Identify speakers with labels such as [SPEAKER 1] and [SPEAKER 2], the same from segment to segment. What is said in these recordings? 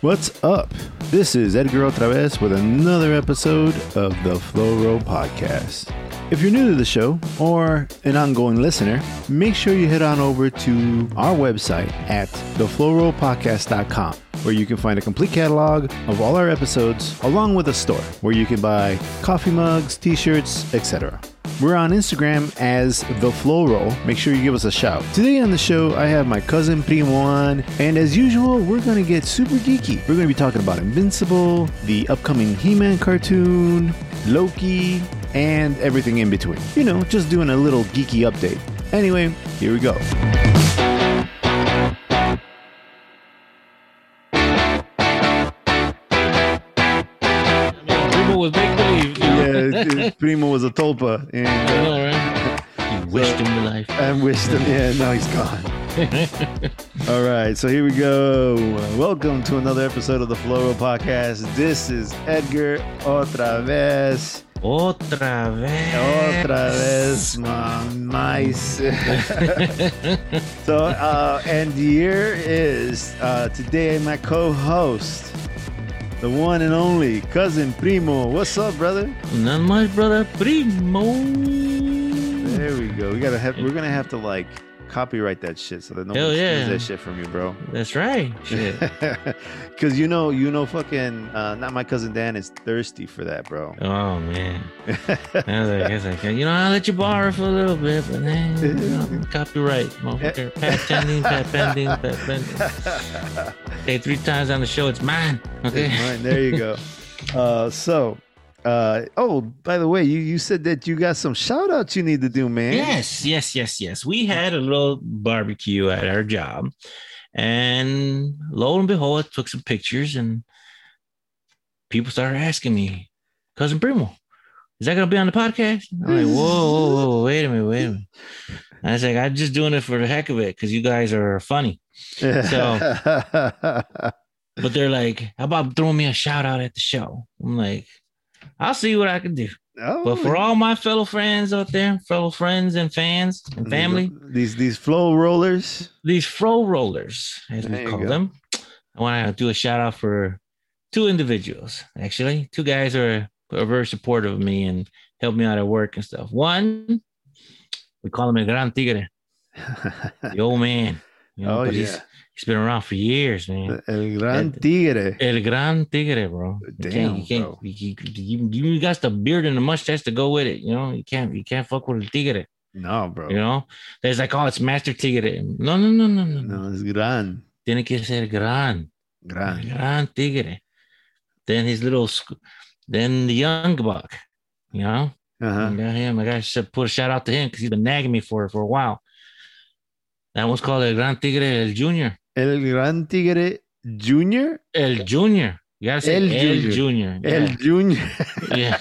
[SPEAKER 1] What's up? This is Edgar Otraves with another episode of the Flow Row Podcast. If you're new to the show or an ongoing listener, make sure you head on over to our website at theflowrollpodcast.com where you can find a complete catalog of all our episodes along with a store where you can buy coffee mugs, t-shirts, etc. We're on Instagram as The Flow Roll. Make sure you give us a shout. Today on the show, I have my cousin Primo on, and as usual, we're going to get super geeky. We're going to be talking about Invincible, the upcoming He Man cartoon, Loki, and everything in between. You know, just doing a little geeky update. Anyway, here we go.
[SPEAKER 2] Primo was make believe.
[SPEAKER 1] Yeah, Primo was a tulpa, and
[SPEAKER 2] I
[SPEAKER 1] uh,
[SPEAKER 2] know, right? You wished him your life.
[SPEAKER 1] I wished him. Yeah, now he's gone. All right, so here we go. Welcome to another episode of the Floral Podcast. This is Edgar otra vez,
[SPEAKER 2] Otra vez.
[SPEAKER 1] otra vez, mamais. so, uh, and here is uh, today my co-host, the one and only cousin Primo. What's up, brother?
[SPEAKER 2] Not much, brother. Primo.
[SPEAKER 1] There we go. We gotta have. We're gonna have to like copyright that shit so that no
[SPEAKER 2] Hell
[SPEAKER 1] one steals
[SPEAKER 2] yeah.
[SPEAKER 1] that shit from you, bro.
[SPEAKER 2] That's right. Shit.
[SPEAKER 1] Cause you know, you know, fucking, uh, not my cousin Dan is thirsty for that, bro.
[SPEAKER 2] Oh man. I was like, I was like, you know, I'll let you borrow for a little bit, but then you know, copyright, motherfucker. Pat pending, pat pending, pat pending. Say three times on the show, it's mine. Okay.
[SPEAKER 1] All right, there you go. Uh, so, uh, oh, by the way, you you said that you got some shout outs you need to do, man.
[SPEAKER 2] Yes, yes, yes, yes. We had a little barbecue at our job, and lo and behold, I took some pictures, and people started asking me, "Cousin Primo, is that gonna be on the podcast?" I'm like, "Whoa, whoa, whoa, whoa, wait a minute, wait a minute." I was like, "I'm just doing it for the heck of it because you guys are funny." But they're like, "How about throwing me a shout out at the show?" I'm like, "I'll see what I can do."
[SPEAKER 1] oh,
[SPEAKER 2] But for all my fellow friends out there, fellow friends and fans and family.
[SPEAKER 1] these these flow rollers.
[SPEAKER 2] these fro rollers, as
[SPEAKER 1] There
[SPEAKER 2] we
[SPEAKER 1] you
[SPEAKER 2] call
[SPEAKER 1] go.
[SPEAKER 2] them. I want to do a shout out for two individuals, actually. Two guys are, are very supportive of me and help me out at work and stuff. One, we call him El Gran Tigre, the old man. You know,
[SPEAKER 1] oh
[SPEAKER 2] but
[SPEAKER 1] yeah,
[SPEAKER 2] he's, Eh, he's been around for years, man.
[SPEAKER 1] El Gran Tigre.
[SPEAKER 2] El Gran Tigre, bro. You can't,
[SPEAKER 1] Damn,
[SPEAKER 2] you, can't,
[SPEAKER 1] bro.
[SPEAKER 2] You, you, you, you got the beard and the mustache to go with it. You know, you can't you can't fuck with El Tigre.
[SPEAKER 1] No, bro.
[SPEAKER 2] You know, there's like, oh, it's Master Tigre. No, no, no, no, no, no.
[SPEAKER 1] No, it's Gran.
[SPEAKER 2] Tiene que ser gran.
[SPEAKER 1] Gran.
[SPEAKER 2] Gran Ah, Tigre. Then his little, sc- then the young buck, you know, uh,
[SPEAKER 1] Uh-huh.
[SPEAKER 2] I got him. I got to put a shout out to him because he's been nagging me for it for a while. That one's called El Gran Tigre El Junior.
[SPEAKER 1] El Gran Tigre Junior.
[SPEAKER 2] El Junior. You gotta say
[SPEAKER 1] El
[SPEAKER 2] El, Junior.
[SPEAKER 1] El Junior.
[SPEAKER 2] Yeah.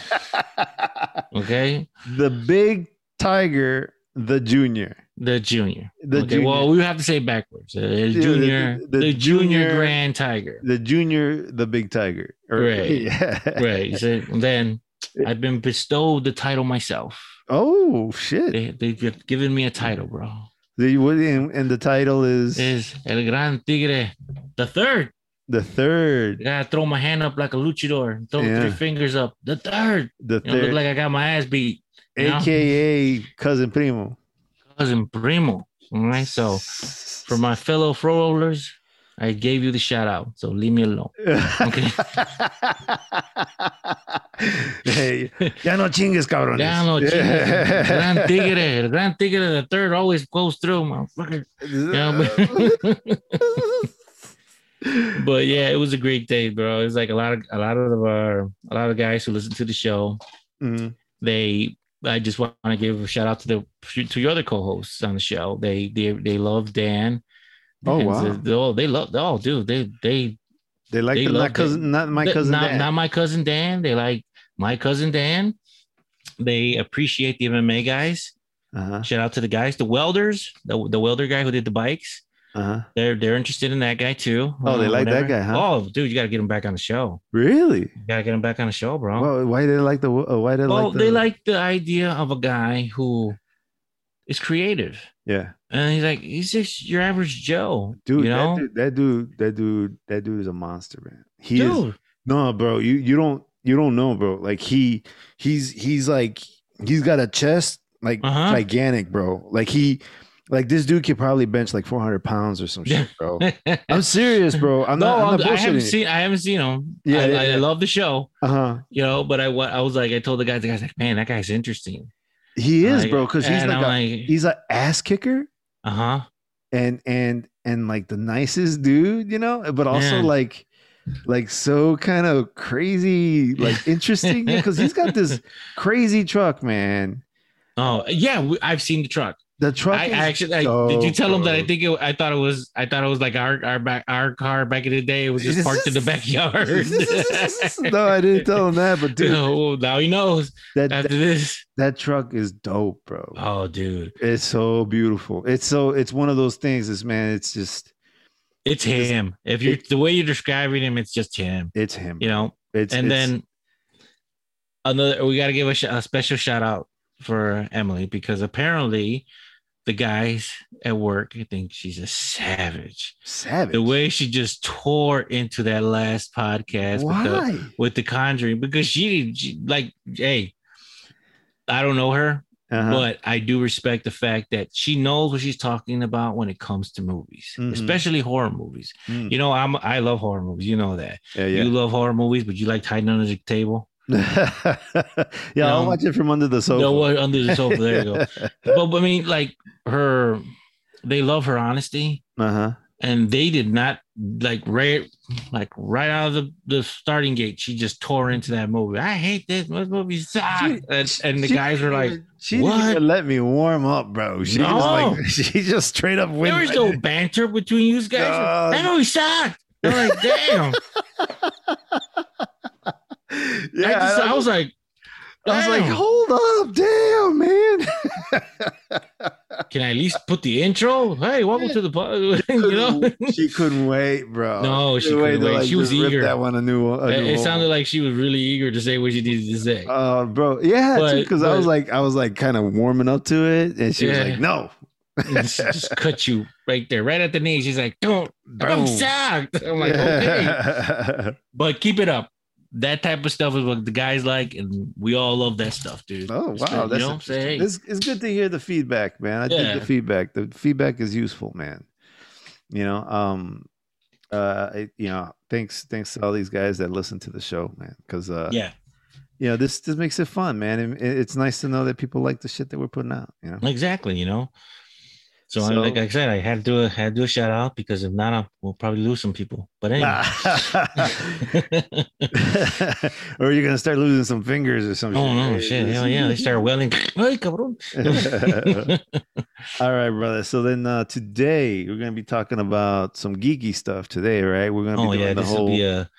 [SPEAKER 2] yeah. Okay.
[SPEAKER 1] the big tiger, the junior.
[SPEAKER 2] The Junior.
[SPEAKER 1] The
[SPEAKER 2] okay. Well, we have to say it backwards. El
[SPEAKER 1] the-
[SPEAKER 2] Junior.
[SPEAKER 1] the
[SPEAKER 2] The, junior,
[SPEAKER 1] Junior-
[SPEAKER 2] Grand Tiger.
[SPEAKER 1] the junior, the big tiger. Or-
[SPEAKER 2] Right.
[SPEAKER 1] yeah.
[SPEAKER 2] Right. So then I've been bestowed the title myself.
[SPEAKER 1] Oh shit.
[SPEAKER 2] They, they've given me a title, bro.
[SPEAKER 1] The, what- and, and the title is
[SPEAKER 2] Is El Gran Tigre the third?
[SPEAKER 1] the
[SPEAKER 2] I
[SPEAKER 1] third.
[SPEAKER 2] gotta throw my hand up like a luchador, throw
[SPEAKER 1] Yeah.
[SPEAKER 2] three fingers up. The third.
[SPEAKER 1] The
[SPEAKER 2] You know, look
[SPEAKER 1] third,
[SPEAKER 2] like I got my ass beat. you know?
[SPEAKER 1] aka cousin primo.
[SPEAKER 2] Cousin Primo. All right. So for my fellow fro rollers, I gave you the shout out. So leave me alone. Okay.
[SPEAKER 1] hey, ya no chingues, cabrones.
[SPEAKER 2] Down, oh, Jesus. Gran Tigre. El Gran Tigre the third always goes through, motherfucker. Yeah,
[SPEAKER 1] Mm.
[SPEAKER 2] but yeah, it was a great day, bro. It was like a lot of a lot of our a lot of guys who listen to the show.
[SPEAKER 1] Mm,
[SPEAKER 2] they I just want to give a shout out to the to your other co-hosts on the show. They they they love Dan.
[SPEAKER 1] Oh,
[SPEAKER 2] And
[SPEAKER 1] wow.
[SPEAKER 2] the- the- oh, they love oh dude, they they
[SPEAKER 1] They like
[SPEAKER 2] They
[SPEAKER 1] the
[SPEAKER 2] loved
[SPEAKER 1] not
[SPEAKER 2] it.
[SPEAKER 1] cousin, not my
[SPEAKER 2] they-
[SPEAKER 1] cousin.
[SPEAKER 2] not,
[SPEAKER 1] Dan.
[SPEAKER 2] not my cousin Dan. They like my cousin Dan. They appreciate the MMA guys.
[SPEAKER 1] Uh-huh,
[SPEAKER 2] Shout out to the guys, the welders, the, the welder guy who did the bikes.
[SPEAKER 1] uh-huh.
[SPEAKER 2] They're they're interested in that guy too.
[SPEAKER 1] Oh, they
[SPEAKER 2] Uh,
[SPEAKER 1] like that
[SPEAKER 2] whatever.
[SPEAKER 1] guy, huh?
[SPEAKER 2] Oh, dude, you gotta get him back on the show.
[SPEAKER 1] Really?
[SPEAKER 2] You gotta get him back on the show, bro. Oh,
[SPEAKER 1] Well, why they like the? Uh, why they
[SPEAKER 2] well,
[SPEAKER 1] like? The,
[SPEAKER 2] they like the idea of a guy who is creative.
[SPEAKER 1] Yeah.
[SPEAKER 2] And he's like, he's just your average Joe,
[SPEAKER 1] dude,
[SPEAKER 2] You know,
[SPEAKER 1] that dude, that dude, that dude, that dude is a monster, man. He is
[SPEAKER 2] dude.
[SPEAKER 1] No, bro, you you don't you don't know, bro. Like he he's he's like he's got a chest like
[SPEAKER 2] Uh-huh.
[SPEAKER 1] gigantic, bro. Like he like this dude could probably bench like 400 pounds or some shit, bro. I'm serious, bro. I'm
[SPEAKER 2] no,
[SPEAKER 1] not. I'm
[SPEAKER 2] I'm-
[SPEAKER 1] not
[SPEAKER 2] I haven't
[SPEAKER 1] bullshitting.
[SPEAKER 2] seen. I haven't seen him.
[SPEAKER 1] Yeah,
[SPEAKER 2] I,
[SPEAKER 1] yeah,
[SPEAKER 2] I
[SPEAKER 1] yeah.
[SPEAKER 2] love the show,
[SPEAKER 1] uh huh.
[SPEAKER 2] you know. But I, wa- I was like, I told the guys, the guys like, man, that guy's interesting.
[SPEAKER 1] He is,
[SPEAKER 2] Like,
[SPEAKER 1] bro, because he's
[SPEAKER 2] and
[SPEAKER 1] like,
[SPEAKER 2] I'm
[SPEAKER 1] a,
[SPEAKER 2] like,
[SPEAKER 1] he's an ass kicker
[SPEAKER 2] uh huh.
[SPEAKER 1] and and and like the nicest dude, you know. But also
[SPEAKER 2] Yeah.
[SPEAKER 1] like like so kind of crazy, like interesting, because he's got this crazy truck, man.
[SPEAKER 2] Oh yeah, we, I've seen the truck.
[SPEAKER 1] The truck.
[SPEAKER 2] I, I
[SPEAKER 1] is
[SPEAKER 2] actually I,
[SPEAKER 1] so
[SPEAKER 2] did. You tell him that I
[SPEAKER 1] dope.
[SPEAKER 2] think it, I thought it was. I thought it was like our our back our car back in the day. It was just parked in the backyard.
[SPEAKER 1] no, I didn't tell him that, but dude,
[SPEAKER 2] Oh, now he knows
[SPEAKER 1] that,
[SPEAKER 2] after
[SPEAKER 1] that
[SPEAKER 2] this.
[SPEAKER 1] that truck is dope, bro.
[SPEAKER 2] Oh, dude,
[SPEAKER 1] It's so beautiful. It's so it's one of those things. Is man, it's just
[SPEAKER 2] it's him. If you're the way you're describing him, it's just him.
[SPEAKER 1] it's him.
[SPEAKER 2] You know,
[SPEAKER 1] It's
[SPEAKER 2] and
[SPEAKER 1] it's-
[SPEAKER 2] then another we got to give a, sh- a special shout out for emily because apparently the guys at work i think she's a savage
[SPEAKER 1] savage.
[SPEAKER 2] the way she just tore into that last podcast with the,
[SPEAKER 1] why?
[SPEAKER 2] with the conjuring because she, she like hey i don't know her
[SPEAKER 1] Uh-huh.
[SPEAKER 2] but i do respect the fact that she knows what she's talking about when it comes to movies
[SPEAKER 1] Mhm.
[SPEAKER 2] especially horror movies
[SPEAKER 1] Mm.
[SPEAKER 2] you know i'm i love horror movies you know that
[SPEAKER 1] Yeah,
[SPEAKER 2] you
[SPEAKER 1] yeah.
[SPEAKER 2] love horror movies but you like hiding under the table
[SPEAKER 1] yeah, I'll
[SPEAKER 2] know,
[SPEAKER 1] watch it from under the sofa.
[SPEAKER 2] No, what under the sofa. There you go. But, but I mean, like her, they love her honesty,
[SPEAKER 1] Uh huh.
[SPEAKER 2] and they did not like right, like right out of the, the starting gate. She just tore into that movie. I hate this. This movie sucks. And, and the guys were like,
[SPEAKER 1] "She didn't
[SPEAKER 2] "What?"
[SPEAKER 1] even let me warm up, bro." She just like she just straight up went.
[SPEAKER 2] "There was
[SPEAKER 1] right
[SPEAKER 2] no banter between you guys.
[SPEAKER 1] No.
[SPEAKER 2] That movie sucked." I'm like, "Damn!"
[SPEAKER 1] in.
[SPEAKER 2] I,
[SPEAKER 1] Yeah,
[SPEAKER 2] just,
[SPEAKER 1] I
[SPEAKER 2] I was like,
[SPEAKER 1] I was like,
[SPEAKER 2] "Damn.
[SPEAKER 1] "Hold up, damn, man."
[SPEAKER 2] "Can I at least put the intro?" Hey, welcome to the pod. you know.
[SPEAKER 1] she couldn't wait, bro.
[SPEAKER 2] No, she couldn't
[SPEAKER 1] to,
[SPEAKER 2] wait. She was
[SPEAKER 1] just rip
[SPEAKER 2] eager.
[SPEAKER 1] That one a new one. a
[SPEAKER 2] It,
[SPEAKER 1] new
[SPEAKER 2] it
[SPEAKER 1] one.
[SPEAKER 2] sounded like she was really eager to say what she needed to say.
[SPEAKER 1] Uh, bro, yeah,
[SPEAKER 2] But-
[SPEAKER 1] because I was
[SPEAKER 2] but-
[SPEAKER 1] like, I was like, kind of warming up to it, and she was
[SPEAKER 2] Yeah.
[SPEAKER 1] like, "No,
[SPEAKER 2] and she just cut you right there, right at the knee. She's like, "Don't, I'm
[SPEAKER 1] boom."
[SPEAKER 2] sacked." I'm like, "Okay," but keep it up. That type of stuff is what the guys like, and we all love that stuff, dude.
[SPEAKER 1] Oh
[SPEAKER 2] It's
[SPEAKER 1] wow,
[SPEAKER 2] like,
[SPEAKER 1] that's
[SPEAKER 2] you know, say, hey,
[SPEAKER 1] it's, it's good to hear the feedback, man. I
[SPEAKER 2] Yeah.
[SPEAKER 1] think the feedback, the feedback is useful, man. You know, um, uh, it, you know, thanks, thanks to all these guys that listen to the show, man, because uh,
[SPEAKER 2] yeah,
[SPEAKER 1] you know, this this makes it fun, man. And it, it's nice to know that people like the shit that we're putting out. You know,
[SPEAKER 2] exactly. You know. So, I,
[SPEAKER 1] So-
[SPEAKER 2] like I said, I had to do a had to do a shout out because if not, I, we'll probably lose some people. But anyway,
[SPEAKER 1] or you're gonna start losing some fingers or some.
[SPEAKER 2] oh
[SPEAKER 1] shit. Hey,
[SPEAKER 2] no, shit, hell
[SPEAKER 1] listen.
[SPEAKER 2] yeah, they start welling. Hey, cabrón.
[SPEAKER 1] All right, brother. So then uh, today we're gonna be talking about some geeky stuff today, right? We're gonna be
[SPEAKER 2] oh
[SPEAKER 1] doing
[SPEAKER 2] yeah,
[SPEAKER 1] the
[SPEAKER 2] this
[SPEAKER 1] whole
[SPEAKER 2] will be a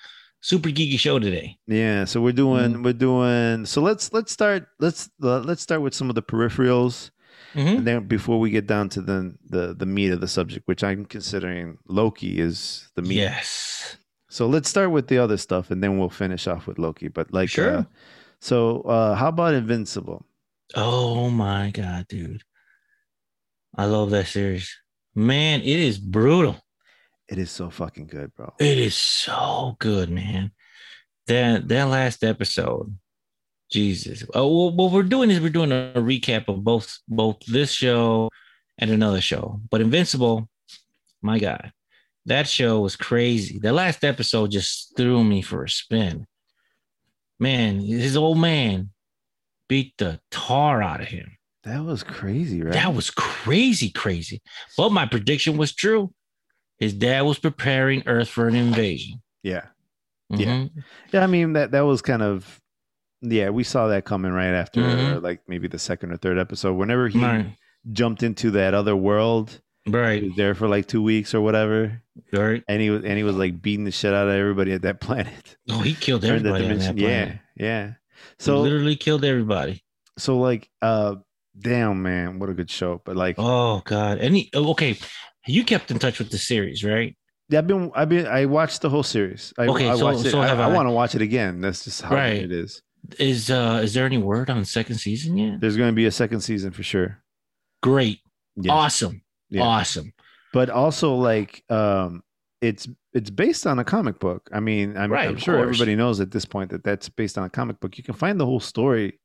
[SPEAKER 2] super geeky show today.
[SPEAKER 1] yeah. So we're doing
[SPEAKER 2] Mm-hmm.
[SPEAKER 1] we're doing. So let's let's start let's uh, let's start with some of the peripherals,
[SPEAKER 2] Mhm.
[SPEAKER 1] and then before we get down to the the the meat of the subject, which I'm considering Loki is the meat.
[SPEAKER 2] Yes.
[SPEAKER 1] So let's start with the other stuff, and then we'll finish off with Loki. But like,
[SPEAKER 2] Sure.
[SPEAKER 1] uh, so uh, how about Invincible?
[SPEAKER 2] Oh my god, dude. I love that series. Man, it is brutal.
[SPEAKER 1] It is so fucking good, bro.
[SPEAKER 2] It is so good, man. That that last episode. Jesus. Oh, well, what we're doing is we're doing a recap of both both this show and another show. But Invincible, my god. That show was crazy. The last episode just threw me for a spin. Man, his old man beat the tar out of him.
[SPEAKER 1] That was crazy, right?
[SPEAKER 2] That was crazy, crazy. But my prediction was true. His dad was preparing Earth for an invasion.
[SPEAKER 1] yeah.
[SPEAKER 2] Mhm.
[SPEAKER 1] Yeah, I mean that that was kind of yeah, we saw that coming right after
[SPEAKER 2] Mhm.
[SPEAKER 1] like maybe the second or third episode. Whenever he
[SPEAKER 2] Right.
[SPEAKER 1] jumped into that other world, he
[SPEAKER 2] Right.
[SPEAKER 1] was there for like two weeks or whatever,
[SPEAKER 2] Right.
[SPEAKER 1] and he was and he was like beating the shit out of everybody at that planet.
[SPEAKER 2] Oh, he killed
[SPEAKER 1] Or that
[SPEAKER 2] everybody on that
[SPEAKER 1] dimension.
[SPEAKER 2] planet.
[SPEAKER 1] yeah, yeah.
[SPEAKER 2] So
[SPEAKER 1] So
[SPEAKER 2] literally killed everybody.
[SPEAKER 1] so like uh damn man, what a good show. But like
[SPEAKER 2] Oh God. Any okay. You kept in touch with the series, right?
[SPEAKER 1] yeah, I've been I've been I watched the whole series. I,
[SPEAKER 2] Okay,
[SPEAKER 1] I
[SPEAKER 2] so-
[SPEAKER 1] watched it.
[SPEAKER 2] so
[SPEAKER 1] I,
[SPEAKER 2] have I.
[SPEAKER 1] want to watch it again. That's just how
[SPEAKER 2] Right.
[SPEAKER 1] it is.
[SPEAKER 2] Is uh is there any word on the second season yet?
[SPEAKER 1] There's going to be a second season for sure.
[SPEAKER 2] Great.
[SPEAKER 1] Yeah.
[SPEAKER 2] Awesome.
[SPEAKER 1] Yeah.
[SPEAKER 2] Awesome.
[SPEAKER 1] but also like um it's it's based on a comic book i mean i'm,
[SPEAKER 2] Right,
[SPEAKER 1] I'm
[SPEAKER 2] of
[SPEAKER 1] sure
[SPEAKER 2] course.
[SPEAKER 1] everybody knows at this point that that's based on a comic book you can find the whole story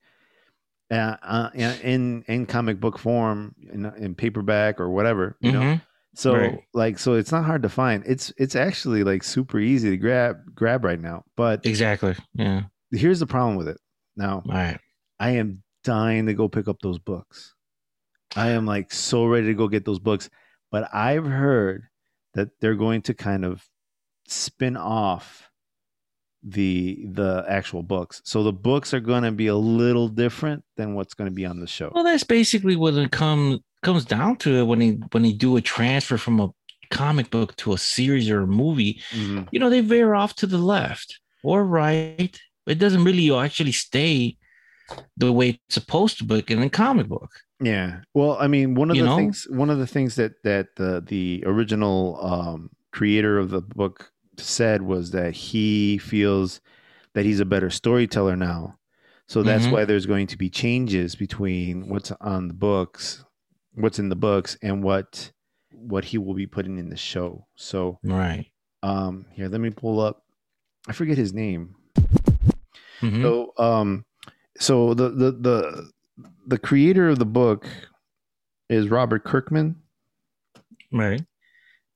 [SPEAKER 1] uh, uh, in in comic book form in, in paperback or whatever you know
[SPEAKER 2] Mhm.
[SPEAKER 1] so
[SPEAKER 2] Right.
[SPEAKER 1] like so it's not hard to find it's it's actually like super easy to grab grab right now but
[SPEAKER 2] Exactly. Yeah.
[SPEAKER 1] here's the problem with it now
[SPEAKER 2] All right.
[SPEAKER 1] I am dying to go pick up those books. I am like so ready to go get those books. But I've heard that they're going to kind of spin off the the actual books. So the books are going to be a little different than what's going to be on the show.
[SPEAKER 2] Well, that's basically what it comes comes down to it when he when he do a transfer from a comic book to a series or a movie.
[SPEAKER 1] Mhm.
[SPEAKER 2] You know, they veer off to the left or right. It doesn't really actually stay the way it's supposed to be in a comic book.
[SPEAKER 1] Yeah. Well, I mean, one of
[SPEAKER 2] You
[SPEAKER 1] the
[SPEAKER 2] know?
[SPEAKER 1] things one of the things that that the the original um, creator of the book said was that he feels that he's a better storyteller now. So that's
[SPEAKER 2] Mhm.
[SPEAKER 1] why there's going to be changes between what's on the books, what's in the books and what what he will be putting in the show. So,
[SPEAKER 2] Right.
[SPEAKER 1] um here, let me pull up I forget his name.
[SPEAKER 2] Mhm.
[SPEAKER 1] So um so the the the the creator of the book is Robert Kirkman.
[SPEAKER 2] Right.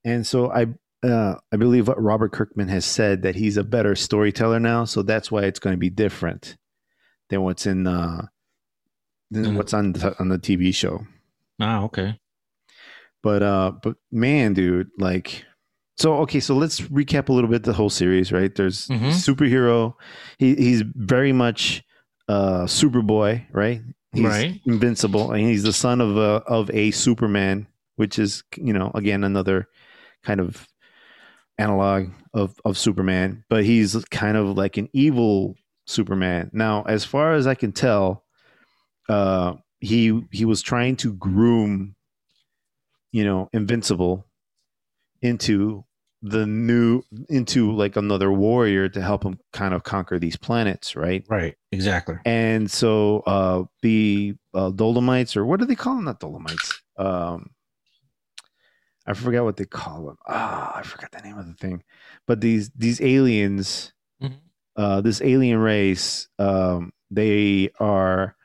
[SPEAKER 1] And so I uh, I believe what Robert Kirkman has said that he's a better storyteller now, so that's why it's going to be different than what's in uh, than
[SPEAKER 2] Mhm.
[SPEAKER 1] what's on the, on the TV show.
[SPEAKER 2] Ah, okay.
[SPEAKER 1] But uh, but man, dude, like, so okay, so let's recap a little bit the whole series, right? There's
[SPEAKER 2] Mhm.
[SPEAKER 1] superhero. He he's very much uh Superboy, right? He's
[SPEAKER 2] Right.
[SPEAKER 1] invincible, and he's the son of a of a Superman, which is you know again another kind of analog of of Superman, but he's kind of like an evil Superman. Now, as far as I can tell, uh, he he was trying to groom, you know, Invincible into the new into like another warrior to help him kind of conquer these planets, right?
[SPEAKER 2] Right. Exactly.
[SPEAKER 1] And so uh, the uh, Dolomites, or what do they call them? Not Dolomites. Um, I forgot what they call them. Ah, I forgot the name of the thing. But these these aliens,
[SPEAKER 2] Mhm.
[SPEAKER 1] uh, this alien race, um, they are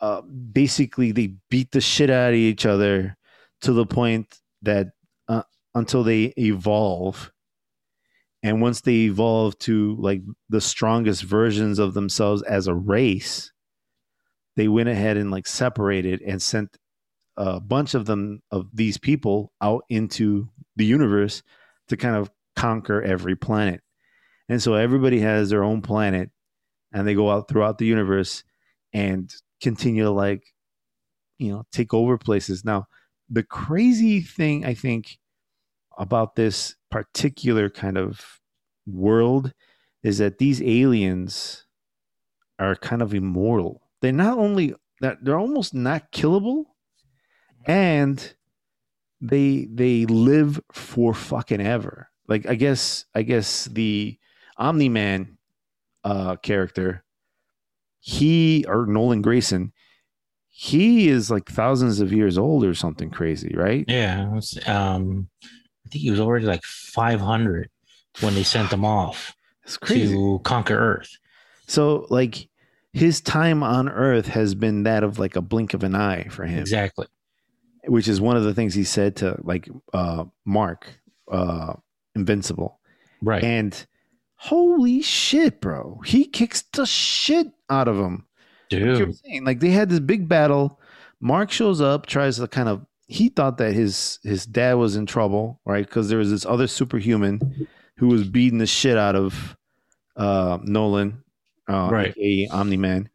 [SPEAKER 1] uh, basically they beat the shit out of each other to the point that uh, until they evolve. And once they evolve to like the strongest versions of themselves as a race, they went ahead and like separated and sent a bunch of them of these people out into the universe to kind of conquer every planet. And so everybody has their own planet and they go out throughout the universe and continue to like you know take over places. Now, the crazy thing I think about this particular kind of world is that these aliens are kind of immortal. They're not only that they're almost not killable, and they they live for fucking ever. Like I guess I guess the Omni Man uh, character, he or Nolan Grayson, he is like thousands of years old or something crazy, right?
[SPEAKER 2] Yeah. that's, um, I think he was already like 500 when they sent him off
[SPEAKER 1] It's crazy.
[SPEAKER 2] to conquer Earth.
[SPEAKER 1] So like his time on Earth has been that of like a blink of an eye for him,
[SPEAKER 2] Exactly.
[SPEAKER 1] which is one of the things he said to like uh, Mark, uh, Invincible,
[SPEAKER 2] Right.
[SPEAKER 1] and holy shit, bro, he kicks the shit out of him. Like you were
[SPEAKER 2] Dude.
[SPEAKER 1] saying, like they had this big battle. Mark shows up, tries to kind of. He thought that his his dad was in trouble, right? Because there was this other superhuman who was beating the shit out of uh, Nolan, uh,
[SPEAKER 2] Right.
[SPEAKER 1] aka Omni Man,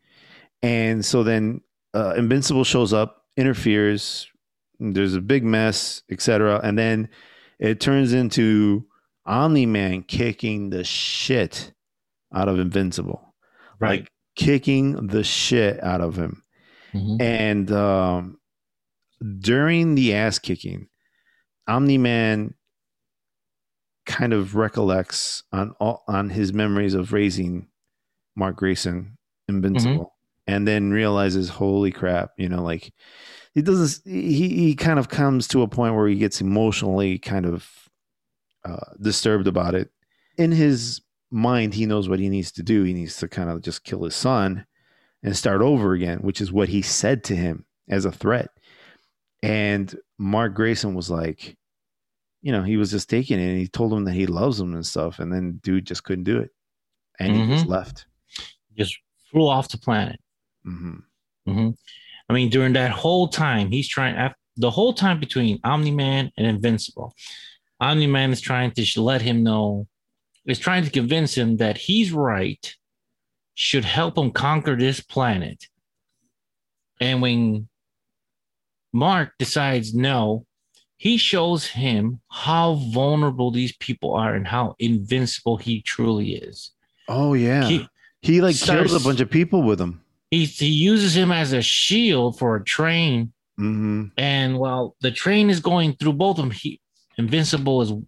[SPEAKER 1] and so then uh, Invincible shows up, interferes. There's a big mess, etc. And then it turns into Omni Man kicking the shit out of Invincible
[SPEAKER 2] Right.
[SPEAKER 1] like kicking the shit out of him.
[SPEAKER 2] Mhm.
[SPEAKER 1] And um, during the ass kicking, Omni Man kind of recollects on all, on his memories of raising Mark Grayson invincible, and then realizes, holy crap, you know, like he doesn't. He he kind of comes to a point where he gets emotionally kind of uh, disturbed about it. In his mind, he knows what he needs to do. He needs to kind of just kill his son and start over again, which is what he said to him as a threat. And Mark Grayson was like, you know, he was just taking it and he told him that he loves him and stuff. And then dude just couldn't do it. And he
[SPEAKER 2] Mm-hmm.
[SPEAKER 1] just left.
[SPEAKER 2] Just flew off the planet.
[SPEAKER 1] hmm
[SPEAKER 2] hmm I mean, during that whole time, he's trying af- the whole time between Omni Man and Invincible. Omni Man is trying to sh- let him know, is trying to convince him that he's right, should help him conquer this planet. And when Mark decides no, he shows him how vulnerable these people are and how invincible he truly is.
[SPEAKER 1] Oh, yeah.
[SPEAKER 2] He-
[SPEAKER 1] He, like
[SPEAKER 2] starts-
[SPEAKER 1] kills a bunch of people with him.
[SPEAKER 2] he, he uses him as a shield for a train
[SPEAKER 1] hmm
[SPEAKER 2] And while the train is going through both of them, he, Invincible is w-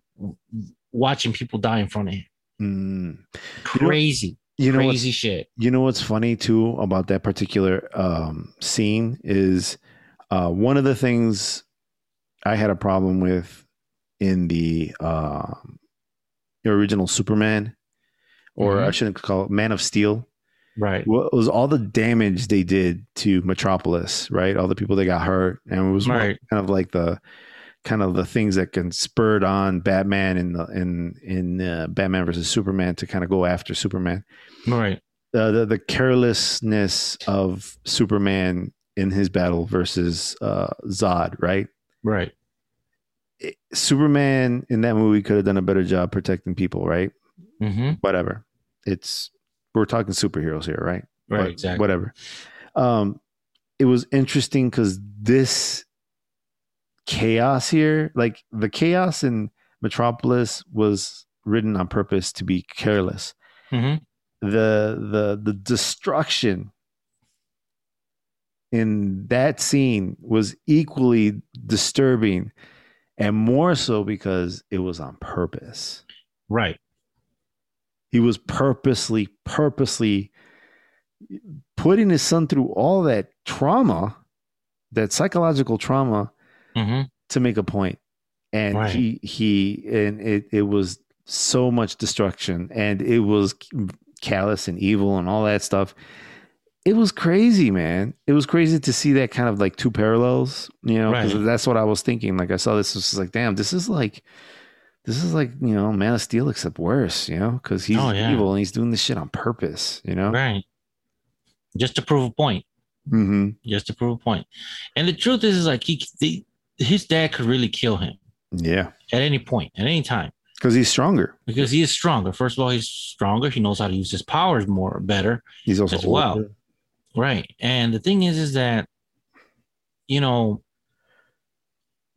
[SPEAKER 2] watching people die in front of him.
[SPEAKER 1] mm You know-
[SPEAKER 2] Crazy,
[SPEAKER 1] You know, what's,
[SPEAKER 2] crazy shit.
[SPEAKER 1] you know what's funny too about that particular um, scene is uh, one of the things I had a problem with in the uh, original Superman, or I
[SPEAKER 2] Mhm.
[SPEAKER 1] shouldn't call it Man of Steel.
[SPEAKER 2] Right.
[SPEAKER 1] what was all the damage they did to Metropolis, right? All the people that got hurt, and it was one-
[SPEAKER 2] Right.
[SPEAKER 1] kind of like the kind of the things that can spurred on Batman in the in in uh, Batman versus Superman to kind of go after Superman.
[SPEAKER 2] Right.
[SPEAKER 1] The, the the carelessness of Superman in his battle versus uh, Zod, right?
[SPEAKER 2] Right.
[SPEAKER 1] It- Superman in that movie could have done a better job protecting people, right?
[SPEAKER 2] Mm-hmm.
[SPEAKER 1] Whatever. It's we're talking superheroes here, right?
[SPEAKER 2] Right.
[SPEAKER 1] but
[SPEAKER 2] exactly.
[SPEAKER 1] Whatever. Um, it was interesting because this chaos here, like the chaos in Metropolis, was written on purpose to be careless.
[SPEAKER 2] Mhm.
[SPEAKER 1] The the the destruction in that scene was equally disturbing, and more so because it was on purpose
[SPEAKER 2] Right.
[SPEAKER 1] he was purposely purposely putting his son through all that trauma that psychological trauma
[SPEAKER 2] hmm
[SPEAKER 1] to make a point and
[SPEAKER 2] Right.
[SPEAKER 1] he he and it it was so much destruction and it was callous and evil and all that stuff it was crazy man it was crazy to see that kind of like two parallels you know 'cause
[SPEAKER 2] Right.
[SPEAKER 1] that's what i was thinking like i saw this was just like damn this is like this is like you know man of steel except worse you know because he's
[SPEAKER 2] Oh, yeah.
[SPEAKER 1] evil and he's doing this shit on purpose you know
[SPEAKER 2] Right. Just to prove a point.
[SPEAKER 1] mm-hmm.
[SPEAKER 2] Just to prove a point. And the truth is, is like he, the, his dad could really kill him
[SPEAKER 1] yeah
[SPEAKER 2] at any point, at any time,
[SPEAKER 1] because he's stronger
[SPEAKER 2] because he is stronger. First of all, he's stronger. He knows how to use his powers more, better.
[SPEAKER 1] he's also
[SPEAKER 2] As well.
[SPEAKER 1] older.
[SPEAKER 2] Right. And the thing is, is that, you know,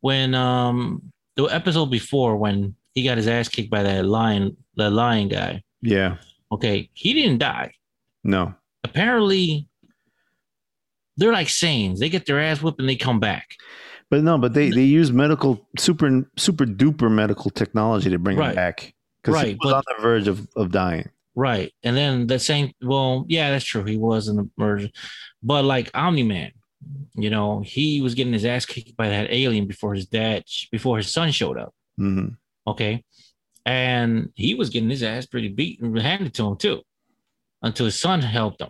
[SPEAKER 2] when um the episode before when he got his ass kicked by that lion, the lion guy,
[SPEAKER 1] yeah
[SPEAKER 2] okay, he didn't die.
[SPEAKER 1] no
[SPEAKER 2] Apparently, they're like Saiyans. They get their ass whipped and they come back.
[SPEAKER 1] But no, but they they use medical super super duper medical technology to bring
[SPEAKER 2] Right.
[SPEAKER 1] him back because
[SPEAKER 2] Right,
[SPEAKER 1] he was
[SPEAKER 2] but-
[SPEAKER 1] on the verge of, of dying.
[SPEAKER 2] Right. And then the same, well, yeah, that's true. He was an emergency. But like Omni Man, you know, he was getting his ass kicked by that alien before his dad, before his son showed up.
[SPEAKER 1] hmm
[SPEAKER 2] Okay. And he was getting his ass pretty beaten, handed to him too, until his son helped him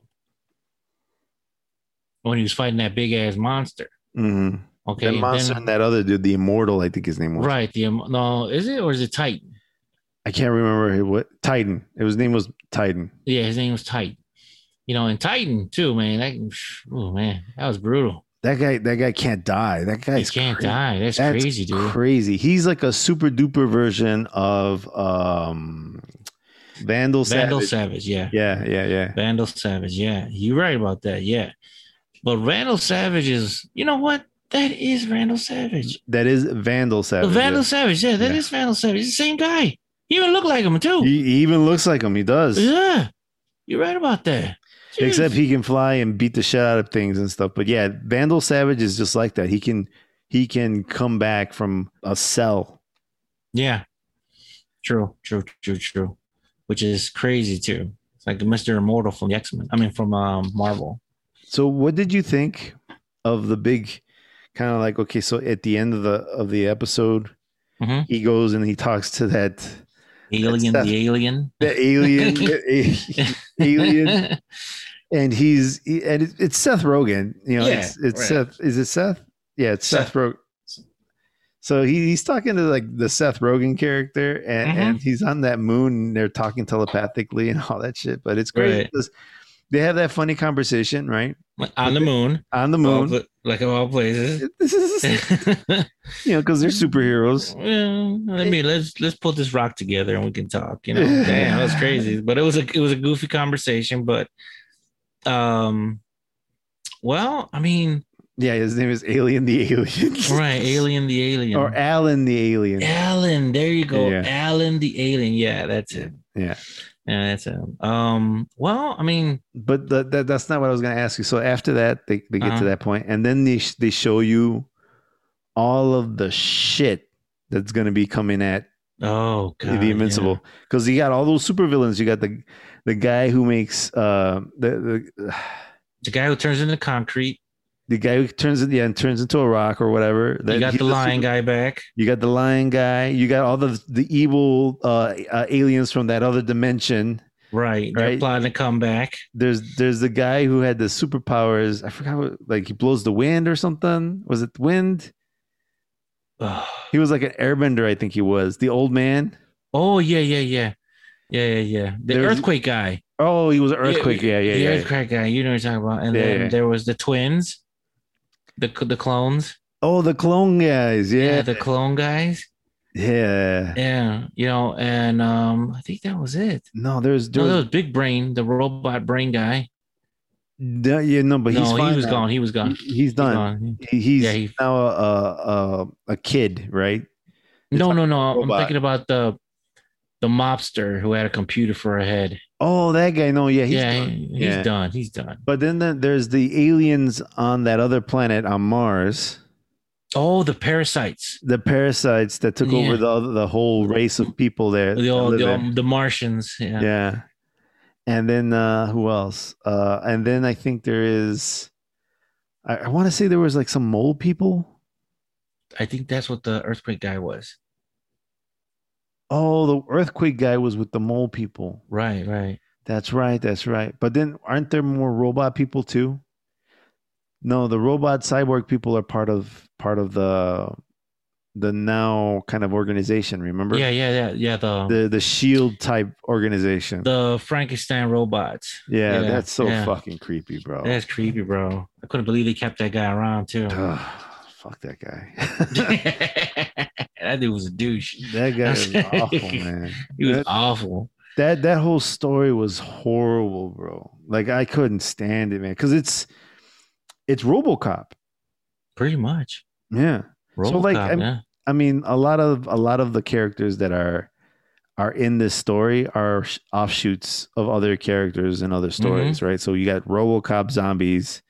[SPEAKER 2] when he was fighting that big ass monster.
[SPEAKER 1] hmm
[SPEAKER 2] Okay.
[SPEAKER 1] That
[SPEAKER 2] and
[SPEAKER 1] monster
[SPEAKER 2] then-
[SPEAKER 1] and that other dude, the immortal, I think his name was.
[SPEAKER 2] right. The, um, no, is it or is it Titan?
[SPEAKER 1] I can't remember who- what Titan. It was name was Titan.
[SPEAKER 2] Yeah, his name was Titan. You know, and Titan too, man. That, oh, man, that was brutal.
[SPEAKER 1] That guy. That guy can't die. That
[SPEAKER 2] He
[SPEAKER 1] guy's
[SPEAKER 2] can't
[SPEAKER 1] cra-
[SPEAKER 2] die. That's,
[SPEAKER 1] That's
[SPEAKER 2] crazy, dude.
[SPEAKER 1] Crazy. He's like a super duper version of um, Vandal,
[SPEAKER 2] Vandal
[SPEAKER 1] Savage.
[SPEAKER 2] Savage. Yeah.
[SPEAKER 1] Yeah, yeah, yeah.
[SPEAKER 2] Vandal Savage. Yeah. You're right about that. Yeah. But Randall Savage is, you know what? That is Randall Savage.
[SPEAKER 1] That is Vandal
[SPEAKER 2] The
[SPEAKER 1] Savage.
[SPEAKER 2] Vandal
[SPEAKER 1] yeah.
[SPEAKER 2] Savage, yeah, that is
[SPEAKER 1] Yeah.
[SPEAKER 2] Vandal Savage. It's the same guy. He even looked like him too.
[SPEAKER 1] He, he even looks like him. He does.
[SPEAKER 2] yeah, you're right about that. Jeez.
[SPEAKER 1] Except he can fly and beat the shit out of things and stuff. But yeah, Vandal Savage is just like that. He can he can come back from a cell.
[SPEAKER 2] yeah, true, true, true, true. Which is crazy too. It's like Mister Immortal from the X Men. I mean, from um, Marvel.
[SPEAKER 1] So what did you think of the big kind of like okay, so at the end of the of the episode,
[SPEAKER 2] Mhm.
[SPEAKER 1] he goes and he talks to that
[SPEAKER 2] Alien,
[SPEAKER 1] That's-
[SPEAKER 2] the alien.
[SPEAKER 1] that alien that a- alien and he's he- and it- it's Seth Rogen, you know,
[SPEAKER 2] Yeah,
[SPEAKER 1] it's it's
[SPEAKER 2] right.
[SPEAKER 1] Seth is it Seth? Yeah, it's Seth,
[SPEAKER 2] Seth.
[SPEAKER 1] Rogen. So he, he's talking to like the Seth Rogen character, and,
[SPEAKER 2] Mhm.
[SPEAKER 1] and he's on that moon, and they're talking telepathically and all that shit. But it's great
[SPEAKER 2] Right.
[SPEAKER 1] because they have that funny conversation, right,
[SPEAKER 2] On the moon.
[SPEAKER 1] on the
[SPEAKER 2] All
[SPEAKER 1] moon.
[SPEAKER 2] pla- like of all places.
[SPEAKER 1] this is
[SPEAKER 2] yeah,
[SPEAKER 1] you know because they're superheroes.
[SPEAKER 2] I mean, let's let's pull this rock together and we can talk. You know, damn, that's crazy. But it was a it was a goofy conversation. But, um, well, I mean,
[SPEAKER 1] Yeah, his name is Alien the Alien,
[SPEAKER 2] right? Alien the alien
[SPEAKER 1] or Alan the Alien.
[SPEAKER 2] Alan, there you go.
[SPEAKER 1] Yeah.
[SPEAKER 2] Alan the alien. Yeah, that's it.
[SPEAKER 1] Yeah.
[SPEAKER 2] Yeah, that's him. Um, well, I mean,
[SPEAKER 1] But the, that that's not what I was going to ask you. So after that, they, they get
[SPEAKER 2] Uh-huh.
[SPEAKER 1] to that point, and then they sh- they show you all of the shit that's going to be coming at
[SPEAKER 2] oh god,
[SPEAKER 1] the
[SPEAKER 2] yeah.
[SPEAKER 1] Invincible because you got all those supervillains. You got the the guy who makes uh, the the,
[SPEAKER 2] The guy who turns into concrete.
[SPEAKER 1] the guy who turns yeah and turns into a rock or whatever. That-
[SPEAKER 2] you got
[SPEAKER 1] he's
[SPEAKER 2] the
[SPEAKER 1] a
[SPEAKER 2] lion
[SPEAKER 1] super-
[SPEAKER 2] guy back.
[SPEAKER 1] You got the lion guy. You got all the the evil uh, uh, aliens from that other dimension.
[SPEAKER 2] Right. They're
[SPEAKER 1] Right.
[SPEAKER 2] plotting a comeback.
[SPEAKER 1] there's there's the guy who had the superpowers. I forgot what like he blows the wind or something. Was it wind?
[SPEAKER 2] Ugh.
[SPEAKER 1] He was like an airbender, I think he was. The old man.
[SPEAKER 2] Oh yeah, yeah, yeah. Yeah, yeah, yeah. The
[SPEAKER 1] There's-
[SPEAKER 2] earthquake guy.
[SPEAKER 1] Oh, he was an earthquake. Yeah, yeah,
[SPEAKER 2] The
[SPEAKER 1] yeah.
[SPEAKER 2] earthquake guy. You know what I'm talking about. And
[SPEAKER 1] Yeah,
[SPEAKER 2] then
[SPEAKER 1] yeah.
[SPEAKER 2] there was the twins, the the clones.
[SPEAKER 1] Oh, the clone guys. Yeah,
[SPEAKER 2] the clone guys.
[SPEAKER 1] yeah.
[SPEAKER 2] Yeah, you know, and um, I think that was it.
[SPEAKER 1] No, there's
[SPEAKER 2] No,
[SPEAKER 1] there
[SPEAKER 2] that
[SPEAKER 1] was,
[SPEAKER 2] was Big Brain, the robot brain guy.
[SPEAKER 1] no, yeah, no, but he's
[SPEAKER 2] no,
[SPEAKER 1] fine
[SPEAKER 2] he was
[SPEAKER 1] now.
[SPEAKER 2] gone. He was gone.
[SPEAKER 1] He- He's
[SPEAKER 2] He's
[SPEAKER 1] done.
[SPEAKER 2] gone.
[SPEAKER 1] He- He's
[SPEAKER 2] Yeah, he-
[SPEAKER 1] now a, a a kid, right?
[SPEAKER 2] No, no, no.
[SPEAKER 1] Robot.
[SPEAKER 2] I'm thinking about the the mobster who had a computer for a head.
[SPEAKER 1] Oh, that guy. No, yeah, he's
[SPEAKER 2] yeah,
[SPEAKER 1] done.
[SPEAKER 2] he- he's
[SPEAKER 1] Yeah.
[SPEAKER 2] done. He's done.
[SPEAKER 1] But then the, there's the aliens on that other planet on Mars.
[SPEAKER 2] Oh, the parasites.
[SPEAKER 1] the parasites that took over
[SPEAKER 2] Yeah.
[SPEAKER 1] the other- the whole race of people there.
[SPEAKER 2] The
[SPEAKER 1] that
[SPEAKER 2] old,
[SPEAKER 1] live
[SPEAKER 2] the,
[SPEAKER 1] there.
[SPEAKER 2] old- the Martians. Yeah.
[SPEAKER 1] yeah. And then uh who else? Uh and then I think there is I, I want to say there was like some mole people.
[SPEAKER 2] I think that's what the earthquake guy was.
[SPEAKER 1] Oh, the earthquake guy was with the mole people.
[SPEAKER 2] Right, right.
[SPEAKER 1] That's right, that's right. But then aren't there more robot people too? No, the robot cyborg people are part of part of the the now kind of organization, remember?
[SPEAKER 2] Yeah, yeah, yeah, yeah. The
[SPEAKER 1] The the shield type organization.
[SPEAKER 2] the, Frankenstein robots.
[SPEAKER 1] Yeah,
[SPEAKER 2] Yeah,
[SPEAKER 1] that's so
[SPEAKER 2] yeah.
[SPEAKER 1] fucking creepy, bro.
[SPEAKER 2] That's creepy, bro. I couldn't believe they kept that guy around too.
[SPEAKER 1] Ugh, fuck that guy.
[SPEAKER 2] that dude was a douche.
[SPEAKER 1] that guy is awful, man.
[SPEAKER 2] He was
[SPEAKER 1] That-
[SPEAKER 2] awful.
[SPEAKER 1] That that whole story was horrible, bro. Like I couldn't stand it, man. Cause it's it's RoboCop.
[SPEAKER 2] Pretty much.
[SPEAKER 1] Yeah,
[SPEAKER 2] Robocop,
[SPEAKER 1] So, like, I'm-
[SPEAKER 2] yeah.
[SPEAKER 1] I mean, a lot of a lot of the characters that are are in this story are sh- offshoots of other characters and other
[SPEAKER 2] Mm-hmm.
[SPEAKER 1] stories, right? So you got RoboCop zombies,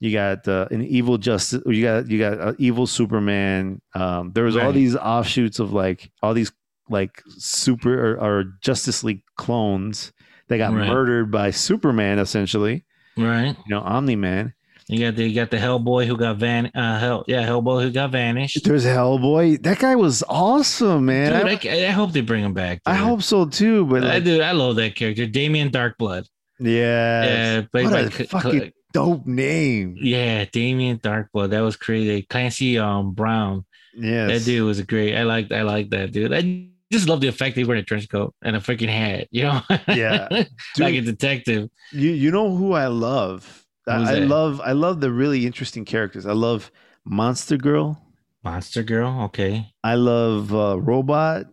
[SPEAKER 1] you got uh, an evil justice, you got you got uh, evil Superman. Um, there was all
[SPEAKER 2] Right.
[SPEAKER 1] these offshoots of like all these like super or, or Justice League clones that got
[SPEAKER 2] Right.
[SPEAKER 1] murdered by Superman, essentially,
[SPEAKER 2] Right.
[SPEAKER 1] you know, Omni Man.
[SPEAKER 2] You got the you got the Hellboy who got van uh hell yeah Hellboy who got vanished.
[SPEAKER 1] There's Hellboy. That guy was awesome, man.
[SPEAKER 2] Dude,
[SPEAKER 1] I-
[SPEAKER 2] I, I, hope they bring him back.
[SPEAKER 1] I,
[SPEAKER 2] dude.
[SPEAKER 1] hope so too, but
[SPEAKER 2] I
[SPEAKER 1] like,
[SPEAKER 2] do. I love that character, Damien Darkblood.
[SPEAKER 1] Yeah.
[SPEAKER 2] Yeah, played
[SPEAKER 1] What
[SPEAKER 2] by
[SPEAKER 1] a
[SPEAKER 2] Cl-
[SPEAKER 1] fucking
[SPEAKER 2] Cl-
[SPEAKER 1] dope name.
[SPEAKER 2] yeah, Damien Darkblood. That was crazy. Clancy um Brown.
[SPEAKER 1] Yes.
[SPEAKER 2] That dude was great. I liked I liked that dude. I just love the effect they were in a trench coat and a freaking hat. You know.
[SPEAKER 1] Yeah. Dude,
[SPEAKER 2] like a detective.
[SPEAKER 1] you you know who I love?
[SPEAKER 2] Who's
[SPEAKER 1] I, I
[SPEAKER 2] that?
[SPEAKER 1] love I love the really interesting characters. I love Monster Girl.
[SPEAKER 2] Monster Girl. Okay.
[SPEAKER 1] I love uh, Robot,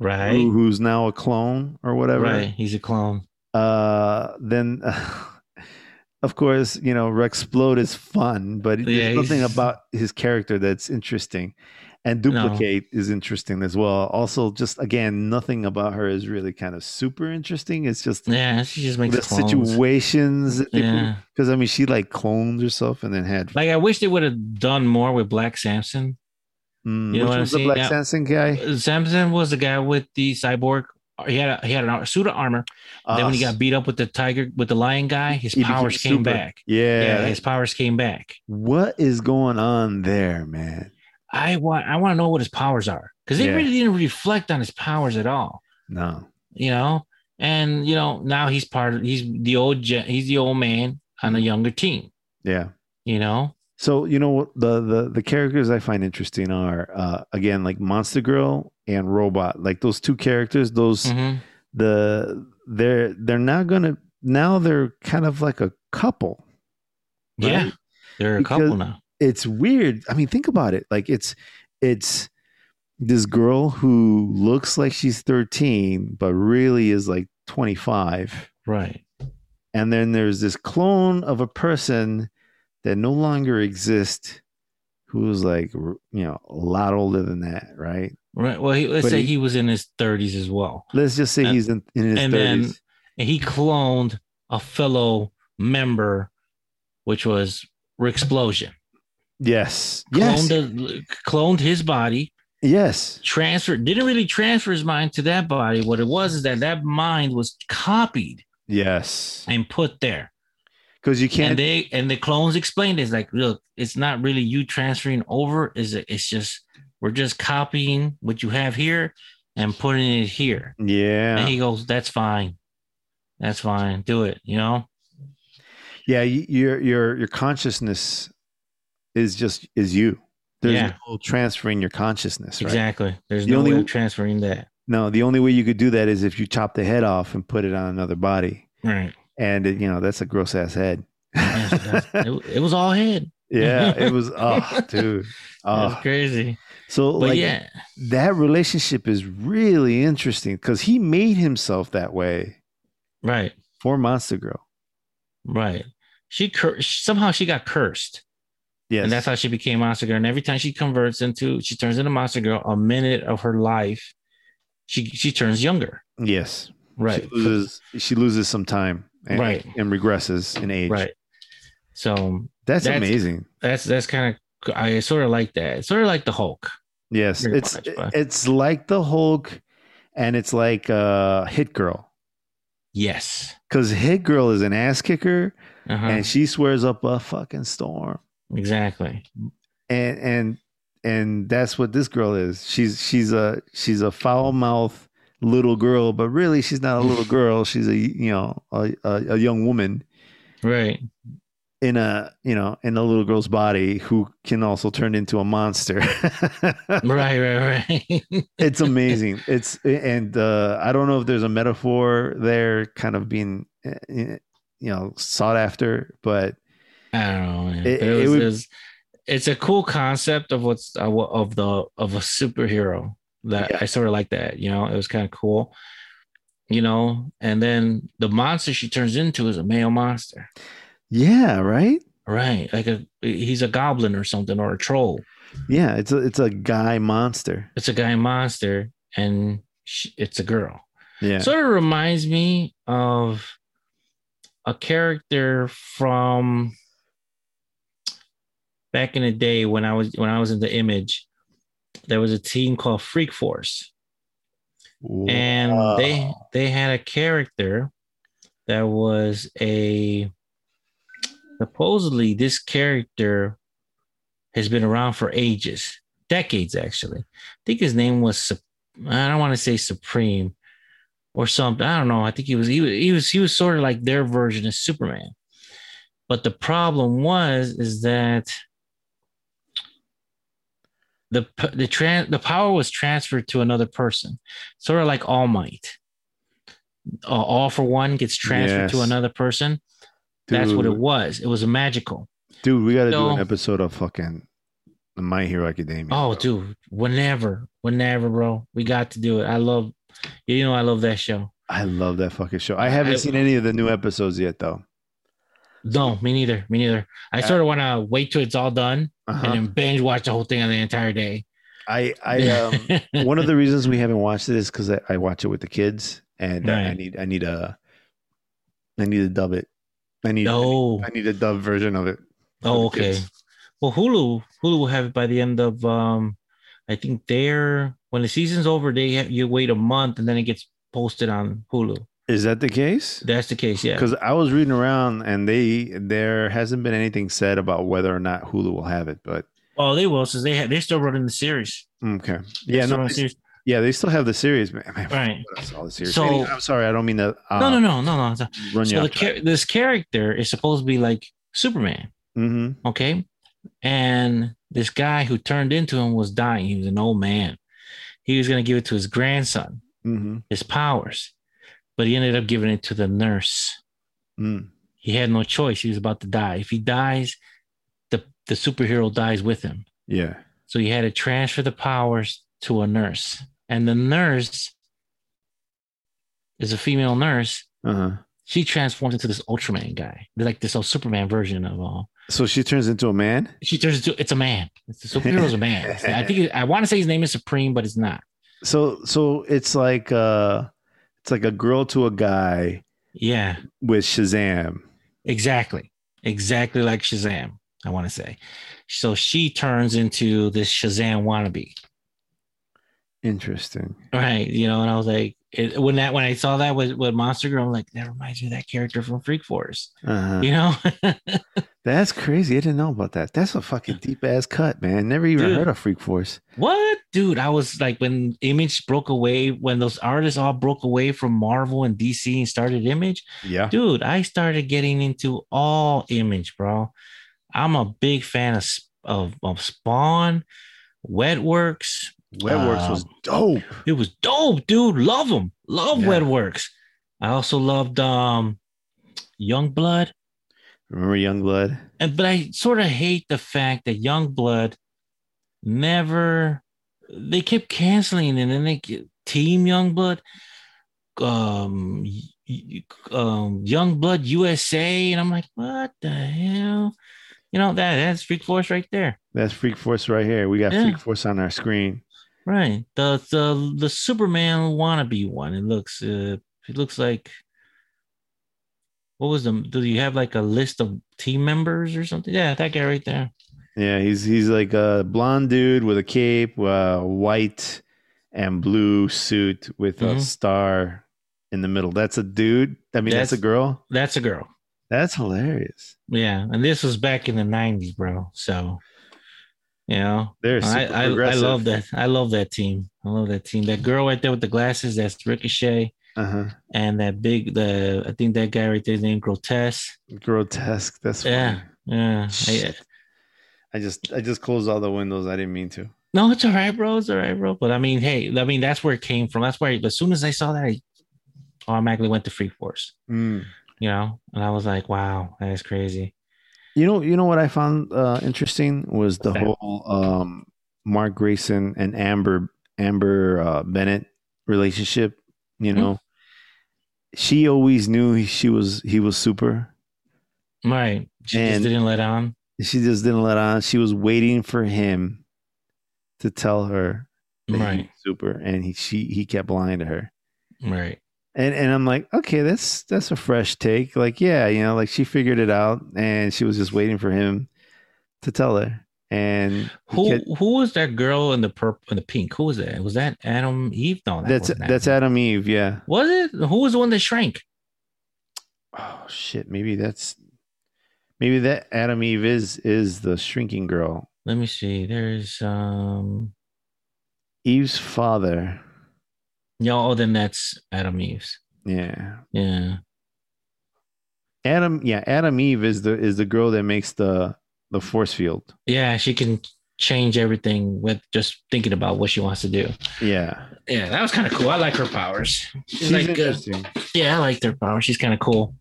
[SPEAKER 2] Right.
[SPEAKER 1] who, who's now a clone or whatever.
[SPEAKER 2] Right. He's a clone.
[SPEAKER 1] Uh, then, of course, you know Rexplode is fun, but
[SPEAKER 2] Yeah,
[SPEAKER 1] there's nothing
[SPEAKER 2] he's-
[SPEAKER 1] about his character that's interesting. And duplicate is interesting as well. Also, just again, nothing about her is really kind of super interesting. It's just
[SPEAKER 2] Yeah. She just makes
[SPEAKER 1] the
[SPEAKER 2] clones.
[SPEAKER 1] situations
[SPEAKER 2] Yeah.
[SPEAKER 1] because I mean she like cloned herself and then had
[SPEAKER 2] Like I wish they would have done more with Black Samson.
[SPEAKER 1] Mm,
[SPEAKER 2] you know
[SPEAKER 1] which
[SPEAKER 2] what I'm
[SPEAKER 1] was the
[SPEAKER 2] saying?
[SPEAKER 1] Black
[SPEAKER 2] Yeah.
[SPEAKER 1] Samson guy.
[SPEAKER 2] Samson was the guy with the cyborg he had a, he had an, a suit of armor. uh, then when he got beat up with the tiger with the lion guy, his
[SPEAKER 1] Ah, He became
[SPEAKER 2] powers came
[SPEAKER 1] super.
[SPEAKER 2] back.
[SPEAKER 1] yeah,
[SPEAKER 2] yeah, his powers came back.
[SPEAKER 1] what is going on there, man?
[SPEAKER 2] I want I want to know what his powers are because they
[SPEAKER 1] Yeah.
[SPEAKER 2] really didn't reflect on his powers at all.
[SPEAKER 1] No,
[SPEAKER 2] You know, and you know now he's part of he's the old gen, he's the old man on a younger team.
[SPEAKER 1] yeah.
[SPEAKER 2] You know,
[SPEAKER 1] So you know what the the the characters I find interesting are uh, again like Monster Girl and Robot, like those two characters. Those
[SPEAKER 2] Mhm.
[SPEAKER 1] the they're they're now gonna now they're kind of like a couple. right?
[SPEAKER 2] yeah, they're a
[SPEAKER 1] Because-
[SPEAKER 2] couple now.
[SPEAKER 1] it's weird. I mean, think about it. Like it's it's this girl who looks like she's 13 but really is like 25.
[SPEAKER 2] Right.
[SPEAKER 1] And then there's this clone of a person that no longer exists who's like r- you know a lot older than that, right?
[SPEAKER 2] Right. Well, he, let's
[SPEAKER 1] But
[SPEAKER 2] say
[SPEAKER 1] he-
[SPEAKER 2] he, was in his 30s as well.
[SPEAKER 1] Let's just say
[SPEAKER 2] And-
[SPEAKER 1] he's in, in his
[SPEAKER 2] and
[SPEAKER 1] 30s.
[SPEAKER 2] then- And he cloned a fellow member, which was Rick Explosion.
[SPEAKER 1] yes. Yes.
[SPEAKER 2] Cloned, a- cloned his body,
[SPEAKER 1] yes.
[SPEAKER 2] transferred, didn't really transfer his mind to that body. What it was is that that mind was copied
[SPEAKER 1] Yes.
[SPEAKER 2] and put there.
[SPEAKER 1] Cuz you
[SPEAKER 2] And
[SPEAKER 1] can't
[SPEAKER 2] they and the clones explained it's like, look, it's not really you transferring over, is it? It's just we're just copying what you have here and putting it here.
[SPEAKER 1] yeah.
[SPEAKER 2] And he goes, "That's fine, that's fine. Do it." You know,
[SPEAKER 1] yeah y- your your your consciousness is just is you there's
[SPEAKER 2] Yeah.
[SPEAKER 1] no transferring your consciousness right
[SPEAKER 2] exactly. There's
[SPEAKER 1] The
[SPEAKER 2] no
[SPEAKER 1] only-
[SPEAKER 2] way of transferring that.
[SPEAKER 1] no the only way you could do that is if you chop the head off and put it on another body
[SPEAKER 2] Right.
[SPEAKER 1] and it, you know that's a gross ass head
[SPEAKER 2] That's- that's- it, it was all head.
[SPEAKER 1] yeah it was oh dude
[SPEAKER 2] That's
[SPEAKER 1] oh
[SPEAKER 2] crazy.
[SPEAKER 1] so
[SPEAKER 2] But
[SPEAKER 1] like
[SPEAKER 2] yeah,
[SPEAKER 1] that relationship is really interesting because he made himself that way
[SPEAKER 2] right,
[SPEAKER 1] for monster girl
[SPEAKER 2] right. She cur- somehow she got cursed,
[SPEAKER 1] yes
[SPEAKER 2] and that's how she became Monster Girl. And every time she converts into, she turns into Monster Girl. A minute of her life, she she turns younger.
[SPEAKER 1] yes
[SPEAKER 2] Right.
[SPEAKER 1] she loses she loses some time and,
[SPEAKER 2] Right.
[SPEAKER 1] and regresses in age
[SPEAKER 2] Right. So
[SPEAKER 1] that's
[SPEAKER 2] That's-
[SPEAKER 1] amazing
[SPEAKER 2] that's that's kind of I sort of like that. It's sort of like the Hulk.
[SPEAKER 1] Yes,
[SPEAKER 2] Pretty
[SPEAKER 1] it's
[SPEAKER 2] much, but-
[SPEAKER 1] it's like the Hulk, and it's like uh, Hit Girl
[SPEAKER 2] Yes.
[SPEAKER 1] because Hit Girl is an ass kicker,
[SPEAKER 2] Uh-huh.
[SPEAKER 1] and she swears up a fucking storm,
[SPEAKER 2] Exactly.
[SPEAKER 1] and and and that's what this girl is. She's she's a she's a foul mouth little girl, but really she's not a little girl. She's a you know a, a, a young woman
[SPEAKER 2] Right.
[SPEAKER 1] in a you know in a little girl's body who can also turn into a monster.
[SPEAKER 2] Right. Right. Right.
[SPEAKER 1] it's amazing it's and uh i don't know if there's a metaphor there kind of being eh, eh, you know sought after but
[SPEAKER 2] I don't know. man.
[SPEAKER 1] It-
[SPEAKER 2] It
[SPEAKER 1] it
[SPEAKER 2] was-
[SPEAKER 1] would-
[SPEAKER 2] it was- it's a cool concept of what's uh, wha- of the of a superhero that
[SPEAKER 1] Yeah.
[SPEAKER 2] I sort of like that. You know, it was kind of cool. You know, and then the monster she turns into is a male monster,
[SPEAKER 1] yeah right
[SPEAKER 2] right? Like a he's a goblin or something or a troll.
[SPEAKER 1] yeah it's a it's a guy monster
[SPEAKER 2] It's a guy monster, and she, it's a girl.
[SPEAKER 1] yeah
[SPEAKER 2] sort of reminds me of a character from back in the day when I was when I was in the image. There was a team called Freak Force, and they
[SPEAKER 1] Wow.
[SPEAKER 2] they had a character that was a supposedly this character has been around for ages, decades actually. I think his name was Sup- I don't want to say Supreme or something. I don't know. I think he was he was he was, he was sort of like their version of Superman. But the problem was is that the p- the tran the power was transferred to another person, sort of like All Might. Uh, all for one gets transferred to
[SPEAKER 1] Yes.
[SPEAKER 2] another person. That's what it
[SPEAKER 1] Dude,
[SPEAKER 2] was. It was magical.
[SPEAKER 1] dude we gotta do an
[SPEAKER 2] No.
[SPEAKER 1] episode of fucking my hero academia
[SPEAKER 2] Oh,
[SPEAKER 1] bro.
[SPEAKER 2] dude, whenever, whenever, bro, we got to do it. I love, you know, I love that show.
[SPEAKER 1] i love that fucking show i haven't
[SPEAKER 2] I-
[SPEAKER 1] seen any of the new episodes yet though
[SPEAKER 2] No, me neither. Me neither. I
[SPEAKER 1] Yeah.
[SPEAKER 2] sort of want to wait till it's all done
[SPEAKER 1] Uh, Uh-huh.
[SPEAKER 2] and then binge watch the whole thing on the entire day.
[SPEAKER 1] i i um one of the reasons we haven't watched it is because I, I watch it with the kids, and I- I
[SPEAKER 2] Right.
[SPEAKER 1] need I need a I need to dub it. I need
[SPEAKER 2] no.
[SPEAKER 1] I need a dub version of it. for
[SPEAKER 2] Oh,
[SPEAKER 1] the
[SPEAKER 2] okay.
[SPEAKER 1] kids.
[SPEAKER 2] Well, Hulu, Hulu will have it by the end of, um, I think they're when the season's over. They have, you wait a month and then it gets posted on Hulu.
[SPEAKER 1] Is that the case?
[SPEAKER 2] That's the case, yeah.
[SPEAKER 1] Because I was reading around and they there hasn't been anything said about whether or not Hulu will have it, but
[SPEAKER 2] Oh, they will, since they have they're still running the series.
[SPEAKER 1] okay,
[SPEAKER 2] They're
[SPEAKER 1] yeah, no,
[SPEAKER 2] still running
[SPEAKER 1] they-
[SPEAKER 2] the series.
[SPEAKER 1] yeah, they still have the series, man. I
[SPEAKER 2] Right.
[SPEAKER 1] saw the series.
[SPEAKER 2] So-
[SPEAKER 1] Anyway, I'm sorry, I don't mean to. Uh,
[SPEAKER 2] no, no, no, no, no. So
[SPEAKER 1] Run you
[SPEAKER 2] the char- this character is supposed to be like Superman,
[SPEAKER 1] hmm
[SPEAKER 2] okay? And this guy who turned into him was dying. He was an old man. He was going to give it to his grandson,
[SPEAKER 1] hmm
[SPEAKER 2] his powers, but he ended up giving it to the nurse.
[SPEAKER 1] Mm.
[SPEAKER 2] He had no choice. He was about to die. If he dies, the, the superhero dies with him.
[SPEAKER 1] Yeah.
[SPEAKER 2] So he had to transfer the powers to a nurse. And the nurse is a female nurse.
[SPEAKER 1] Uh huh.
[SPEAKER 2] She transforms into this Ultraman guy, They're like this old Superman version of uh, all.
[SPEAKER 1] So she turns into a man.
[SPEAKER 2] She turns into it's a man. It's a superhero's a man. It's- I think I want to say his name is Supreme, but it's not.
[SPEAKER 1] So so it's like uh, it's like a girl to a guy
[SPEAKER 2] Yeah,
[SPEAKER 1] with Shazam.
[SPEAKER 2] exactly, exactly like Shazam. I want to say. So she turns into this Shazam wannabe.
[SPEAKER 1] Interesting.
[SPEAKER 2] Right. You know, and I was like, it, when that when I saw that with, with Monster Girl, I'm like, that reminds me of that character from Freak Force.
[SPEAKER 1] Uh-huh.
[SPEAKER 2] You know?
[SPEAKER 1] That's crazy. I didn't know about that. That's a fucking deep ass cut, man. Never even
[SPEAKER 2] Dude.
[SPEAKER 1] heard of Freak Force.
[SPEAKER 2] what? Dude, I was like when Image broke away, when those artists all broke away from Marvel and DC and started Image,
[SPEAKER 1] Yeah.
[SPEAKER 2] dude, I started getting into all Image, bro. I'm a big fan of Sp- of, of Spawn, Wetworks.
[SPEAKER 1] Webworks was dope.
[SPEAKER 2] It was dope, dude. Love them. Love
[SPEAKER 1] Yeah.
[SPEAKER 2] Wetworks. I also loved um Youngblood.
[SPEAKER 1] Remember Youngblood?
[SPEAKER 2] and but I sort of hate the fact that Youngblood never they kept canceling and then they get- team Youngblood um y- y- um Youngblood USA and I'm like what the hell you know that that's Freak Force right there
[SPEAKER 1] That's Freak Force right here. We got
[SPEAKER 2] Yeah.
[SPEAKER 1] Freak Force on our screen.
[SPEAKER 2] right the the the Superman wannabe one it looks uh, it looks like what was the do you have like a list of team members or something yeah that guy right there
[SPEAKER 1] Yeah, he's he's like a blonde dude with a cape, uh, white and blue suit with
[SPEAKER 2] Mhm.
[SPEAKER 1] a star in the middle. That's a dude. I mean, that's,
[SPEAKER 2] That's-
[SPEAKER 1] a girl.
[SPEAKER 2] that's a girl
[SPEAKER 1] That's hilarious.
[SPEAKER 2] Yeah, and this was back in the '90s, bro. So, you know,
[SPEAKER 1] They're super
[SPEAKER 2] I I, I
[SPEAKER 1] progressive.
[SPEAKER 2] love that. I love that team. I love that team. That girl right there with the glasses, that's Ricochet,
[SPEAKER 1] Uh-huh.
[SPEAKER 2] and that big the I think that guy right there is named Grotesque.
[SPEAKER 1] Grotesque. That's funny.
[SPEAKER 2] Yeah. Yeah. I,
[SPEAKER 1] Shit. I just I just closed all the windows. I didn't mean to.
[SPEAKER 2] no, it's all right, bro. It's all right, bro. But I mean, hey, I mean that's where it came from. That's why as soon as I saw that, I automatically went to Freak Force.
[SPEAKER 1] Mm.
[SPEAKER 2] You know, and I was like, wow, that is crazy.
[SPEAKER 1] You know, you know what I found uh, interesting was the
[SPEAKER 2] Okay.
[SPEAKER 1] whole um, Mark Grayson and Amber Amber uh, Bennett relationship. You
[SPEAKER 2] Hmm.
[SPEAKER 1] know, she always knew he- she was he was super.
[SPEAKER 2] Right? She
[SPEAKER 1] And-
[SPEAKER 2] just didn't let on.
[SPEAKER 1] She just didn't let on. She was waiting for him to tell her that he
[SPEAKER 2] Right.
[SPEAKER 1] was super, and he she he kept lying to her.
[SPEAKER 2] Right.
[SPEAKER 1] And and I'm like, okay, that's that's a fresh take. Like, yeah, you know, like she figured it out, and she was just waiting for him to tell her. And he
[SPEAKER 2] Who
[SPEAKER 1] kept-
[SPEAKER 2] who was that girl in the purple in the pink? Who was that? Was that Adam Eve? No, that
[SPEAKER 1] that's
[SPEAKER 2] wasn't
[SPEAKER 1] that's Adam Eve, yeah.
[SPEAKER 2] Was it? Who was the one that shrank?
[SPEAKER 1] Oh shit, maybe that's maybe that Adam Eve is is the shrinking girl.
[SPEAKER 2] Let me see. There's um
[SPEAKER 1] Eve's father.
[SPEAKER 2] no. Oh, then that's Adam Eve's.
[SPEAKER 1] Yeah.
[SPEAKER 2] Yeah.
[SPEAKER 1] Adam yeah, Adam Eve is the is the girl that makes the the force field.
[SPEAKER 2] Yeah, she can change everything with just thinking about what she wants to do.
[SPEAKER 1] Yeah.
[SPEAKER 2] Yeah, that was kind of cool. I like her powers. She's,
[SPEAKER 1] She's
[SPEAKER 2] like, uh,
[SPEAKER 1] interesting.
[SPEAKER 2] yeah, I like their powers. She's kind of cool.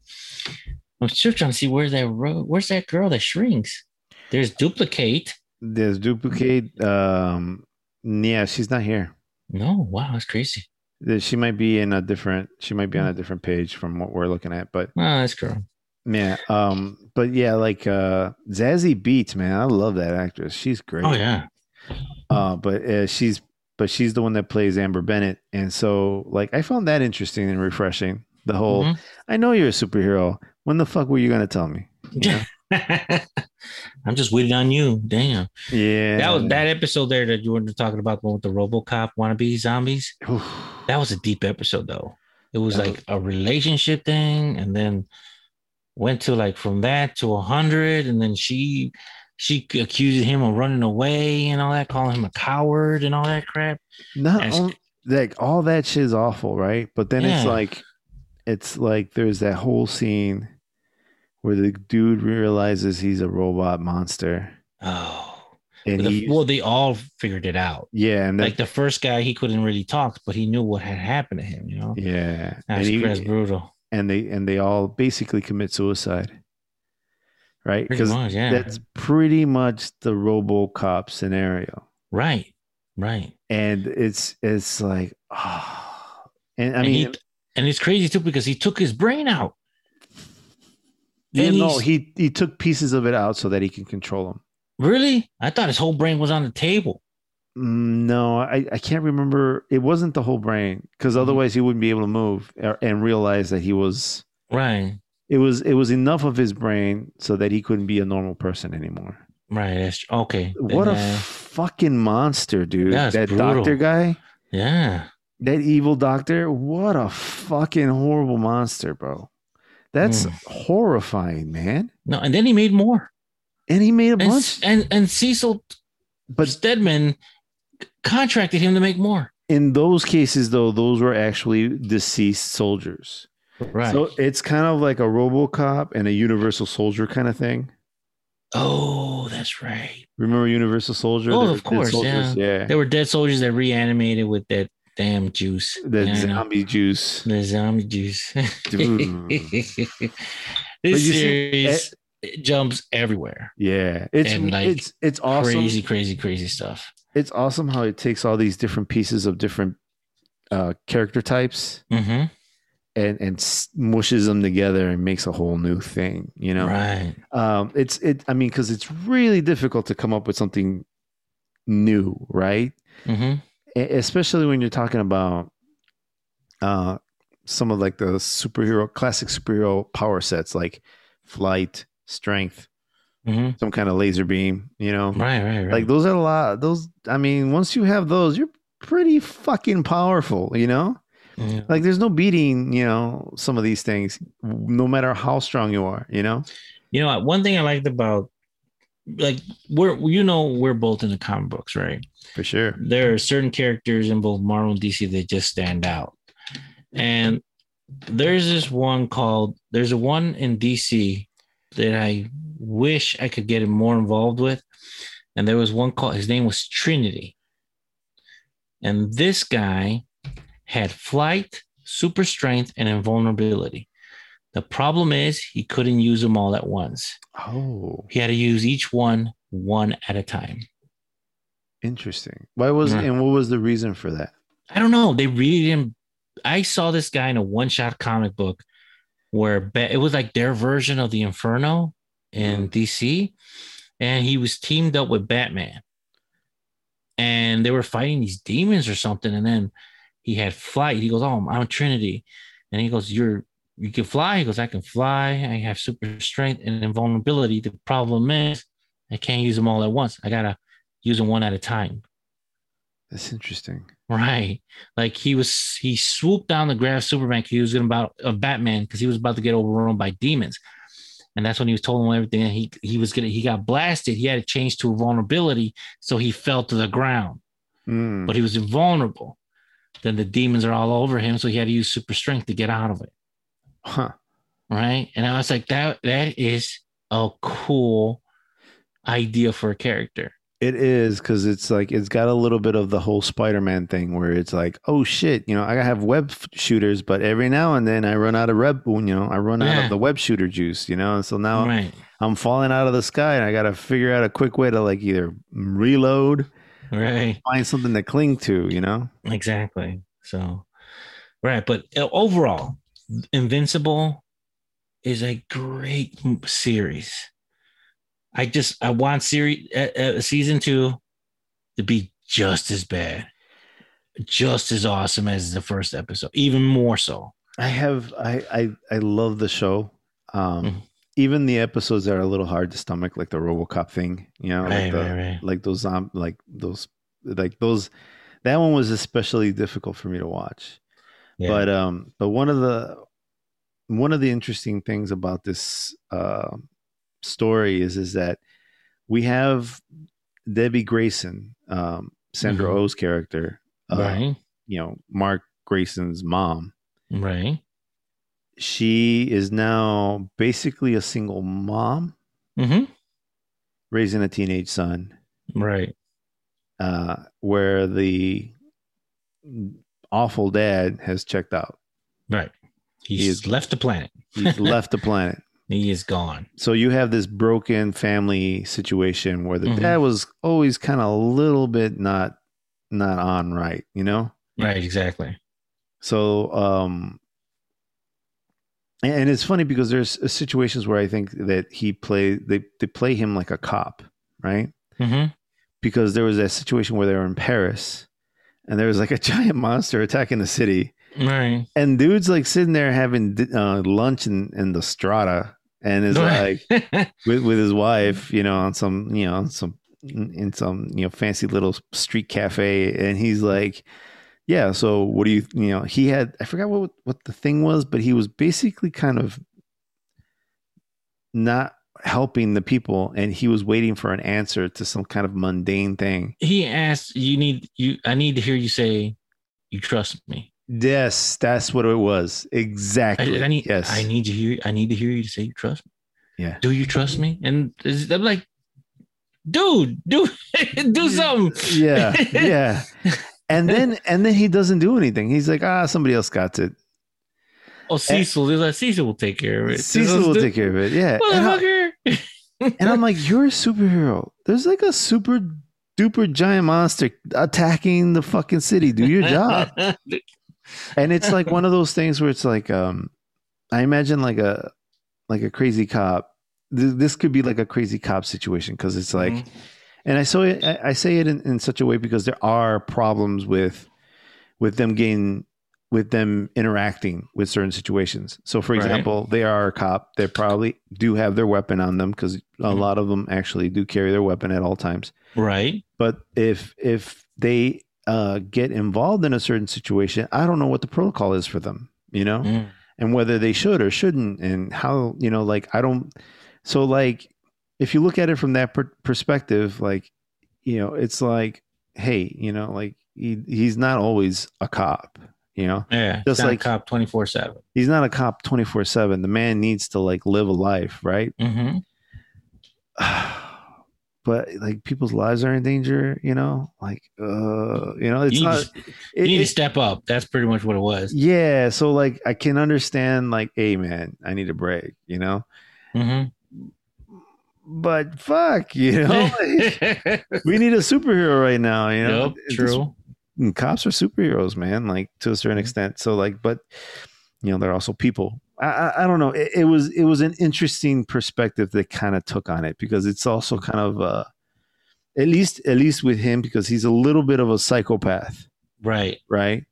[SPEAKER 2] I'm still trying to see where's that ro- where's that girl that shrinks. There's duplicate.
[SPEAKER 1] There's duplicate. Um yeah, she's not here.
[SPEAKER 2] No, wow, that's crazy.
[SPEAKER 1] There- She might be in a different she might be on a
[SPEAKER 2] Mm-hmm.
[SPEAKER 1] different page from what we're looking at, but
[SPEAKER 2] Wow, that's girl.
[SPEAKER 1] man, um but yeah, like uh Zazie Beats, man. I love that actress. She's great.
[SPEAKER 2] Oh yeah.
[SPEAKER 1] uh, but uh, she's but she's the one that plays Amber Bennett, and so like I found that interesting and refreshing. The whole
[SPEAKER 2] Mhm.
[SPEAKER 1] I know you're a superhero. When the fuck were you gonna tell me? Yeah.
[SPEAKER 2] I'm just waiting on you. Damn.
[SPEAKER 1] Yeah,
[SPEAKER 2] That was that episode there that you were talking about the one with the RoboCop wannabe zombies.
[SPEAKER 1] Oof.
[SPEAKER 2] That was a deep episode though. It was
[SPEAKER 1] Yeah.
[SPEAKER 2] like a relationship thing, and then went to like from that to a hundred, and then she she accused him of running away and all that, calling him a coward and all that crap.
[SPEAKER 1] Not
[SPEAKER 2] Ask-
[SPEAKER 1] on- like all that shit is awful, right? But then it's
[SPEAKER 2] Yeah.
[SPEAKER 1] like, it's like there's that whole scene where the dude realizes he's a robot monster,
[SPEAKER 2] Oh,
[SPEAKER 1] and
[SPEAKER 2] The-
[SPEAKER 1] he,
[SPEAKER 2] well, they all figured it out.
[SPEAKER 1] yeah, and that,
[SPEAKER 2] Like the first guy, he couldn't really talk, but he knew what had happened to him. You know,
[SPEAKER 1] yeah, and
[SPEAKER 2] that's, that's
[SPEAKER 1] he,
[SPEAKER 2] brutal.
[SPEAKER 1] and they and they all basically commit suicide, right?
[SPEAKER 2] Pretty
[SPEAKER 1] Because
[SPEAKER 2] much, yeah.
[SPEAKER 1] that's pretty much the RoboCop scenario.
[SPEAKER 2] right, right.
[SPEAKER 1] and it's it's like ah, and I
[SPEAKER 2] and
[SPEAKER 1] mean,
[SPEAKER 2] he, and it's crazy too because he took his brain out.
[SPEAKER 1] you
[SPEAKER 2] and
[SPEAKER 1] know,
[SPEAKER 2] he's-
[SPEAKER 1] he he took pieces of it out so that he can control him.
[SPEAKER 2] Really? I thought his whole brain was on the table.
[SPEAKER 1] Mm, No, I, I can't remember. It wasn't the whole brain because
[SPEAKER 2] Mhm.
[SPEAKER 1] otherwise he wouldn't be able to move or, and realize that he was.
[SPEAKER 2] Right.
[SPEAKER 1] It was it was enough of his brain so that he couldn't be a normal person anymore.
[SPEAKER 2] Right. That's tr- okay. Then,
[SPEAKER 1] What a
[SPEAKER 2] uh,
[SPEAKER 1] fucking monster, dude!
[SPEAKER 2] That's
[SPEAKER 1] that
[SPEAKER 2] brutal.
[SPEAKER 1] doctor guy,
[SPEAKER 2] yeah.
[SPEAKER 1] that evil doctor. What a fucking horrible monster, bro. That's
[SPEAKER 2] Mm.
[SPEAKER 1] horrifying, man.
[SPEAKER 2] No, and then he made more.
[SPEAKER 1] And he made a
[SPEAKER 2] And
[SPEAKER 1] bunch.
[SPEAKER 2] C- and, and Cecil
[SPEAKER 1] But
[SPEAKER 2] Stedman c- contracted him to make more.
[SPEAKER 1] in those cases, though, those were actually deceased soldiers.
[SPEAKER 2] Right.
[SPEAKER 1] So it's kind of like a RoboCop and a Universal Soldier kind of thing.
[SPEAKER 2] oh, that's right.
[SPEAKER 1] Remember Universal Soldier?
[SPEAKER 2] Oh,
[SPEAKER 1] They were
[SPEAKER 2] of
[SPEAKER 1] dead
[SPEAKER 2] course,
[SPEAKER 1] soldiers? yeah.
[SPEAKER 2] There were dead soldiers that reanimated with that damn juice.
[SPEAKER 1] The
[SPEAKER 2] Yeah, I know.
[SPEAKER 1] zombie juice.
[SPEAKER 2] The zombie juice.
[SPEAKER 1] Dude. you
[SPEAKER 2] this
[SPEAKER 1] see, eh,
[SPEAKER 2] series it jumps everywhere.
[SPEAKER 1] Yeah, it's
[SPEAKER 2] And, like,
[SPEAKER 1] it's it's awesome.
[SPEAKER 2] Crazy, crazy, crazy stuff.
[SPEAKER 1] It's awesome how it takes all these different pieces of different uh, character types
[SPEAKER 2] hmm
[SPEAKER 1] and and mushes them together and makes a whole new thing. You know,
[SPEAKER 2] Right.
[SPEAKER 1] um it's it i mean because it's really difficult to come up with something new right
[SPEAKER 2] hmm
[SPEAKER 1] E- especially when you're talking about uh some of like the superhero classic superhero power sets like flight strength
[SPEAKER 2] hmm
[SPEAKER 1] some kind of laser beam you know
[SPEAKER 2] Right, right, right.
[SPEAKER 1] Mm-hmm. like those are a lot those i mean once you have those you're pretty fucking powerful you know
[SPEAKER 2] Yeah.
[SPEAKER 1] like there's no beating you know some of these things no matter how strong you are you know
[SPEAKER 2] You know, one thing I liked about like we're you know we're both into comic books, right?
[SPEAKER 1] for sure
[SPEAKER 2] There are certain characters in both Marvel and DC that just stand out, and there's this one called there's a one in DC that I wish I could get him more involved with, and there was one called his name was Trinity, and this guy had flight, super strength, and invulnerability. The problem is he couldn't use them all at once.
[SPEAKER 1] oh
[SPEAKER 2] He had to use each one one at a time.
[SPEAKER 1] Interesting. Why was
[SPEAKER 2] Yeah.
[SPEAKER 1] and what was the reason for that?
[SPEAKER 2] I don't know. They really didn't. I saw this guy in a one shot comic book where ba- it was like their version of the Inferno in DC, and he was teamed up with Batman, and they were fighting these demons or something. And then he had flight. He goes, "Oh, I'm, I'm Trinity," and he goes, "You're." You can fly. He goes, I can fly. I have super strength and invulnerability. The problem is, I can't use them all at once. I got to use them one at a time.
[SPEAKER 1] That's interesting.
[SPEAKER 2] Right. Like he was, he swooped down to grab Superman. 'cause He was going about a Batman because he was about to get overrun by demons. And that's when he was told him everything. And he, he was gonna, he got blasted. He had to change to a vulnerability. So he fell to the ground,
[SPEAKER 1] Mm.
[SPEAKER 2] but he was invulnerable. Then the demons are all over him. So he had to use super strength to get out of it.
[SPEAKER 1] Huh.
[SPEAKER 2] Right. And I was like, that, that is a cool idea for a character.
[SPEAKER 1] It is because it's like it's got a little bit of the whole Spider-Man thing where it's like, oh shit, you know, I have web f- shooters, but every now and then I run out of web, you know, I run out
[SPEAKER 2] Yeah.
[SPEAKER 1] of the web shooter juice, you know, and so now
[SPEAKER 2] Right.
[SPEAKER 1] I'm falling out of the sky and I got to figure out a quick way to like either reload,
[SPEAKER 2] Right.
[SPEAKER 1] find something to cling to, you know.
[SPEAKER 2] Exactly. So, right. But uh, overall, Invincible is a great m- series. I just I want series uh, uh, season two to be just as bad, just as awesome as the first episode, even more so.
[SPEAKER 1] I have I I I love the show. Um
[SPEAKER 2] Mhm.
[SPEAKER 1] even the episodes that are a little hard to stomach like the RoboCop thing, you know, like
[SPEAKER 2] Right,
[SPEAKER 1] the,
[SPEAKER 2] right, right.
[SPEAKER 1] like those um, like those like those that one was especially difficult for me to watch.
[SPEAKER 2] Yeah.
[SPEAKER 1] But um, but one of the one of the interesting things about this uh, story is is that we have Debbie Grayson, um, Sandra
[SPEAKER 2] Mhm.
[SPEAKER 1] O's character, uh,
[SPEAKER 2] right,
[SPEAKER 1] you know Mark Grayson's mom.
[SPEAKER 2] right.
[SPEAKER 1] She is now basically a single mom
[SPEAKER 2] Mm-hmm.
[SPEAKER 1] raising a teenage son.
[SPEAKER 2] Right.
[SPEAKER 1] uh, where the awful dad has checked out.
[SPEAKER 2] Right. He's
[SPEAKER 1] He is-
[SPEAKER 2] left the planet.
[SPEAKER 1] He's left the planet.
[SPEAKER 2] He is gone.
[SPEAKER 1] So you have this broken family situation where the
[SPEAKER 2] Mhm.
[SPEAKER 1] dad was always kind of a little bit not not on right, you know?
[SPEAKER 2] Right. Exactly.
[SPEAKER 1] So um and- and it's funny because there's uh, situations where I think that he play they, they play him like a cop, right?
[SPEAKER 2] Mm-hmm.
[SPEAKER 1] Because there was that situation where they were in Paris and there was like a giant monster attacking the city.
[SPEAKER 2] Right.
[SPEAKER 1] and dude's like sitting there having di- uh, lunch in, in the strata and is like
[SPEAKER 2] Right.
[SPEAKER 1] with, with his wife you know on some you know on some in some you know fancy little street cafe and he's like yeah so what do you you know he had i forgot what what the thing was but he was basically kind of not helping the people and he was waiting for an answer to some kind of mundane thing
[SPEAKER 2] he asked, "You need you? I need to hear you say, you trust me.
[SPEAKER 1] yes that's what it was
[SPEAKER 2] I,
[SPEAKER 1] exactly
[SPEAKER 2] I need.
[SPEAKER 1] yes
[SPEAKER 2] I need to hear. I need to hear you to say you trust me.
[SPEAKER 1] Yeah.
[SPEAKER 2] Do you trust me? And is- I'm like, dude, do do something.
[SPEAKER 1] yeah yeah and then and then he doesn't do anything he's like ah somebody else got it
[SPEAKER 2] Oh, Cecil, they're like, Cecil will take care of it.
[SPEAKER 1] Eh. cecil will take care of it yeah and, I,
[SPEAKER 2] Motherfucker.
[SPEAKER 1] am like you're a superhero there's like a super duper giant monster attacking the fucking city do your job and it's like one of those things where it's like um i imagine like a like a crazy cop Th- this could be like a crazy cop situation because it's like
[SPEAKER 2] Mhm.
[SPEAKER 1] and I saw it. I I say it in, in such a way because there are problems with with them getting with them interacting with certain situations. So, for
[SPEAKER 2] Right.
[SPEAKER 1] example, they are a cop. They probably do have their weapon on them because a
[SPEAKER 2] Mhm.
[SPEAKER 1] lot of them actually do carry their weapon at all times.
[SPEAKER 2] right.
[SPEAKER 1] But if if they uh, get involved in a certain situation, I don't know what the protocol is for them. You know,
[SPEAKER 2] Mm.
[SPEAKER 1] and whether they should or shouldn't and how you know like i don't so like if you look at it from that per- perspective like you know it's like hey you know like he, he's not always a cop you know
[SPEAKER 2] Yeah.
[SPEAKER 1] Just
[SPEAKER 2] Just like
[SPEAKER 1] like-
[SPEAKER 2] cop 24 7.
[SPEAKER 1] he's not a cop 24/7 the man needs to like live a life right
[SPEAKER 2] Mm-hmm.
[SPEAKER 1] but like people's lives are in danger you know like uh you know it's
[SPEAKER 2] You
[SPEAKER 1] not
[SPEAKER 2] just-
[SPEAKER 1] it-
[SPEAKER 2] You need to
[SPEAKER 1] it-
[SPEAKER 2] step up. That's pretty much what it was.
[SPEAKER 1] yeah so like i can understand like hey man i need a break you know
[SPEAKER 2] Mm-hmm.
[SPEAKER 1] but fuck, you know, like, we need a superhero right now, you know.
[SPEAKER 2] Mm-hmm. Yup, true. Mm-hmm.
[SPEAKER 1] And cops are superheroes, man, like to a certain extent. So, like, but you know, they're also people. I, I, I don't know. It, it was it was an interesting perspective they kind of took on it because it's also kind of uh, at least at least with him because he's a little bit of a psychopath,
[SPEAKER 2] Right.
[SPEAKER 1] right?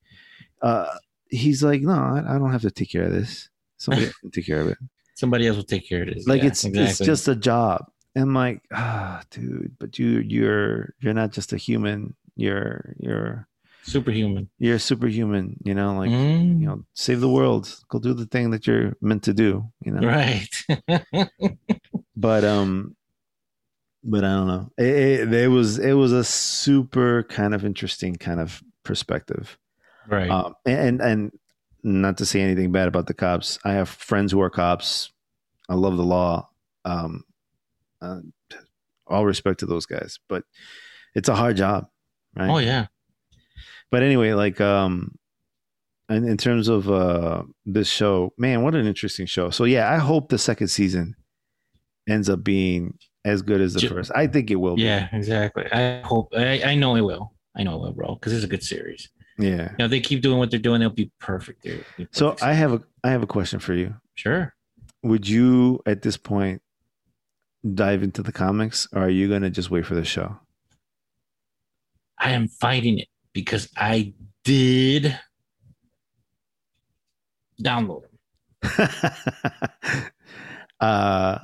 [SPEAKER 1] Uh, he's like, no, I, I don't have to take care of this. Somebody else can take care of it.
[SPEAKER 2] Somebody else will take care of this.
[SPEAKER 1] like
[SPEAKER 2] Yeah,
[SPEAKER 1] it's it's just a job and like ah dude but you you're you're not just a human you're you're
[SPEAKER 2] superhuman.
[SPEAKER 1] you're superhuman you know like
[SPEAKER 2] Mm,
[SPEAKER 1] you know save the world go do the thing that you're meant to do you know
[SPEAKER 2] Right.
[SPEAKER 1] but um but i don't know it, it, it was it was a super kind of interesting kind of perspective
[SPEAKER 2] right.
[SPEAKER 1] um and and not to say anything bad about the cops i have friends who are cops i love the law um uh, all respect to those guys but it's a hard job right
[SPEAKER 2] oh, yeah.
[SPEAKER 1] but anyway like um and in terms of uh this show man what an interesting show so yeah i hope the second season ends up being as good as the
[SPEAKER 2] Ju-
[SPEAKER 1] first i think it will
[SPEAKER 2] Yeah, exactly. I hope, I, I know it will. I know it will, bro, because it's a good series.
[SPEAKER 1] be yeah
[SPEAKER 2] Now, if they keep doing what they're doing, they'll be perfect. They'll be
[SPEAKER 1] so
[SPEAKER 2] perfect.
[SPEAKER 1] i have a i have a question for you
[SPEAKER 2] Sure.
[SPEAKER 1] would you at this point dive into the comics or are you going to just wait for the show
[SPEAKER 2] I am fighting it because I did download them.
[SPEAKER 1] uh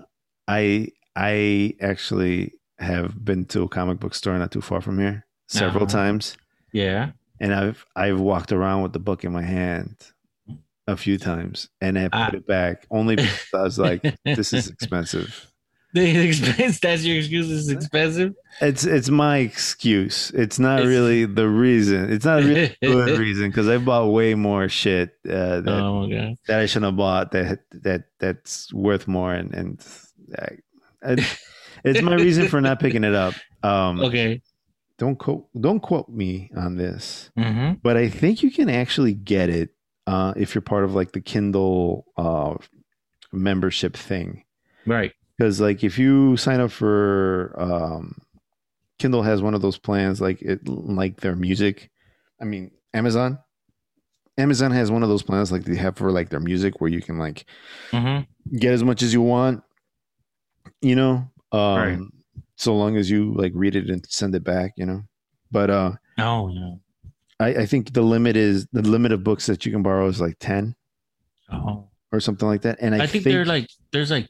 [SPEAKER 1] i i actually have been to a comic book store not too far from here several
[SPEAKER 2] Uh-huh.
[SPEAKER 1] times
[SPEAKER 2] Yeah.
[SPEAKER 1] and I've I've walked around with the book in my hand a few times and I put
[SPEAKER 2] Ah.
[SPEAKER 1] it back only because I was like, this is expensive.
[SPEAKER 2] The expense, that's your excuse. It's expensive.
[SPEAKER 1] It's it's my excuse. It's not
[SPEAKER 2] It's-
[SPEAKER 1] really the reason. It's not a really good reason because I bought way more shit uh, that,
[SPEAKER 2] Oh my god.
[SPEAKER 1] that I shouldn't have bought that that that's worth more and and I, I- it's my reason for not picking it up. Um,
[SPEAKER 2] Okay.
[SPEAKER 1] Don't quote don't quote me on this.
[SPEAKER 2] Mm-hmm.
[SPEAKER 1] but I think you can actually get it uh, if you're part of like the Kindle uh, membership thing.
[SPEAKER 2] Right.
[SPEAKER 1] Because like if you sign up for um, Kindle has one of those plans, like it like their music. I mean Amazon. Amazon has one of those plans like they have for like their music where you can like
[SPEAKER 2] Mm-hmm.
[SPEAKER 1] get as much as you want. You know, um,
[SPEAKER 2] Right.
[SPEAKER 1] so long as you like read it and send it back. You know, but uh,
[SPEAKER 2] Oh no.
[SPEAKER 1] I, I think the limit is the limit of books that you can borrow is like ten
[SPEAKER 2] Oh.
[SPEAKER 1] or something like that. And I,
[SPEAKER 2] I, think, they're like there's like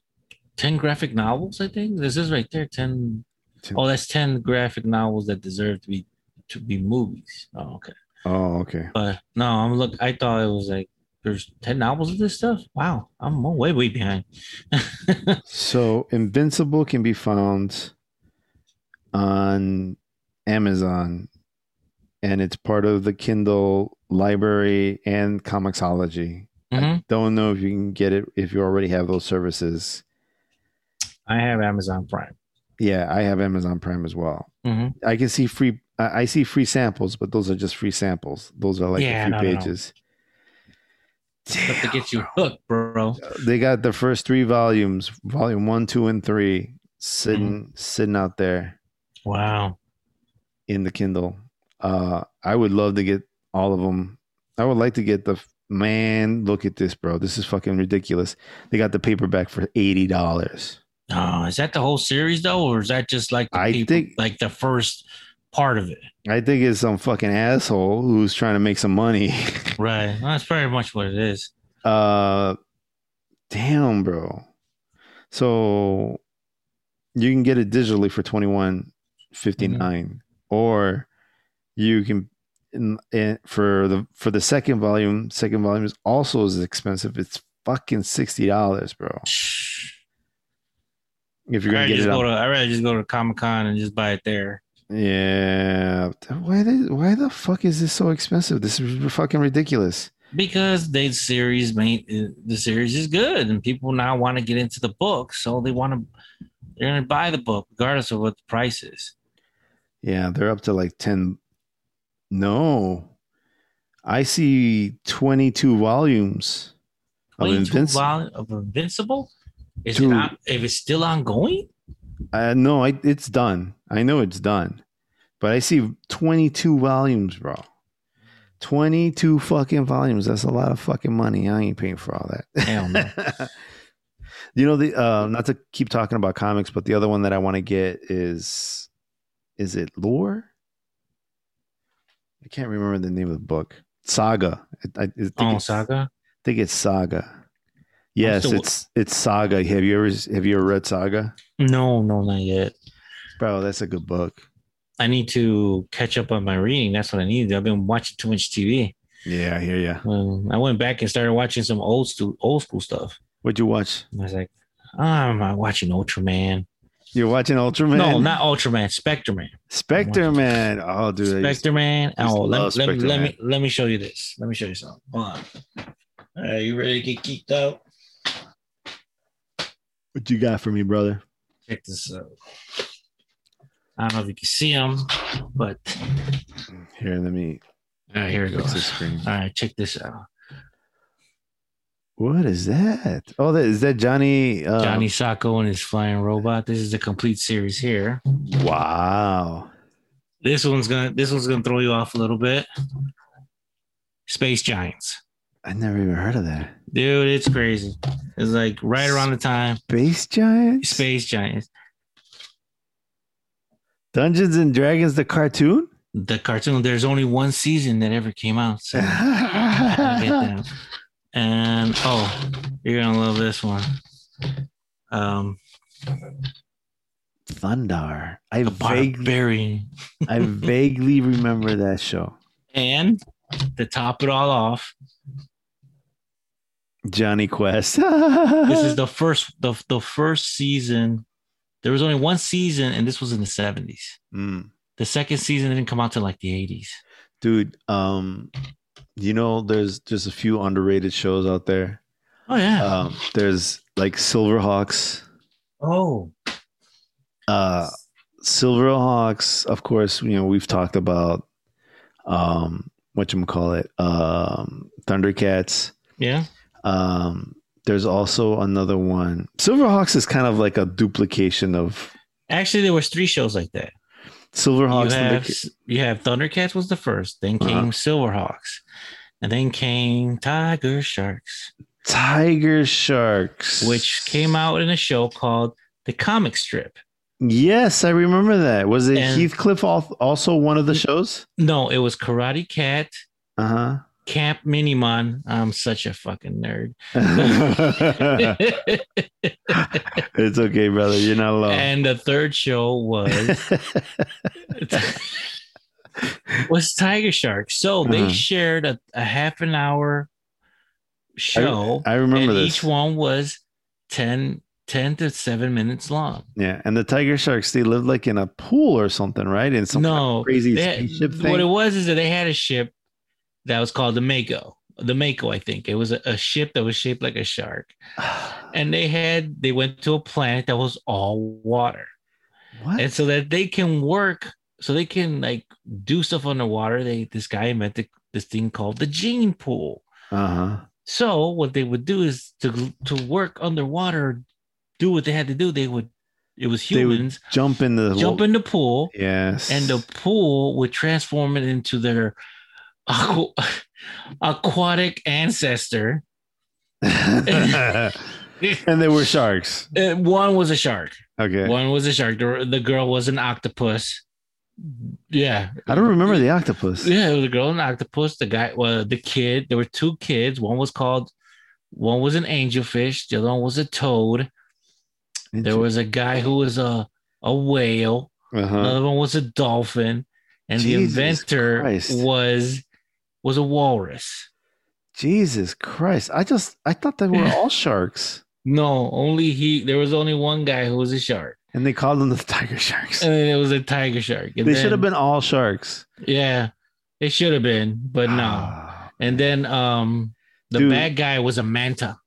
[SPEAKER 2] ten graphic novels. I think this is right there. 10,
[SPEAKER 1] Ten.
[SPEAKER 2] Oh, that's ten graphic novels that deserve to be to be movies. Oh, okay.
[SPEAKER 1] oh, okay.
[SPEAKER 2] But no, I'm look. I thought it was like there's ten novels of this stuff. Wow, I'm way way behind.
[SPEAKER 1] So Invincible can be found on Amazon, and it's part of the Kindle library and Comixology.
[SPEAKER 2] Mhm.
[SPEAKER 1] Don't know if you can get it if you already have those services.
[SPEAKER 2] I have Amazon Prime.
[SPEAKER 1] Yeah, I have Amazon Prime as well.
[SPEAKER 2] Mhm.
[SPEAKER 1] I can see free. I I see free samples, but those are just free samples. Those are like
[SPEAKER 2] Yeah,
[SPEAKER 1] a few
[SPEAKER 2] no, no, no.
[SPEAKER 1] pages.
[SPEAKER 2] Stuff to
[SPEAKER 1] Damn.
[SPEAKER 2] get you hooked, bro.
[SPEAKER 1] they got the first three volumes, volume one, two, and three,
[SPEAKER 2] Mm-hmm.
[SPEAKER 1] sitting sitting out there
[SPEAKER 2] Wow.
[SPEAKER 1] in the Kindle. Uh, I would love to get all of them. I would like to get the man. Look at this, bro. This is fucking ridiculous. They got the paperback for eighty dollars.
[SPEAKER 2] Oh, is that the whole series though, or is that just like the
[SPEAKER 1] I
[SPEAKER 2] people-
[SPEAKER 1] think-
[SPEAKER 2] like the first part of it?
[SPEAKER 1] I think it's some fucking asshole who's trying to make some money.
[SPEAKER 2] Right. Well, that's pretty much what it is.
[SPEAKER 1] uh, damn, bro. So you can get it digitally for twenty one fifty nine, or you can in, in, for the for the second volume. Second volume is also as expensive. It's fucking sixty dollars, bro. If you're gonna
[SPEAKER 2] I rather
[SPEAKER 1] get
[SPEAKER 2] just
[SPEAKER 1] it,
[SPEAKER 2] go
[SPEAKER 1] on,
[SPEAKER 2] to I rather just go to Comic Con and just buy it there.
[SPEAKER 1] yeah. Why the why the fuck is this so expensive? This is fucking ridiculous.
[SPEAKER 2] Because they series made the series is good and people now want to get into the book, so they want to they're gonna buy the book regardless of what the price is.
[SPEAKER 1] Yeah, they're up to like 10. No. I see 22 volumes of
[SPEAKER 2] 22
[SPEAKER 1] Invinci-
[SPEAKER 2] vol- of Invincible? Is
[SPEAKER 1] Dude.
[SPEAKER 2] it on, if it's still ongoing?
[SPEAKER 1] uh, no, I, it's done. I know it's done. But I see 22 volumes, bro. 22 fucking volumes. That's a lot of fucking money. I ain't paying for all that.
[SPEAKER 2] Hell no.
[SPEAKER 1] you know the uh, not to keep talking about comics, but the other one that I want to get is is it Lore? I can't remember the name of the book. Saga. I, I think
[SPEAKER 2] Oh,
[SPEAKER 1] it's-
[SPEAKER 2] Saga.
[SPEAKER 1] I think it's Saga. Yes,
[SPEAKER 2] still-
[SPEAKER 1] it's it's Saga. Have you ever have you ever read Saga?
[SPEAKER 2] No, no, not yet.
[SPEAKER 1] Bro, that's a good book.
[SPEAKER 2] I need to catch up on my reading. That's what I need. I've been watching too much TV.
[SPEAKER 1] Yeah, I hear ya.
[SPEAKER 2] Um, I went back and started watching some old stu- old school stuff.
[SPEAKER 1] What'd you watch?
[SPEAKER 2] And I was like, oh, I'm not watching Ultraman.
[SPEAKER 1] You're watching Ultraman?
[SPEAKER 2] No, not Ultraman, Spectreman.
[SPEAKER 1] Spectre Man. Oh, dude. I just-
[SPEAKER 2] Spectreman.
[SPEAKER 1] used to
[SPEAKER 2] Oh, let,
[SPEAKER 1] love
[SPEAKER 2] let, me- let
[SPEAKER 1] Spectreman.
[SPEAKER 2] me let me show you this. Let me show you something. Hold on. All right, you ready to get geeked out?
[SPEAKER 1] what you got for me, brother?
[SPEAKER 2] Check this out. I don't know if you can see them, but
[SPEAKER 1] Here, let me
[SPEAKER 2] all right, here it
[SPEAKER 1] fix the
[SPEAKER 2] goes.
[SPEAKER 1] screen.
[SPEAKER 2] All right, check this out.
[SPEAKER 1] What is that? Oh, that is that Johnny. Uh,
[SPEAKER 2] Johnny Sacco and his flying robot. This is the complete series here.
[SPEAKER 1] Wow.
[SPEAKER 2] This one's gonna this one's gonna throw you off a little bit. Space Giants.
[SPEAKER 1] I never even heard of that.
[SPEAKER 2] Dude, it's crazy. It's like right around the time
[SPEAKER 1] Space Giants?
[SPEAKER 2] Space Giants,
[SPEAKER 1] Dungeons and Dragons, the cartoon?
[SPEAKER 2] the cartoon. There's only one season that ever came out. So I get
[SPEAKER 1] That's
[SPEAKER 2] that. And oh, you're gonna love this one. Um,
[SPEAKER 1] Thunder. I
[SPEAKER 2] the
[SPEAKER 1] vaguely,
[SPEAKER 2] Barbarian.
[SPEAKER 1] I vaguely remember that show.
[SPEAKER 2] And to top it all off,
[SPEAKER 1] Johnny Quest.
[SPEAKER 2] this is the first the, the first season. There was only one season, and this was in the 70s.
[SPEAKER 1] Mm.
[SPEAKER 2] The second season didn't come out till like the 80s.
[SPEAKER 1] dude. Um, you know, there's just a few underrated shows out there.
[SPEAKER 2] Oh yeah.
[SPEAKER 1] Um, there's like Silverhawks.
[SPEAKER 2] oh.
[SPEAKER 1] Uh, Silverhawks, of course. You know, we've talked about um, what you call it, um, Thundercats.
[SPEAKER 2] Yeah.
[SPEAKER 1] Um, there's also another one. Silverhawks is kind of like a duplication of
[SPEAKER 2] Actually, there was three shows like that. You
[SPEAKER 1] Silverhawks.
[SPEAKER 2] have,
[SPEAKER 1] Thunderca-
[SPEAKER 2] you have Thundercats was the first, then came
[SPEAKER 1] Uh-huh.
[SPEAKER 2] Silverhawks, and then came Tiger Sharks,
[SPEAKER 1] Tiger Sharks,
[SPEAKER 2] which came out in a show called The Comic Strip.
[SPEAKER 1] Yes, I remember that. Was it
[SPEAKER 2] And-
[SPEAKER 1] Heathcliff al- also one of the shows?
[SPEAKER 2] No, it was Karate Cat,
[SPEAKER 1] Uh
[SPEAKER 2] Camp Minimon. I'm such a fucking nerd.
[SPEAKER 1] huh. it's okay, brother. You're not alone.
[SPEAKER 2] and the third show was was Tiger Sharks. So they
[SPEAKER 1] Uh-huh.
[SPEAKER 2] shared a, a half an hour show.
[SPEAKER 1] I remember
[SPEAKER 2] and
[SPEAKER 1] this.
[SPEAKER 2] each one was 10, 10 to seven minutes long.
[SPEAKER 1] yeah, and the Tiger Sharks they lived like in a pool or something, right? In some kind of
[SPEAKER 2] no,
[SPEAKER 1] crazy
[SPEAKER 2] they had-
[SPEAKER 1] spaceship
[SPEAKER 2] what it
[SPEAKER 1] thing.
[SPEAKER 2] was is that they had a ship that was called the Mako. The Mako, I think it was a, a ship that was shaped like a shark, and they had they went to a planet that was all water,
[SPEAKER 1] what?
[SPEAKER 2] and so that they can work, so they can like do stuff underwater. They this guy invented this thing called the gene pool,
[SPEAKER 1] Uh huh.
[SPEAKER 2] So what they would do is to to work underwater, do what they had to do. They would it was
[SPEAKER 1] They would
[SPEAKER 2] humans
[SPEAKER 1] Jump in the
[SPEAKER 2] jump in the pool,
[SPEAKER 1] Yes.
[SPEAKER 2] and the pool would transform it into their aqua- aquatic ancestor.
[SPEAKER 1] and they were sharks.
[SPEAKER 2] Uh, One was a shark.
[SPEAKER 1] Okay.
[SPEAKER 2] One was a shark. The, the girl was an octopus. Yeah,
[SPEAKER 1] I don't remember the octopus.
[SPEAKER 2] Yeah, it was a girl and an octopus. The guy, well, the kid. There were two kids. One was called, one was an angelfish. The other one was a toad. There was a guy who was a a whale.
[SPEAKER 1] Uh-huh.
[SPEAKER 2] Another one was a dolphin, and
[SPEAKER 1] Jesus
[SPEAKER 2] the inventor
[SPEAKER 1] Christ.
[SPEAKER 2] was was a walrus.
[SPEAKER 1] Jesus Christ. I just I thought they were all sharks.
[SPEAKER 2] No, only he. There was only one guy who was a shark,
[SPEAKER 1] And they called them the tiger sharks.
[SPEAKER 2] and then it was a tiger shark. And
[SPEAKER 1] they
[SPEAKER 2] then-
[SPEAKER 1] should have been all sharks.
[SPEAKER 2] Yeah, it should have been, but no. And then um, the
[SPEAKER 1] Ah. Dude.
[SPEAKER 2] bad guy was a manta.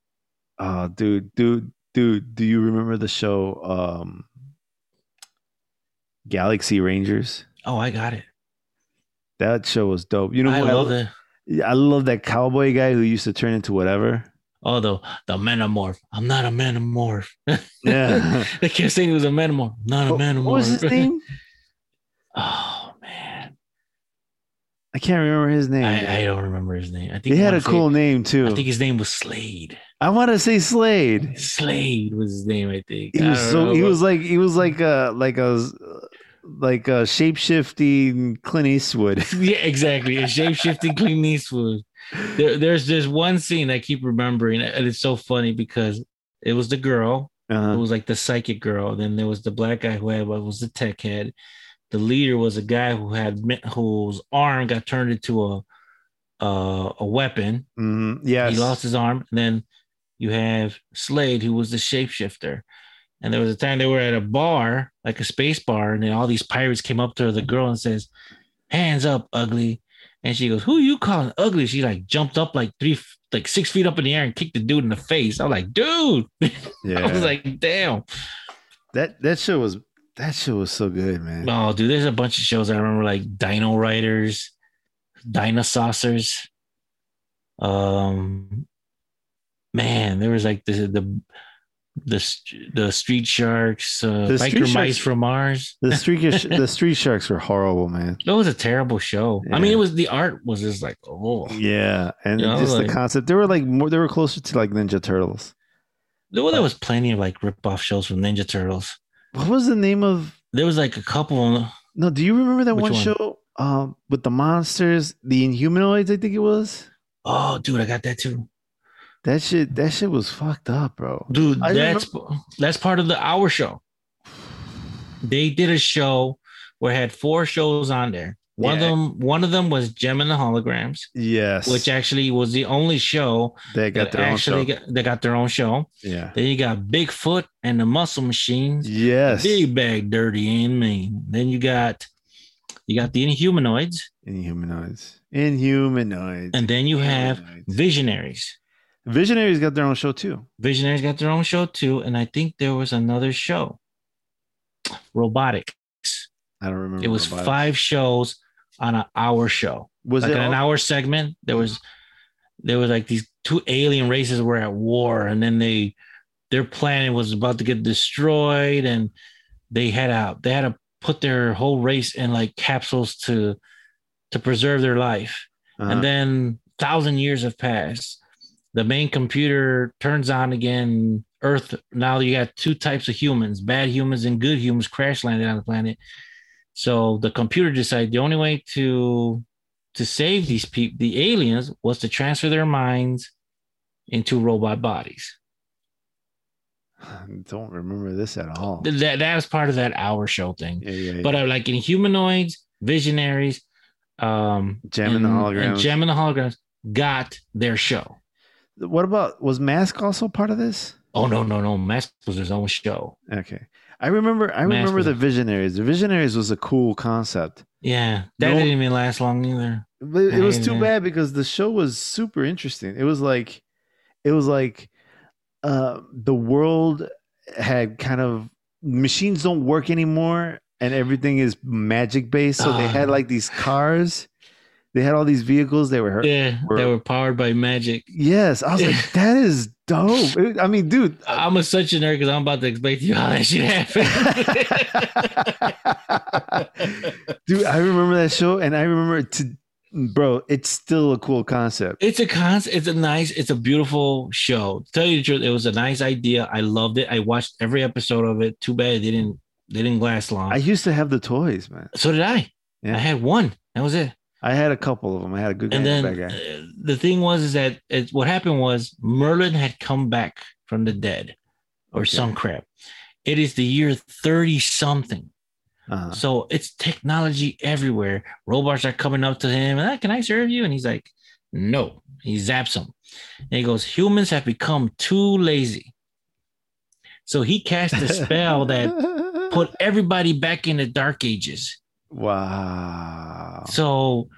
[SPEAKER 1] Oh, dude, dude, dude, do you remember the show um Galaxy Rangers?
[SPEAKER 2] Oh, I got it.
[SPEAKER 1] That show was dope. You know
[SPEAKER 2] I
[SPEAKER 1] who
[SPEAKER 2] love it.
[SPEAKER 1] I love that cowboy guy who used to turn into whatever.
[SPEAKER 2] Oh, the, the metamorph. I'm not a metamorph.
[SPEAKER 1] Yeah.
[SPEAKER 2] they kept saying he was a metamorph. Not a
[SPEAKER 1] What-
[SPEAKER 2] metamorph.
[SPEAKER 1] what was his name?
[SPEAKER 2] Oh man,
[SPEAKER 1] I can't remember his name.
[SPEAKER 2] I, I don't remember his name. I think
[SPEAKER 1] they
[SPEAKER 2] I
[SPEAKER 1] had
[SPEAKER 2] wanna
[SPEAKER 1] a cool
[SPEAKER 2] say-
[SPEAKER 1] name too.
[SPEAKER 2] I think his name was Slade.
[SPEAKER 1] I want to say Slade.
[SPEAKER 2] Slade was his name, I think.
[SPEAKER 1] He
[SPEAKER 2] I
[SPEAKER 1] was
[SPEAKER 2] don't
[SPEAKER 1] so
[SPEAKER 2] know,
[SPEAKER 1] he
[SPEAKER 2] but-
[SPEAKER 1] was like he was like a like a like a shapeshifting Clint Eastwood.
[SPEAKER 2] yeah, exactly. A shape shifting Clint Eastwood. There, there's there's one scene I keep remembering, and it's so funny because it was the girl It
[SPEAKER 1] Uh-huh.
[SPEAKER 2] was like the psychic girl. Then there was the black guy who had what was the tech head. The leader was a guy who had me- whose arm got turned into a uh, a weapon.
[SPEAKER 1] Mhm. Yes.
[SPEAKER 2] He lost his arm. And then you have Slade, who was the shapeshifter. And there was a time they were at a bar, like a space bar, and then all these pirates came up to the girl and says, "Hands up, ugly." And she goes, "Who you calling ugly?" She like jumped up like three, like six feet up in the air and kicked the dude in the face. I'm like, dude.
[SPEAKER 1] yeah.
[SPEAKER 2] I was like, damn.
[SPEAKER 1] that that show was that show was so good, man.
[SPEAKER 2] No, Oh, dude, there's a bunch of shows I remember like Dino Riders, Dinosaurs. Um man, there was like the the the, st- the street sharks, uh,
[SPEAKER 1] The
[SPEAKER 2] biker
[SPEAKER 1] Street
[SPEAKER 2] mice
[SPEAKER 1] Sharks-
[SPEAKER 2] from Mars.
[SPEAKER 1] The street sh- the street sharks were horrible, man.
[SPEAKER 2] That was a terrible show. I mean,
[SPEAKER 1] Yeah.
[SPEAKER 2] it was the art was just like, oh,
[SPEAKER 1] Yeah, and
[SPEAKER 2] Yeah, I was
[SPEAKER 1] just the
[SPEAKER 2] like-
[SPEAKER 1] concept. They were like more. They were closer to like Ninja Turtles.
[SPEAKER 2] well, there was plenty of like rip-off shows from Ninja Turtles.
[SPEAKER 1] What was the name of?
[SPEAKER 2] There was like a couple. Of,
[SPEAKER 1] No, do you remember that
[SPEAKER 2] Which
[SPEAKER 1] one,
[SPEAKER 2] one?
[SPEAKER 1] show um, with the monsters, the Inhumanoids? I think it was.
[SPEAKER 2] oh, dude, I got that too,
[SPEAKER 1] That shit. That shit was fucked up, bro.
[SPEAKER 2] dude.
[SPEAKER 1] I
[SPEAKER 2] that's that's part of the hour show. They did a show where it had four shows on there. One
[SPEAKER 1] Yeah.
[SPEAKER 2] of them, one of them was Gem and the Holograms,
[SPEAKER 1] Yes.
[SPEAKER 2] which actually was the only show
[SPEAKER 1] they got
[SPEAKER 2] that
[SPEAKER 1] their own show.
[SPEAKER 2] actually got, they got their own show.
[SPEAKER 1] yeah.
[SPEAKER 2] Then you got Bigfoot and the Muscle Machines,
[SPEAKER 1] Yes.
[SPEAKER 2] Big Bag Dirty and Mean. Then you got you got the Inhumanoids,
[SPEAKER 1] Inhumanoids. Inhumanoids.
[SPEAKER 2] and then you have
[SPEAKER 1] Inhumanoids.
[SPEAKER 2] Visionaries.
[SPEAKER 1] Visionaries got their own show too.
[SPEAKER 2] Visionaries got their own show too, and I think there was another show, Robotic.
[SPEAKER 1] I don't remember.
[SPEAKER 2] It was
[SPEAKER 1] about
[SPEAKER 2] five shows on an hour show.
[SPEAKER 1] Was
[SPEAKER 2] like
[SPEAKER 1] it
[SPEAKER 2] in an
[SPEAKER 1] all-
[SPEAKER 2] hour segment there was there was like these two alien races were at war and then they their planet was about to get destroyed and they had out they had to put their whole race in like capsules to to preserve their life
[SPEAKER 1] Uh-huh.
[SPEAKER 2] and then thousand years have passed the main computer turns on again earth now you got two types of humans bad humans and good humans crash landed on the planet so the computer decided the only way to to save these people the aliens was to transfer their minds into robot bodies
[SPEAKER 1] I don't remember this at all.
[SPEAKER 2] Th- that that was part of that hour show thing
[SPEAKER 1] yeah, yeah, yeah.
[SPEAKER 2] but uh, like in humanoids visionaries um
[SPEAKER 1] Gem and the Holograms.
[SPEAKER 2] Gem and the holograms got their show
[SPEAKER 1] what about was Mask also part of this?
[SPEAKER 2] Oh no, no, no! Mask was his own show.
[SPEAKER 1] Okay. I remember I
[SPEAKER 2] Mask
[SPEAKER 1] remember
[SPEAKER 2] was
[SPEAKER 1] the
[SPEAKER 2] a-
[SPEAKER 1] Visionaries. The Visionaries was a cool concept.
[SPEAKER 2] Yeah, that
[SPEAKER 1] No-
[SPEAKER 2] didn't even last long either.
[SPEAKER 1] But it was too
[SPEAKER 2] Yeah.
[SPEAKER 1] bad because the show was super interesting. It was like it was like uh the world had kind of machines don't work anymore and everything is magic based. So they had
[SPEAKER 2] Ah.
[SPEAKER 1] like these cars. They had all these vehicles they were
[SPEAKER 2] Yeah,
[SPEAKER 1] Word.
[SPEAKER 2] they were powered by magic.
[SPEAKER 1] Yes, I was like, that is dope. It- I mean, dude,
[SPEAKER 2] I'm a such a nerd because I'm about to explain to you how that shit happened.
[SPEAKER 1] dude, I remember that show, and I remember it to, bro, it's still a cool concept.
[SPEAKER 2] it's a concept. It's a nice. It's a beautiful show. To tell you the truth, it was a nice idea. I loved it. I watched every episode of it. Too bad it didn't. They didn't last long.
[SPEAKER 1] I used to have the toys, man.
[SPEAKER 2] so did I.
[SPEAKER 1] Yeah.
[SPEAKER 2] I had one. That was it.
[SPEAKER 1] I had a couple of them. I had a good guy
[SPEAKER 2] and
[SPEAKER 1] and,
[SPEAKER 2] then
[SPEAKER 1] a bad guy.
[SPEAKER 2] uh, the thing was is that it, what happened was Merlin had come back from the dead or
[SPEAKER 1] Okay.
[SPEAKER 2] some crap. It is the year 30 something.
[SPEAKER 1] Uh-huh.
[SPEAKER 2] So it's technology everywhere. Robots are coming up to him and "Ah, can I serve you? And he's like, no. He zaps him. And he goes, humans have become too lazy. So he cast a spell that put everybody back in the dark ages.
[SPEAKER 1] wow.
[SPEAKER 2] So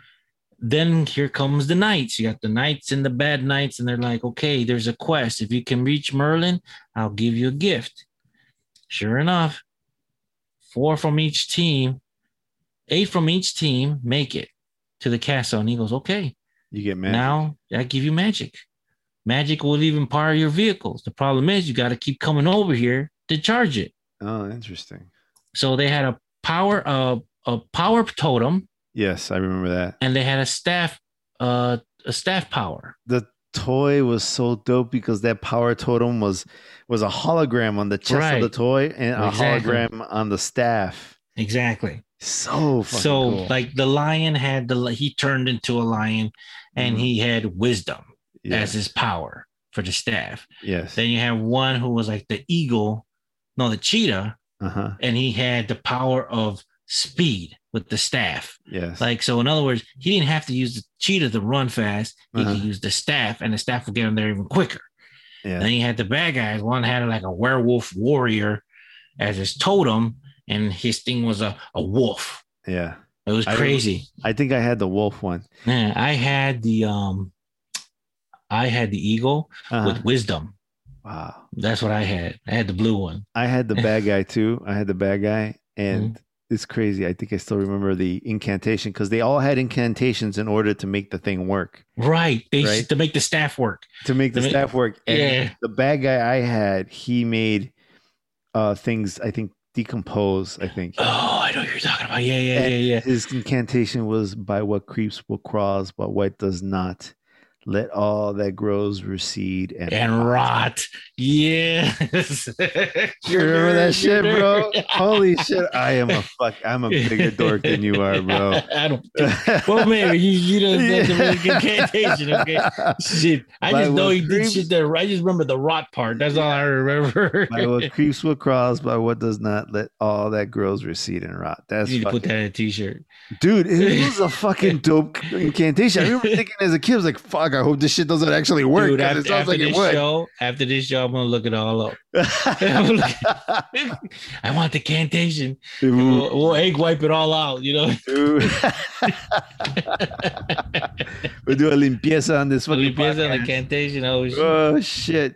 [SPEAKER 2] then here comes the knights. You got the knights and the bad knights, and they're like, okay, there's a quest. If you can reach Merlin, I'll give you a gift. Sure enough, four from each team, eight from each team make it to the castle. And he goes, okay,
[SPEAKER 1] You get mad.
[SPEAKER 2] now I give you magic. Magic will even power your vehicles. The problem is you got to keep coming over here to charge it.
[SPEAKER 1] Oh, interesting.
[SPEAKER 2] So they had a power, uh, a power totem
[SPEAKER 1] Yes, I remember that.
[SPEAKER 2] and they had a staff uh a staff power
[SPEAKER 1] The toy was so dope because that power totem was was a hologram on the chest
[SPEAKER 2] Right.
[SPEAKER 1] of the toy and a
[SPEAKER 2] Exactly.
[SPEAKER 1] hologram on the staff.
[SPEAKER 2] exactly
[SPEAKER 1] So fucking
[SPEAKER 2] so
[SPEAKER 1] cool.
[SPEAKER 2] like the lion had the li- he turned into a lion and
[SPEAKER 1] Mhm.
[SPEAKER 2] he had wisdom as
[SPEAKER 1] yes.
[SPEAKER 2] his power for the staff
[SPEAKER 1] yes.
[SPEAKER 2] then you have one who was like the eagle no the cheetah
[SPEAKER 1] uh-huh.
[SPEAKER 2] and he had the power of speed with the staff
[SPEAKER 1] Yes.
[SPEAKER 2] like so in other words he didn't have to use the cheetah to run fast he
[SPEAKER 1] Uh-huh.
[SPEAKER 2] could use the staff and the staff would get him there even quicker
[SPEAKER 1] yeah.
[SPEAKER 2] Then you had the bad guys. One had like a werewolf warrior as his totem, and his thing was a, a wolf.
[SPEAKER 1] yeah.
[SPEAKER 2] It was
[SPEAKER 1] I remember-
[SPEAKER 2] crazy.
[SPEAKER 1] I think I had the wolf one.
[SPEAKER 2] Man, I had the um I had the eagle
[SPEAKER 1] Uh-huh.
[SPEAKER 2] with wisdom.
[SPEAKER 1] wow.
[SPEAKER 2] That's what I had. I had the blue one.
[SPEAKER 1] I had the bad guy too. I had the bad guy and
[SPEAKER 2] Mm-hmm.
[SPEAKER 1] it's crazy. I think I still remember the incantation cuz they all had incantations in order to make the thing work.
[SPEAKER 2] Right. They used
[SPEAKER 1] Right.
[SPEAKER 2] to make the staff work.
[SPEAKER 1] To make the
[SPEAKER 2] To make-
[SPEAKER 1] staff work. And
[SPEAKER 2] Yeah.
[SPEAKER 1] the bad guy I had, he made uh things I think decompose, I think.
[SPEAKER 2] Oh, I know what you're talking about. Yeah, yeah,
[SPEAKER 1] And
[SPEAKER 2] yeah, yeah.
[SPEAKER 1] His incantation was by what creeps will crawls, but what does not. Let all that grows recede and,
[SPEAKER 2] and rot. Yes.
[SPEAKER 1] You remember that shit, bro?
[SPEAKER 2] bro?
[SPEAKER 1] Holy shit! I am a fuck. I'm a bigger dork than you are, bro.
[SPEAKER 2] I don't. Well, maybe you, you know that's a really good cantation. Okay. Shit, I
[SPEAKER 1] By
[SPEAKER 2] just know
[SPEAKER 1] what
[SPEAKER 2] he did
[SPEAKER 1] creeps-
[SPEAKER 2] shit there. I just remember the rot part. That's all I remember.
[SPEAKER 1] By what creeps will cross, by what does not, let all that grows recede and rot. That's
[SPEAKER 2] you need to put
[SPEAKER 1] fucking-
[SPEAKER 2] that in a t-shirt.
[SPEAKER 1] dude. It was a fucking dope incantation. I remember thinking as a kid, I was like, "Fuck! I hope this shit doesn't actually work."
[SPEAKER 2] Dude,
[SPEAKER 1] 'cause
[SPEAKER 2] after,
[SPEAKER 1] it sounds
[SPEAKER 2] after
[SPEAKER 1] like it
[SPEAKER 2] this show, after this show, I'm gonna look it all up. I'm gonna look-
[SPEAKER 1] would.
[SPEAKER 2] I want the cantation.
[SPEAKER 1] Mm.
[SPEAKER 2] We'll, we'll egg wipe it all out, you know.
[SPEAKER 1] Dude. we do a limpieza on this fucking
[SPEAKER 2] Limpieza and the
[SPEAKER 1] podcast.
[SPEAKER 2] cantation. Oh, shit.
[SPEAKER 1] Oh shit,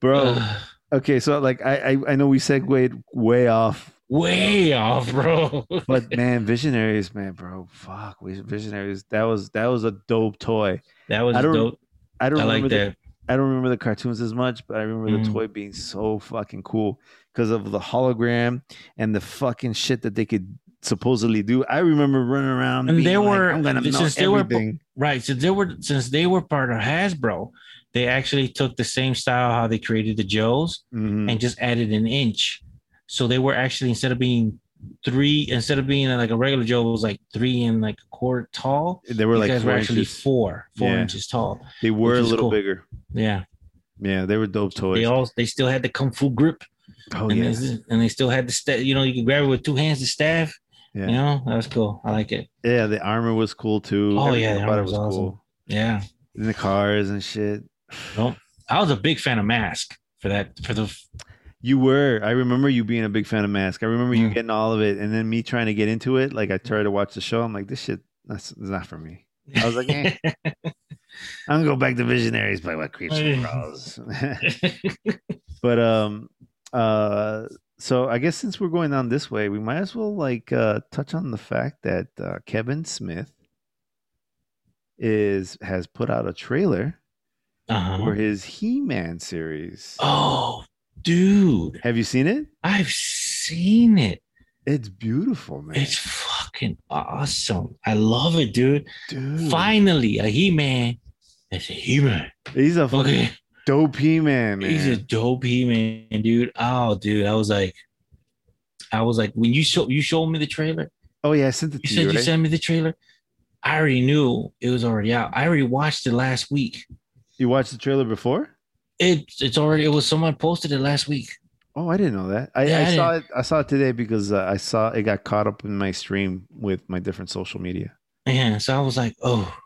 [SPEAKER 1] bro.
[SPEAKER 2] Ugh,
[SPEAKER 1] Okay, so like I, I I know we segued way off,
[SPEAKER 2] way off, bro.
[SPEAKER 1] but man, visionaries, man, bro, fuck, we visionaries. That was that was a dope toy.
[SPEAKER 2] That was
[SPEAKER 1] I don't
[SPEAKER 2] dope.
[SPEAKER 1] I don't
[SPEAKER 2] I like
[SPEAKER 1] remember the,
[SPEAKER 2] that.
[SPEAKER 1] I don't remember the cartoons as much, but I remember the
[SPEAKER 2] Mm.
[SPEAKER 1] toy being so fucking cool because of the hologram and the fucking shit that they could supposedly do. I remember running around
[SPEAKER 2] And
[SPEAKER 1] being
[SPEAKER 2] there
[SPEAKER 1] like,
[SPEAKER 2] were-
[SPEAKER 1] I'm gonna know
[SPEAKER 2] since there were-
[SPEAKER 1] everything.
[SPEAKER 2] Right. Since they were since they were part of Hasbro, they actually took the same style how they created the Joes
[SPEAKER 1] Mhm.
[SPEAKER 2] and just added an inch. So they were actually instead of being three, instead of being like a regular Joe was like three and like a quarter tall.
[SPEAKER 1] They were
[SPEAKER 2] These
[SPEAKER 1] like
[SPEAKER 2] guys
[SPEAKER 1] four
[SPEAKER 2] were actually
[SPEAKER 1] inches.
[SPEAKER 2] four, four
[SPEAKER 1] Yeah.
[SPEAKER 2] inches tall.
[SPEAKER 1] They were
[SPEAKER 2] which
[SPEAKER 1] a
[SPEAKER 2] is
[SPEAKER 1] little
[SPEAKER 2] cool.
[SPEAKER 1] bigger.
[SPEAKER 2] Yeah.
[SPEAKER 1] Yeah, they were dope
[SPEAKER 2] They
[SPEAKER 1] toys.
[SPEAKER 2] all they still had the kung fu grip.
[SPEAKER 1] oh
[SPEAKER 2] and,
[SPEAKER 1] yeah,
[SPEAKER 2] they, and they still had the sta you know, you could grab it with two hands the staff.
[SPEAKER 1] Yeah.
[SPEAKER 2] You know, that was cool. I like it.
[SPEAKER 1] yeah. The armor was cool too.
[SPEAKER 2] Oh,
[SPEAKER 1] Everything
[SPEAKER 2] yeah, the
[SPEAKER 1] about
[SPEAKER 2] armor
[SPEAKER 1] it was
[SPEAKER 2] was awesome.
[SPEAKER 1] cool.
[SPEAKER 2] Yeah.
[SPEAKER 1] And the cars and shit.
[SPEAKER 2] I was a big fan of mask for that for the
[SPEAKER 1] You were. I remember you being a big fan of Mask. I remember you
[SPEAKER 2] Mm.
[SPEAKER 1] getting all of it, and then me trying to get into it. Like I tried to watch the show. I'm like, this shit, that's it's not for me. I was like, eh. I'm gonna go back to Visionaries by what creeps and crawls. but um, uh, so I guess since we're going down this way, we might as well like uh touch on the fact that uh, Kevin Smith is has put out a trailer for
[SPEAKER 2] uh-huh.
[SPEAKER 1] his He-Man series.
[SPEAKER 2] Oh dude.
[SPEAKER 1] Have you seen it?
[SPEAKER 2] I've seen it.
[SPEAKER 1] It's beautiful, man.
[SPEAKER 2] It's fucking awesome. I love it, dude.
[SPEAKER 1] Dude,
[SPEAKER 2] Finally, a He Man. It's a He Man.
[SPEAKER 1] He's a fucking
[SPEAKER 2] Okay.
[SPEAKER 1] dope He-Man, man.
[SPEAKER 2] He's a dope He Man, dude. Oh, dude. I was like, I was like, when you show you showed me the trailer,
[SPEAKER 1] oh yeah, I sent it to
[SPEAKER 2] you said
[SPEAKER 1] you,
[SPEAKER 2] you
[SPEAKER 1] right?
[SPEAKER 2] sent me the trailer. I already knew it was already out. I already watched it last week.
[SPEAKER 1] you watched the trailer before?
[SPEAKER 2] It it's already it was someone posted it last week.
[SPEAKER 1] Oh, I didn't know that. I,
[SPEAKER 2] Yeah,
[SPEAKER 1] I,
[SPEAKER 2] I
[SPEAKER 1] saw it. I saw it today because uh, I saw it got caught up in my stream with my different social media.
[SPEAKER 2] Yeah, so I was like, oh,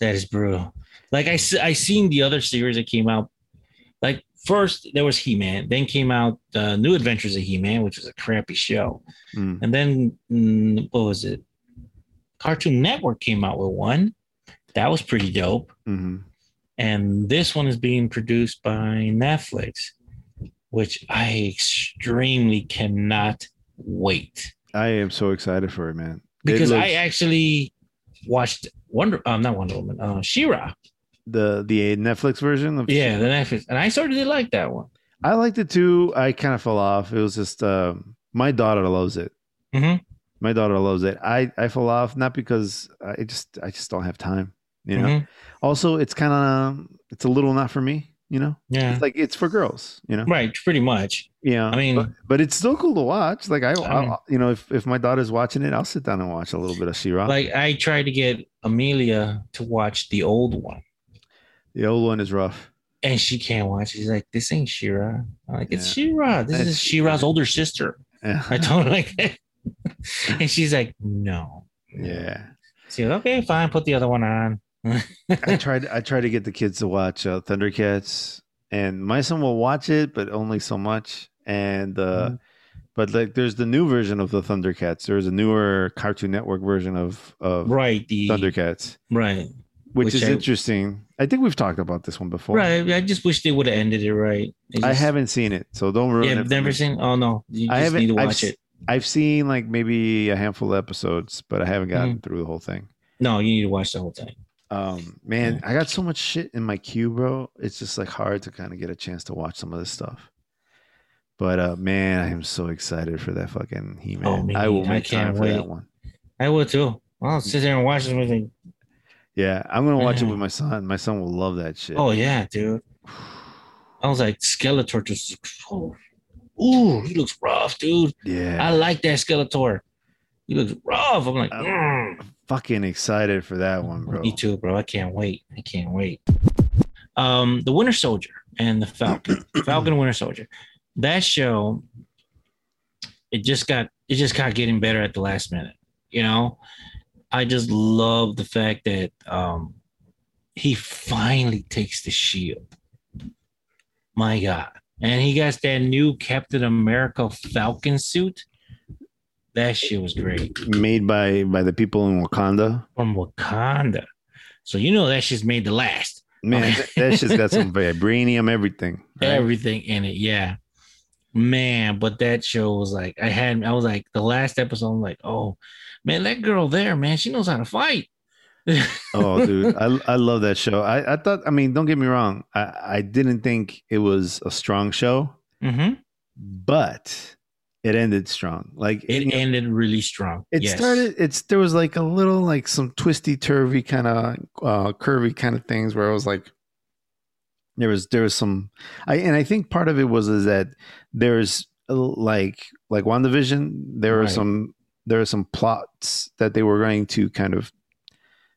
[SPEAKER 2] that is brutal. Like I s- I seen the other series that came out. Like first there was He Man, then came out uh, New Adventures of He Man, which was a crappy show,
[SPEAKER 1] Mm.
[SPEAKER 2] and then mm, what was it? Cartoon Network came out with one that was pretty dope,
[SPEAKER 1] hmm
[SPEAKER 2] and this one is being produced by Netflix, which I extremely cannot wait
[SPEAKER 1] I am so excited for it, man. It
[SPEAKER 2] because I
[SPEAKER 1] looks-
[SPEAKER 2] actually watched Wonder, um, not Wonder Woman, uh, She-Ra.
[SPEAKER 1] the the Netflix version. Of
[SPEAKER 2] Yeah, the Netflix, and I sort of did like that one.
[SPEAKER 1] I liked it too. I kind of fell off. It was just um, my daughter loves it.
[SPEAKER 2] Mhm.
[SPEAKER 1] My daughter loves it. I I fell off not because I just I just don't have time. You know.
[SPEAKER 2] Mhm.
[SPEAKER 1] Also, it's kind of it's a little not for me. You know,
[SPEAKER 2] yeah,
[SPEAKER 1] it's like it's for girls. You know.
[SPEAKER 2] right, pretty much.
[SPEAKER 1] Yeah,
[SPEAKER 2] I mean-
[SPEAKER 1] but, but it's still cool to watch. Like I,
[SPEAKER 2] I mean-
[SPEAKER 1] I you know, if, if my daughter's watching it, I'll sit down and watch a little bit of She-Ra.
[SPEAKER 2] Like I tried to get Amelia to watch the old one,
[SPEAKER 1] the old one is rough.
[SPEAKER 2] and she can't watch. She's like, "This ain't She-Ra." I'm like, "It's
[SPEAKER 1] Yeah.
[SPEAKER 2] She-Ra. This
[SPEAKER 1] That's-
[SPEAKER 2] is She-Ra's older sister." I
[SPEAKER 1] yeah,
[SPEAKER 2] told her like that, and she's like, "No." She goes, "Okay, fine. Put the other one on."
[SPEAKER 1] I tried. I tried to get the kids to watch uh, Thundercats, and my son will watch it, but only so much. And uh,
[SPEAKER 2] Mhm.
[SPEAKER 1] but like, there's the new version of the Thundercats. There's a newer Cartoon Network version of of
[SPEAKER 2] Right. The
[SPEAKER 1] Thundercats,
[SPEAKER 2] right.
[SPEAKER 1] which,
[SPEAKER 2] Which
[SPEAKER 1] is
[SPEAKER 2] I-
[SPEAKER 1] interesting. I think we've talked about this one before.
[SPEAKER 2] Right. I just wish they would have ended it right. They
[SPEAKER 1] I
[SPEAKER 2] just-
[SPEAKER 1] haven't seen it, so don't ruin
[SPEAKER 2] Yeah,
[SPEAKER 1] it.
[SPEAKER 2] I've
[SPEAKER 1] for
[SPEAKER 2] never
[SPEAKER 1] me.
[SPEAKER 2] seen. Oh no, you
[SPEAKER 1] I
[SPEAKER 2] just
[SPEAKER 1] haven't-
[SPEAKER 2] need to
[SPEAKER 1] I've
[SPEAKER 2] watch
[SPEAKER 1] s-
[SPEAKER 2] it.
[SPEAKER 1] I've seen like maybe a handful of episodes, but I haven't
[SPEAKER 2] Mm-hmm.
[SPEAKER 1] gotten through the whole thing.
[SPEAKER 2] No, you need to watch the whole thing.
[SPEAKER 1] Um, man,
[SPEAKER 2] Yeah.
[SPEAKER 1] I got so much shit in my queue, bro. It's just like hard to kind of get a chance to watch some of this stuff. But uh, man, I am so excited for that fucking He Man.
[SPEAKER 2] me
[SPEAKER 1] I will
[SPEAKER 2] neither. Oh, I
[SPEAKER 1] make time
[SPEAKER 2] can't
[SPEAKER 1] for that
[SPEAKER 2] wait.
[SPEAKER 1] one.
[SPEAKER 2] I will too. I'll sit there and watch this with you.
[SPEAKER 1] Yeah, I'm gonna watch it
[SPEAKER 2] Yeah.
[SPEAKER 1] with my son. My son will love that shit.
[SPEAKER 2] Mm-hmm. Oh yeah, dude. I was like, Skeletor just oh, ooh, he looks rough, dude.
[SPEAKER 1] yeah, Uh,
[SPEAKER 2] I like that Skeletor. He looks rough. I'm like,
[SPEAKER 1] I-
[SPEAKER 2] mm.
[SPEAKER 1] fucking excited for that one, bro.
[SPEAKER 2] me too, bro. I can't wait. I can't wait. Um, the Winter Soldier and the Falcon, Falcon Winter Soldier. That show, it just got it just got getting better at the last minute. You know, I just love the fact that um, he finally takes the shield. My God. And he got that new Captain America Falcon suit. That shit was great
[SPEAKER 1] Made by by the people in Wakanda.
[SPEAKER 2] from Wakanda. So you know that shit's made to last.
[SPEAKER 1] Man,
[SPEAKER 2] Okay.
[SPEAKER 1] that, that shit's got some vibranium, everything. right?
[SPEAKER 2] Everything in it, yeah. Man, but that show was like I had I was like the last episode, I'm like, oh man, that girl there, man, she knows how to fight.
[SPEAKER 1] Oh, dude, I, I love that show. I, I thought, I mean, don't get me wrong, I, I didn't think it was a strong show,
[SPEAKER 2] hmm
[SPEAKER 1] but it ended strong. Like
[SPEAKER 2] It
[SPEAKER 1] you know,
[SPEAKER 2] ended really strong.
[SPEAKER 1] it
[SPEAKER 2] Yes.
[SPEAKER 1] started. It's there was like a little like some twisty turvy kind of uh, curvy kind of things where I was like, there was there was some, I and I think part of it was is that there's uh, like like WandaVision, there are
[SPEAKER 2] Right.
[SPEAKER 1] some there are some plots that they were going to kind of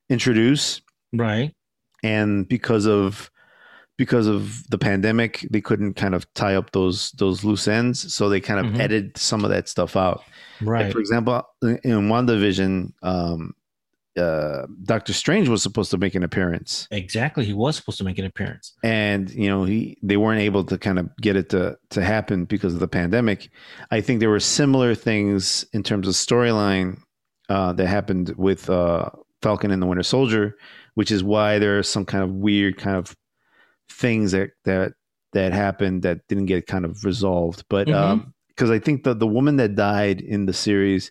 [SPEAKER 1] introduce
[SPEAKER 2] right.
[SPEAKER 1] and because of because of the pandemic they couldn't kind of tie up those those loose ends so they kind of
[SPEAKER 2] Mhm.
[SPEAKER 1] edited some of that stuff out Like,
[SPEAKER 2] Right.
[SPEAKER 1] for example in in wandavision um uh doctor strange was supposed to make an appearance
[SPEAKER 2] Exactly. He was supposed to make an appearance.
[SPEAKER 1] and you know he they weren't able to kind of get it to to happen because of the pandemic i think there were similar things in terms of storyline uh that happened with uh falcon and the winter soldier which is why there are some kind of weird kind of things that that that happened that didn't get kind of resolved but
[SPEAKER 2] Mhm.
[SPEAKER 1] um because i think that the woman that died in the series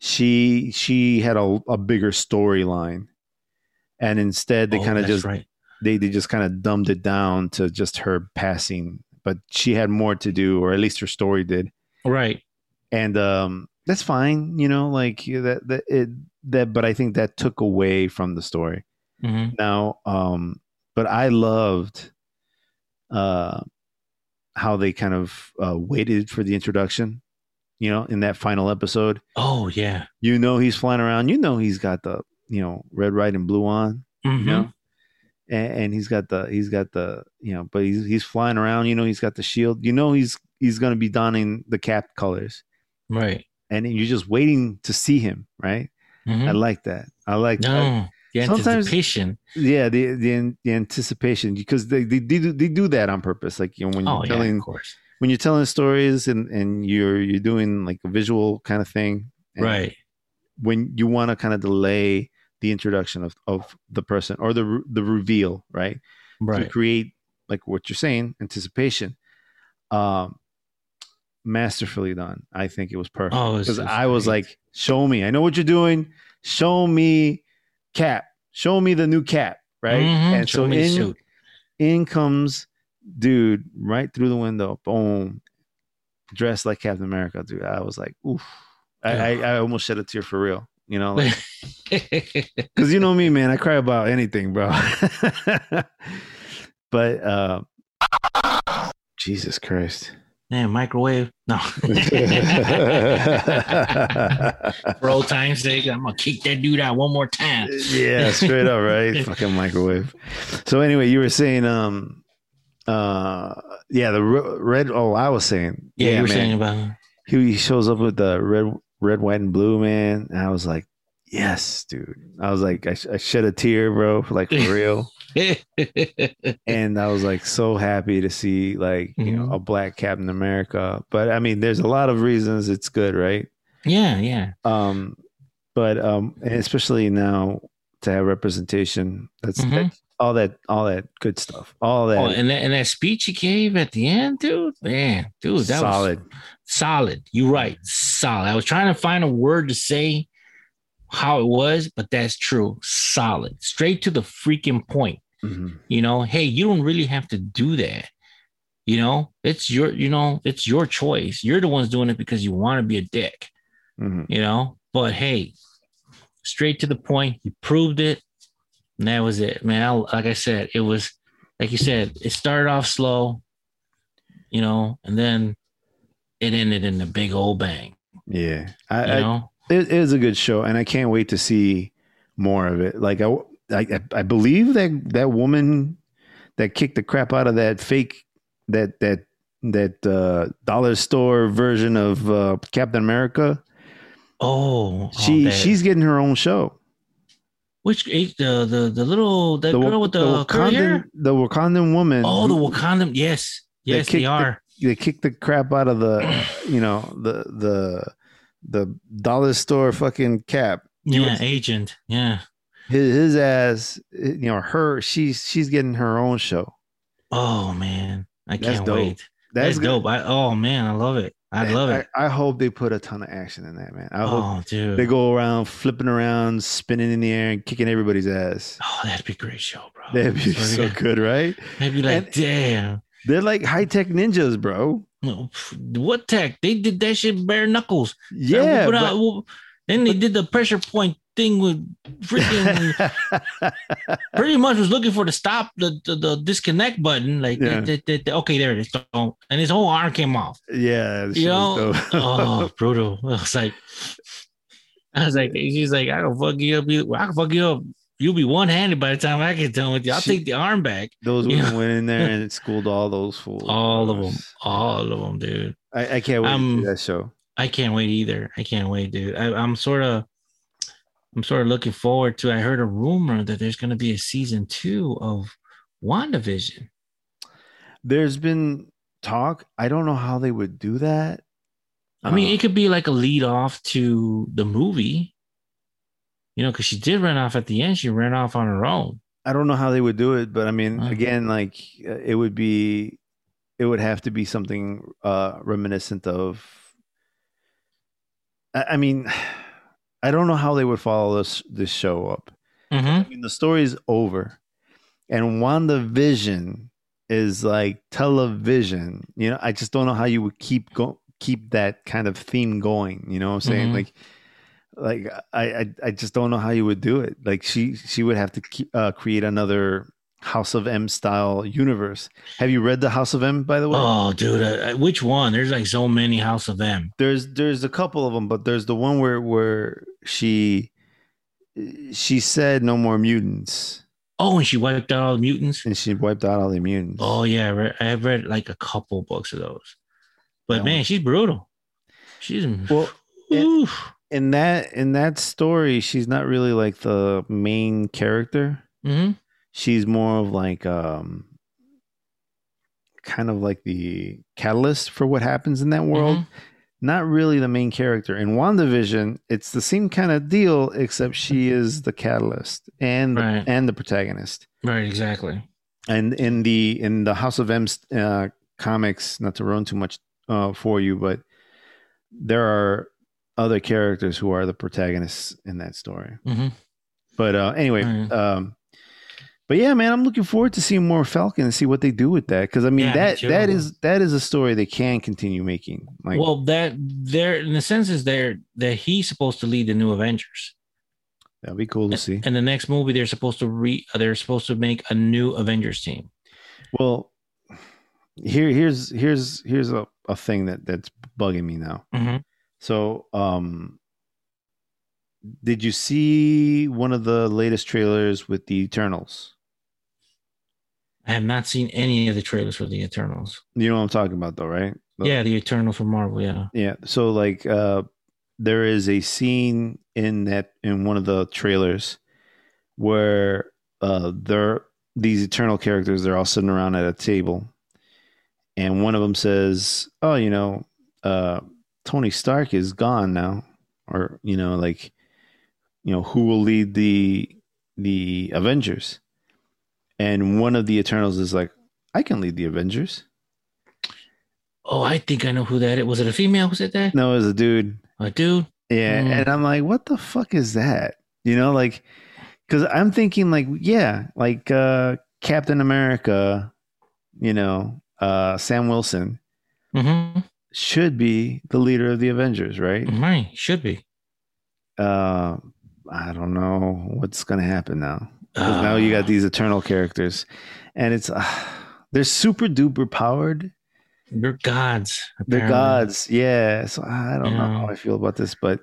[SPEAKER 1] she she had a, a bigger storyline and instead they
[SPEAKER 2] Oh,
[SPEAKER 1] kind of
[SPEAKER 2] that's
[SPEAKER 1] just
[SPEAKER 2] right.
[SPEAKER 1] they, they just kind of dumbed it down to just her passing but she had more to do or at least her story did
[SPEAKER 2] Right.
[SPEAKER 1] and um that's fine you know like yeah, that that it that but i think that took away from the story
[SPEAKER 2] Mhm.
[SPEAKER 1] now um but i loved uh how they kind of uh, waited for the introduction you know in that final episode
[SPEAKER 2] Oh yeah.
[SPEAKER 1] you know he's flying around you know he's got the you know red right and blue on
[SPEAKER 2] Mhm.
[SPEAKER 1] you know and, and he's got the he's got the you know but he's he's flying around you know he's got the shield you know he's he's going to be donning the cap colors
[SPEAKER 2] Right.
[SPEAKER 1] and you're just waiting to see him right
[SPEAKER 2] Mhm.
[SPEAKER 1] i like that i like that.
[SPEAKER 2] No. The
[SPEAKER 1] Sometimes-
[SPEAKER 2] anticipation.
[SPEAKER 1] yeah the the, an- the anticipation because they, they they do they do that on purpose like you know when you're
[SPEAKER 2] Oh yeah,
[SPEAKER 1] telling
[SPEAKER 2] of course.
[SPEAKER 1] when you're telling stories and and you're you're doing like a visual kind of thing and
[SPEAKER 2] Right.
[SPEAKER 1] when you want to kind of delay the introduction of, of the person or the re- the reveal right to
[SPEAKER 2] Right.
[SPEAKER 1] create like what you're saying anticipation um masterfully done i think it was perfect
[SPEAKER 2] Oh,
[SPEAKER 1] because i was like show me i know what you're doing show me cap show me the new cap right
[SPEAKER 2] Mm-hmm.
[SPEAKER 1] and so in, in comes dude right through the window boom dressed like captain america dude i was like oof i, I, I almost shed a tear for real you know like Cause you know me, man, I cry about anything, bro. but uh, Jesus Christ,
[SPEAKER 2] Man, microwave. No.
[SPEAKER 1] yeah,
[SPEAKER 2] For old time's sake, I'm gonna kick that dude out one more time.
[SPEAKER 1] straight up, right? Fucking microwave. So anyway, you were saying, um, uh, yeah, the re- red. Oh, I was saying,
[SPEAKER 2] Yeah, you were
[SPEAKER 1] man.
[SPEAKER 2] saying about
[SPEAKER 1] he, he shows up with the red, red, white, and blue, man. And I was like, yes, dude. I was like, I, sh- I shed a tear, bro, like for real. and I was like so happy to see like you know
[SPEAKER 2] Mhm.
[SPEAKER 1] a black Captain America. But I mean, there's a lot of reasons it's good, right?
[SPEAKER 2] Yeah, yeah.
[SPEAKER 1] Um, but um, and especially now to have representation, that's
[SPEAKER 2] Mhm.
[SPEAKER 1] that's all that all that good stuff, all that,
[SPEAKER 2] Oh, and that and that speech he gave at the end, dude. Man, dude, that was
[SPEAKER 1] solid.
[SPEAKER 2] solid. You're right. Solid. I was trying to find a word to say how it was, but that's true. Solid. Straight to the freaking point.
[SPEAKER 1] Mhm.
[SPEAKER 2] you know hey you don't really have to do that you know it's your you know it's your choice you're the ones doing it because you want to be a dick
[SPEAKER 1] Mhm.
[SPEAKER 2] you know but hey straight to the point he proved it And that was it, man. I, like I said, it was like you said, it started off slow, you know, and then it ended in a big old bang,
[SPEAKER 1] Yeah.
[SPEAKER 2] you
[SPEAKER 1] I, I,
[SPEAKER 2] know.
[SPEAKER 1] it is a good show, and I can't wait to see more of it. Like I, I, I believe that that woman that kicked the crap out of that fake that that that uh, dollar store version of uh, Captain America.
[SPEAKER 2] Oh, oh,
[SPEAKER 1] She
[SPEAKER 2] that-
[SPEAKER 1] she's getting her own show.
[SPEAKER 2] which eh, the the the little that
[SPEAKER 1] Wa-
[SPEAKER 2] girl with the, curly
[SPEAKER 1] Wakandan
[SPEAKER 2] hair.
[SPEAKER 1] the Wakandan woman.
[SPEAKER 2] Oh,
[SPEAKER 1] who-
[SPEAKER 2] the Wakandan. Yes, yes,
[SPEAKER 1] kicked
[SPEAKER 2] they
[SPEAKER 1] the-
[SPEAKER 2] are.
[SPEAKER 1] they kicked the crap out of the you know the the the dollar store fucking cap.
[SPEAKER 2] yeah, agent. Yeah.
[SPEAKER 1] His, his ass, you know, her. She's she's getting her own show.
[SPEAKER 2] Oh man, I
[SPEAKER 1] That's
[SPEAKER 2] can't
[SPEAKER 1] dope.
[SPEAKER 2] wait.
[SPEAKER 1] That's,
[SPEAKER 2] That's
[SPEAKER 1] good.
[SPEAKER 2] dope. I, oh man, I love it. I
[SPEAKER 1] And
[SPEAKER 2] love it.
[SPEAKER 1] I, hope they put a ton of action in that, man. I hope
[SPEAKER 2] Oh
[SPEAKER 1] they
[SPEAKER 2] dude.
[SPEAKER 1] go around flipping around, spinning in the air, and kicking everybody's ass.
[SPEAKER 2] Oh, that'd be a great show, bro.
[SPEAKER 1] That'd be
[SPEAKER 2] Swear to
[SPEAKER 1] so
[SPEAKER 2] God.
[SPEAKER 1] good, right?
[SPEAKER 2] I'd be like,
[SPEAKER 1] And-
[SPEAKER 2] damn.
[SPEAKER 1] They're like high tech ninjas, bro.
[SPEAKER 2] No, pff, What tech? They did that shit bare knuckles. Uh,
[SPEAKER 1] Yeah.
[SPEAKER 2] whoop it out, whoop- then they did the pressure point thing with freaking
[SPEAKER 1] but-
[SPEAKER 2] pretty much was looking for the stop the the, the disconnect button. Like
[SPEAKER 1] Yeah.
[SPEAKER 2] th- th- th- okay, there it is. Don't- And his whole arm came off.
[SPEAKER 1] yeah. that
[SPEAKER 2] You
[SPEAKER 1] shit
[SPEAKER 2] know,
[SPEAKER 1] was dope.
[SPEAKER 2] oh brutal. I was like I was like she's like, I can fuck you up. You- I can fuck you up. You'll be one handed by the time I get done with you. I'll
[SPEAKER 1] She-
[SPEAKER 2] take the arm back.
[SPEAKER 1] Those
[SPEAKER 2] you
[SPEAKER 1] women
[SPEAKER 2] know.
[SPEAKER 1] went in there and schooled all those fools.
[SPEAKER 2] All of them. All of them, dude.
[SPEAKER 1] I, I can't wait to
[SPEAKER 2] Um,
[SPEAKER 1] see that show.
[SPEAKER 2] I can't wait either. I can't wait, dude. I, I'm sort of, I'm sort of looking forward to. I heard a rumor that there's going to be a season two of WandaVision.
[SPEAKER 1] There's been talk. I don't know how they would do that.
[SPEAKER 2] I mean,
[SPEAKER 1] Uh,
[SPEAKER 2] it could be like a lead off to the movie, you know, because she did run off at the end. She ran off on her own.
[SPEAKER 1] I don't know how they would do it, but I mean,
[SPEAKER 2] Uh-huh.
[SPEAKER 1] again, like uh, it would be, it would have to be something uh, reminiscent of. I, I mean, I don't know how they would follow this this show up.
[SPEAKER 2] Mm-hmm.
[SPEAKER 1] I mean, the story's over, and WandaVision is like television. You know, I just don't know how you would keep go keep that kind of theme going. You know what I'm saying?
[SPEAKER 2] Mhm.
[SPEAKER 1] Like, like I, I I just don't know how you would do it. Like she she would have to keep, uh, create another House of M style universe. Have you read the House of M by the way?
[SPEAKER 2] Oh, dude, uh, uh, which one? There's like so many House of M.
[SPEAKER 1] There's there's a couple of them, but there's the one where where she she said no more mutants
[SPEAKER 2] Oh, and she wiped out all the mutants.
[SPEAKER 1] and she wiped out all the mutants.
[SPEAKER 2] Oh yeah, I read, I have read like a couple books of those. But
[SPEAKER 1] That
[SPEAKER 2] man,
[SPEAKER 1] one-
[SPEAKER 2] she's brutal. She's
[SPEAKER 1] Well, it-
[SPEAKER 2] oof.
[SPEAKER 1] in that in that story, she's not really like the main character.
[SPEAKER 2] hmm
[SPEAKER 1] She's more of like um kind of like the catalyst for what happens in that world.
[SPEAKER 2] mm-hmm.
[SPEAKER 1] Not really the main character. In WandaVision, it's the same kind of deal, except she is the catalyst and the,
[SPEAKER 2] Right.
[SPEAKER 1] and the protagonist.
[SPEAKER 2] Right, exactly.
[SPEAKER 1] And in the in the House of M uh, comics, not to ruin too much uh, for you, but there are other characters who are the protagonists in that story.
[SPEAKER 2] hmm
[SPEAKER 1] But uh, anyway,
[SPEAKER 2] Right.
[SPEAKER 1] um, but yeah, man, I'm looking forward to seeing more Falcon and see what they do with that because I mean
[SPEAKER 2] Yeah, me
[SPEAKER 1] that
[SPEAKER 2] too.
[SPEAKER 1] that is that is a story they can continue making. Like,
[SPEAKER 2] well, that there in the sense is there that he's supposed to lead the new Avengers.
[SPEAKER 1] that'd be cool to see.
[SPEAKER 2] And the next movie, they're supposed to re uh, they're supposed to make a new Avengers team.
[SPEAKER 1] Well, here here's here's here's a, a thing that that's bugging me now.
[SPEAKER 2] Mhm.
[SPEAKER 1] So, um, did you see one of the latest trailers with the Eternals?
[SPEAKER 2] I have not seen any of the trailers for the Eternals.
[SPEAKER 1] You know what I'm talking about, though, right? No.
[SPEAKER 2] Yeah, the Eternals from Marvel. Yeah.
[SPEAKER 1] Yeah. So like uh there is a scene in that in one of the trailers where uh they're these eternal characters they're all sitting around at a table and one of them says, "Oh, you know, uh Tony Stark is gone now." Or, you know, like you know, who will lead the the Avengers? And one of the Eternals is like, "I can lead the Avengers."
[SPEAKER 2] Oh, I think I know who that is. Was it a female? Was it that?
[SPEAKER 1] No, as a dude
[SPEAKER 2] A dude?
[SPEAKER 1] Yeah,
[SPEAKER 2] Mm.
[SPEAKER 1] and I'm like, what the fuck is that? You know, like, because I'm thinking, like, yeah, like uh, Captain America, you know, uh, Sam Wilson
[SPEAKER 2] hmm
[SPEAKER 1] should be the leader of the Avengers, right?
[SPEAKER 2] Mm. Right. Should be.
[SPEAKER 1] Uh, I don't know what's gonna happen now. 'Cause now you got
[SPEAKER 2] Ah,
[SPEAKER 1] these eternal characters, and it's uh, they're super duper powered.
[SPEAKER 2] They're gods.
[SPEAKER 1] They're
[SPEAKER 2] apparently.
[SPEAKER 1] gods, yeah. So I don't know
[SPEAKER 2] Yeah.
[SPEAKER 1] how I feel about this, but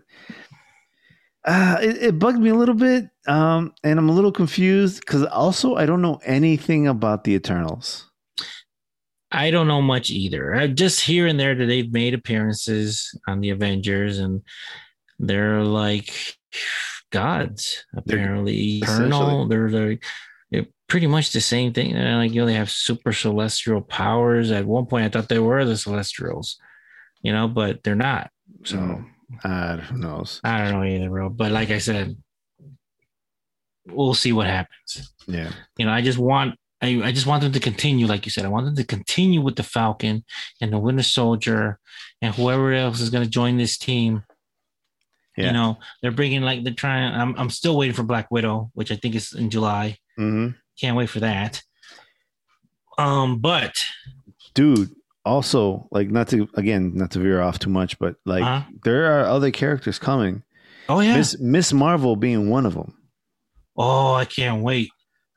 [SPEAKER 1] uh, it, it bugged me a little bit, um, and I'm a little confused because also I don't know anything about the Eternals.
[SPEAKER 2] I don't know much either. I, just here and there that they've made appearances on the Avengers, and they're like gods.
[SPEAKER 1] They're
[SPEAKER 2] Apparently, eternal. They're like they're pretty much the same thing. They're like you know, they have super celestial powers. At one point, I thought they were the Celestials, you know, but they're not. So
[SPEAKER 1] So uh, who knows?
[SPEAKER 2] I don't know either, bro. But like I said, we'll see what happens
[SPEAKER 1] Yeah,
[SPEAKER 2] you know, I just want I, I just want them to continue, like you said. I want them to continue with the Falcon and the Winter Soldier and whoever else is going to join this team.
[SPEAKER 1] Yeah.
[SPEAKER 2] You know, they're bringing like they're trying. I'm I'm still waiting for Black Widow, which I think is in July.
[SPEAKER 1] hmm
[SPEAKER 2] Can't wait for that. Um, but
[SPEAKER 1] dude. Also, like not to again not to veer off too much, but like
[SPEAKER 2] Huh?
[SPEAKER 1] there are other characters coming.
[SPEAKER 2] oh Uh-huh. yeah,
[SPEAKER 1] Miss Miss Marvel being one of them.
[SPEAKER 2] oh I can't wait,